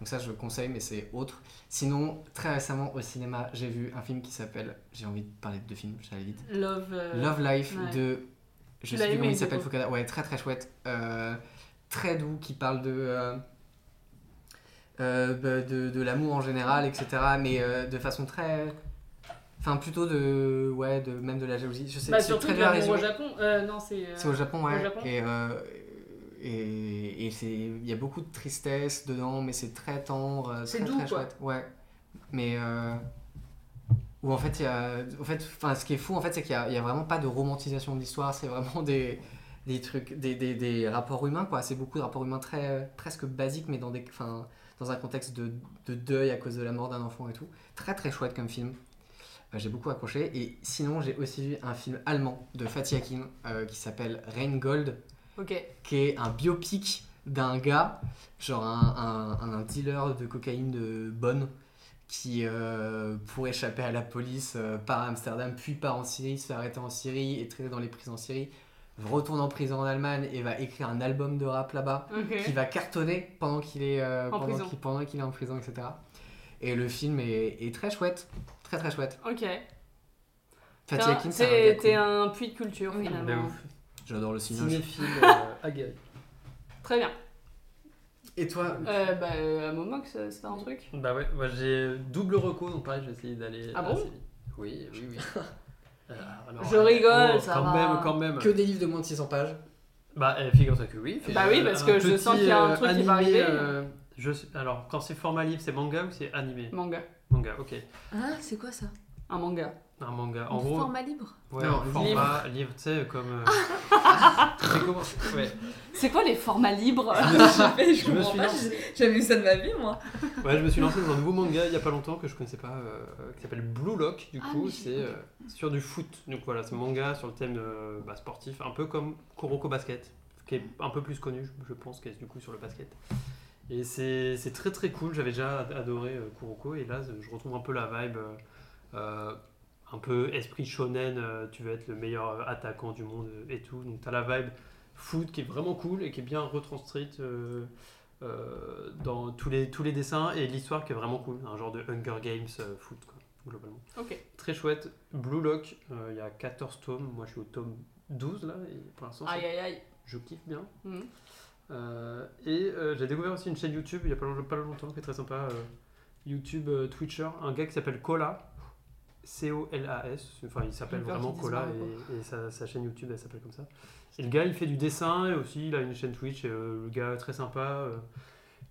Donc ça, je le conseille, mais c'est autre. Sinon, très récemment au cinéma, j'ai vu un film qui s'appelle. J'ai envie de parler de deux films, j'allais vite.
Love. euh,
Love Life
ouais.
de.
Tu
Je
l'as
sais plus
aimé,
comment il
du
s'appelle,
coup
Fukada. Ouais, très très chouette. Euh, très doux, qui parle de. euh, euh, bah, de, de l'amour en général, etc. Mais euh, de façon très. Enfin, plutôt de. Ouais, de, même de la jalousie. Je sais
Bah,
c'est
surtout
très
de
dur à
l'amour au
résumer.
Japon. Euh, non, c'est. euh,
C'est au Japon, ouais.
au Japon.
Et, euh, et, et c'est, il y a beaucoup de tristesse dedans, mais c'est très tendre, euh,
C'est
très,
doux,
très
quoi.
chouette. Ouais. Mais euh, où en fait, il y a, en fait, enfin, ce qui est fou, en fait, c'est qu'il y a, il y a vraiment pas de romantisation de l'histoire. C'est vraiment des, des trucs, des, des, des rapports humains, quoi. C'est beaucoup de rapports humains très, presque basiques, mais dans des, enfin, dans un contexte de, de deuil à cause de la mort d'un enfant et tout. Très très chouette comme film. Euh, J'ai beaucoup accroché. Et sinon, j'ai aussi vu un film allemand de Fatih Akin euh, qui s'appelle Rain Gold,
Ok.
qui est un biopic d'un gars, genre un, un- un dealer de cocaïne de Bonn, qui, euh, pour échapper à la police, euh, part à Amsterdam, puis part en Syrie, se fait arrêter en Syrie, est traité dans les prisons en Syrie, retourne en prison en Allemagne et va écrire un album de rap là-bas qui
Ok.
va cartonner pendant qu'il est, euh,
En
pendant
prison.
qu'il, pendant qu'il est en prison, etc. Et le film est, est très chouette, très très chouette.
Ok.
Fatih
T'es un-
Akin, c'est un
T'es
gars
t'es
cool.
un puits de culture
Oui.
finalement.
De ouf.
J'adore le cinéma.
Cinéphile euh, aguerri.
Très bien.
Et toi
Euh, bah, euh, Momox, euh, c'était un truc
Bah ouais, moi, j'ai double reco, donc pareil, je vais essayer d'aller.
Ah bon
assez vite. Oui, oui, oui. Euh, alors,
Je rigole,
oh,
ça
quand
va.
même, quand même.
Que des livres de moins de 600 pages.
Bah, eh, figure-toi que oui.
Bah oui, parce que je sens qu'il y a un truc qui va arriver.
euh, je sais- Alors, quand c'est format livre, c'est manga ou c'est animé
Manga.
Manga, ok.
Ah, c'est quoi ça
Un manga.
Un manga. En
En
gros,
format libre
ouais,
Non,
format livre, tu sais, comme. euh, c'est comment Ouais,
C'est quoi les formats libres
je me suis lancé.
J'avais vu ça de ma vie, moi.
Ouais, je me suis lancé dans un nouveau manga il y a pas longtemps que je connaissais pas, euh, qui s'appelle Blue Lock. Du coup, c'est euh, sur du foot. Donc voilà, c'est un manga sur le thème euh, bah, sportif, un peu comme Kuroko Basket, qui est un peu plus connu, je, je pense, qui est du coup sur le basket. Et c'est c'est très très cool. J'avais déjà ad- adoré euh, Kuroko et là, je retrouve un peu la vibe. euh, euh, un peu esprit shonen, euh, tu veux être le meilleur attaquant du monde euh, et tout. Donc t'as la vibe foot qui est vraiment cool et qui est bien retranscrite euh, euh, dans tous les, tous les dessins et l'histoire qui est vraiment cool. Un genre de Hunger Games euh, foot, quoi, globalement.
Ok.
Très chouette. Blue Lock, euh, il y a 14 tomes. Moi, je suis au tome 12 là et pour l'instant, c'est-
Aïe aïe aïe.
je kiffe bien.
Mhm.
Euh, et euh, j'ai découvert aussi une chaîne YouTube il n'y a pas, long- pas longtemps qui est très sympa. euh, YouTube euh, Twitcher, un gars qui s'appelle Cola. C-O-L-A-S. Enfin, il s'appelle
J'ai peur
vraiment
qu'ils disent
Cola et, et sa, sa chaîne YouTube elle s'appelle comme ça. Et le gars il fait du dessin et aussi il a une chaîne Twitch. et, euh, le gars très sympa. euh,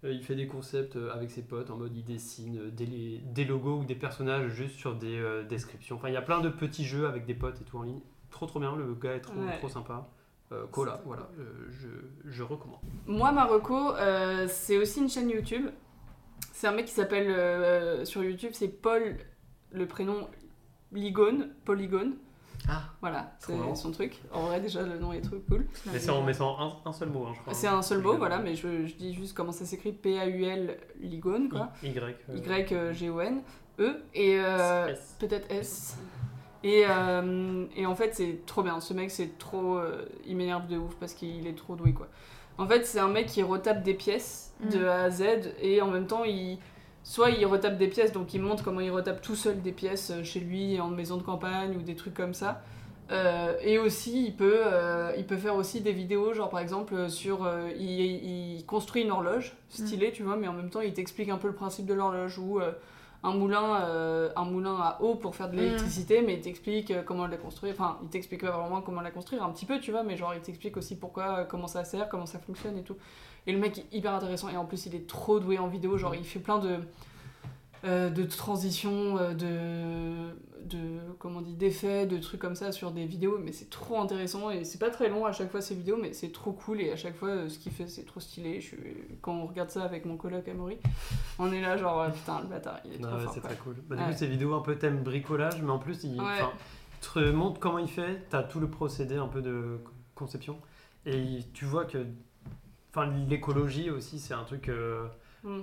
euh, il fait des concepts euh, avec ses potes en mode il dessine euh, des, des logos ou des personnages juste sur des euh, descriptions. Enfin, il y a plein de petits jeux avec des potes et tout en ligne. Trop trop bien, le gars est trop,
Ouais.
trop sympa. Euh, Cola, voilà, euh, je, je recommande.
Moi, Marocco, euh, c'est aussi une chaîne YouTube. C'est un mec qui s'appelle euh, sur YouTube, c'est Paul, le prénom Ligone, Polygone.
Ah.
Voilà, c'est
Trop marrant.
son truc. En vrai, déjà, le nom est trop cool.
Mais c'est en, mais c'est en un, un seul mot, hein, je crois.
C'est un seul mot, voilà, mais je, je dis juste comment ça s'écrit P-A-U-L, Ligone, quoi.
Y. euh,
Y-G-O-N, E, et euh,
S.
peut-être S. Et, euh, et en fait, c'est trop bien. Ce mec, c'est trop. euh, il m'énerve de ouf parce qu'il est trop doué, quoi. En fait, c'est un mec qui retape des pièces de A à Z et en même temps, il. Soit il retape des pièces, donc il montre comment il retape tout seul des pièces euh, chez lui, en maison de campagne ou des trucs comme ça. Euh, et aussi, il peut, euh, il peut faire aussi des vidéos, genre par exemple euh, sur. euh, il, il construit une horloge stylée, tu vois, mais en même temps, il t'explique un peu le principe de l'horloge ou euh, un, moulin, euh, un moulin à eau pour faire de l'électricité, mais il t'explique euh, comment la construire. Enfin, il t'explique pas vraiment comment la construire, un petit peu, tu vois, mais genre, il t'explique aussi pourquoi, euh, comment ça sert, comment ça fonctionne et tout. Et le mec est hyper intéressant, et en plus, il est trop doué en vidéo, genre, il fait plein de. euh, de transitions, euh, de, de comment on dit d'effets, de trucs comme ça sur des vidéos, mais c'est trop intéressant et c'est pas très long à chaque fois ces vidéos, mais c'est trop cool et à chaque fois euh, ce qu'il fait c'est trop stylé. Je suis- Quand on regarde ça avec mon coloc Amaury, on est là genre euh, putain le bâtard il est
Non,
trop
ouais,
fort.
c'est
quoi.
très cool. Bah, du
Ouais.
coup, ces vidéos un peu thème bricolage, mais en plus, il,
Ouais.
enfin, il te montre comment il fait. Tu as tout le procédé un peu de conception. Et il- tu vois que enfin, l'écologie aussi, c'est un truc. euh,
Mm.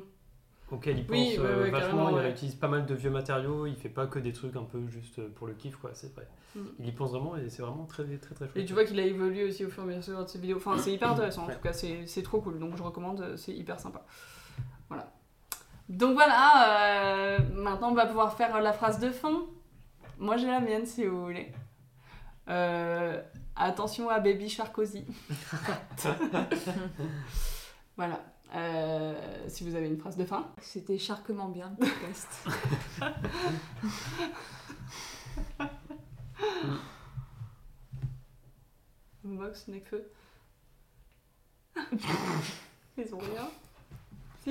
auquel il pense
Oui, ouais, ouais,
euh, vachement.
carrément,
Il
ouais.
utilise pas mal de vieux matériaux. Il fait pas que des trucs un peu juste pour le kiff, quoi. C'est vrai.
Mm.
Il y pense vraiment et c'est vraiment très, très, très chouette.
Et tu vois qu'il a évolué aussi au fur et à mesure de ses vidéos. Enfin, c'est hyper intéressant, en
Ouais.
tout cas, c'est c'est trop cool. Donc, je recommande, euh, c'est hyper sympa. Voilà. Donc, voilà, euh, maintenant, on va pouvoir faire la phrase de fin. Moi, j'ai la mienne, si vous voulez. Euh, attention à Baby Sarkozy. voilà. Euh, si vous avez une phrase de fin.
C'était charquement bien le podcast.
Vox, Necfeu. Ils ont rien.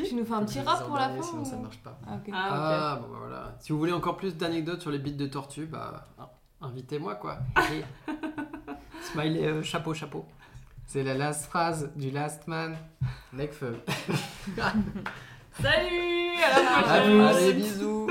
tu nous fais un petit rap pour la fin
Sinon,
ou-
ça marche pas.
Ah, ok.
Ah, ok.
Ah, bon, bah voilà. Si vous voulez encore plus d'anecdotes sur les bites de tortue, bah, ah, invitez-moi, quoi. Et- Smiley, euh, chapeau, chapeau.
C'est la last phrase du Last Man. Necfeu.
Salut À la prochaine
Allez, bisous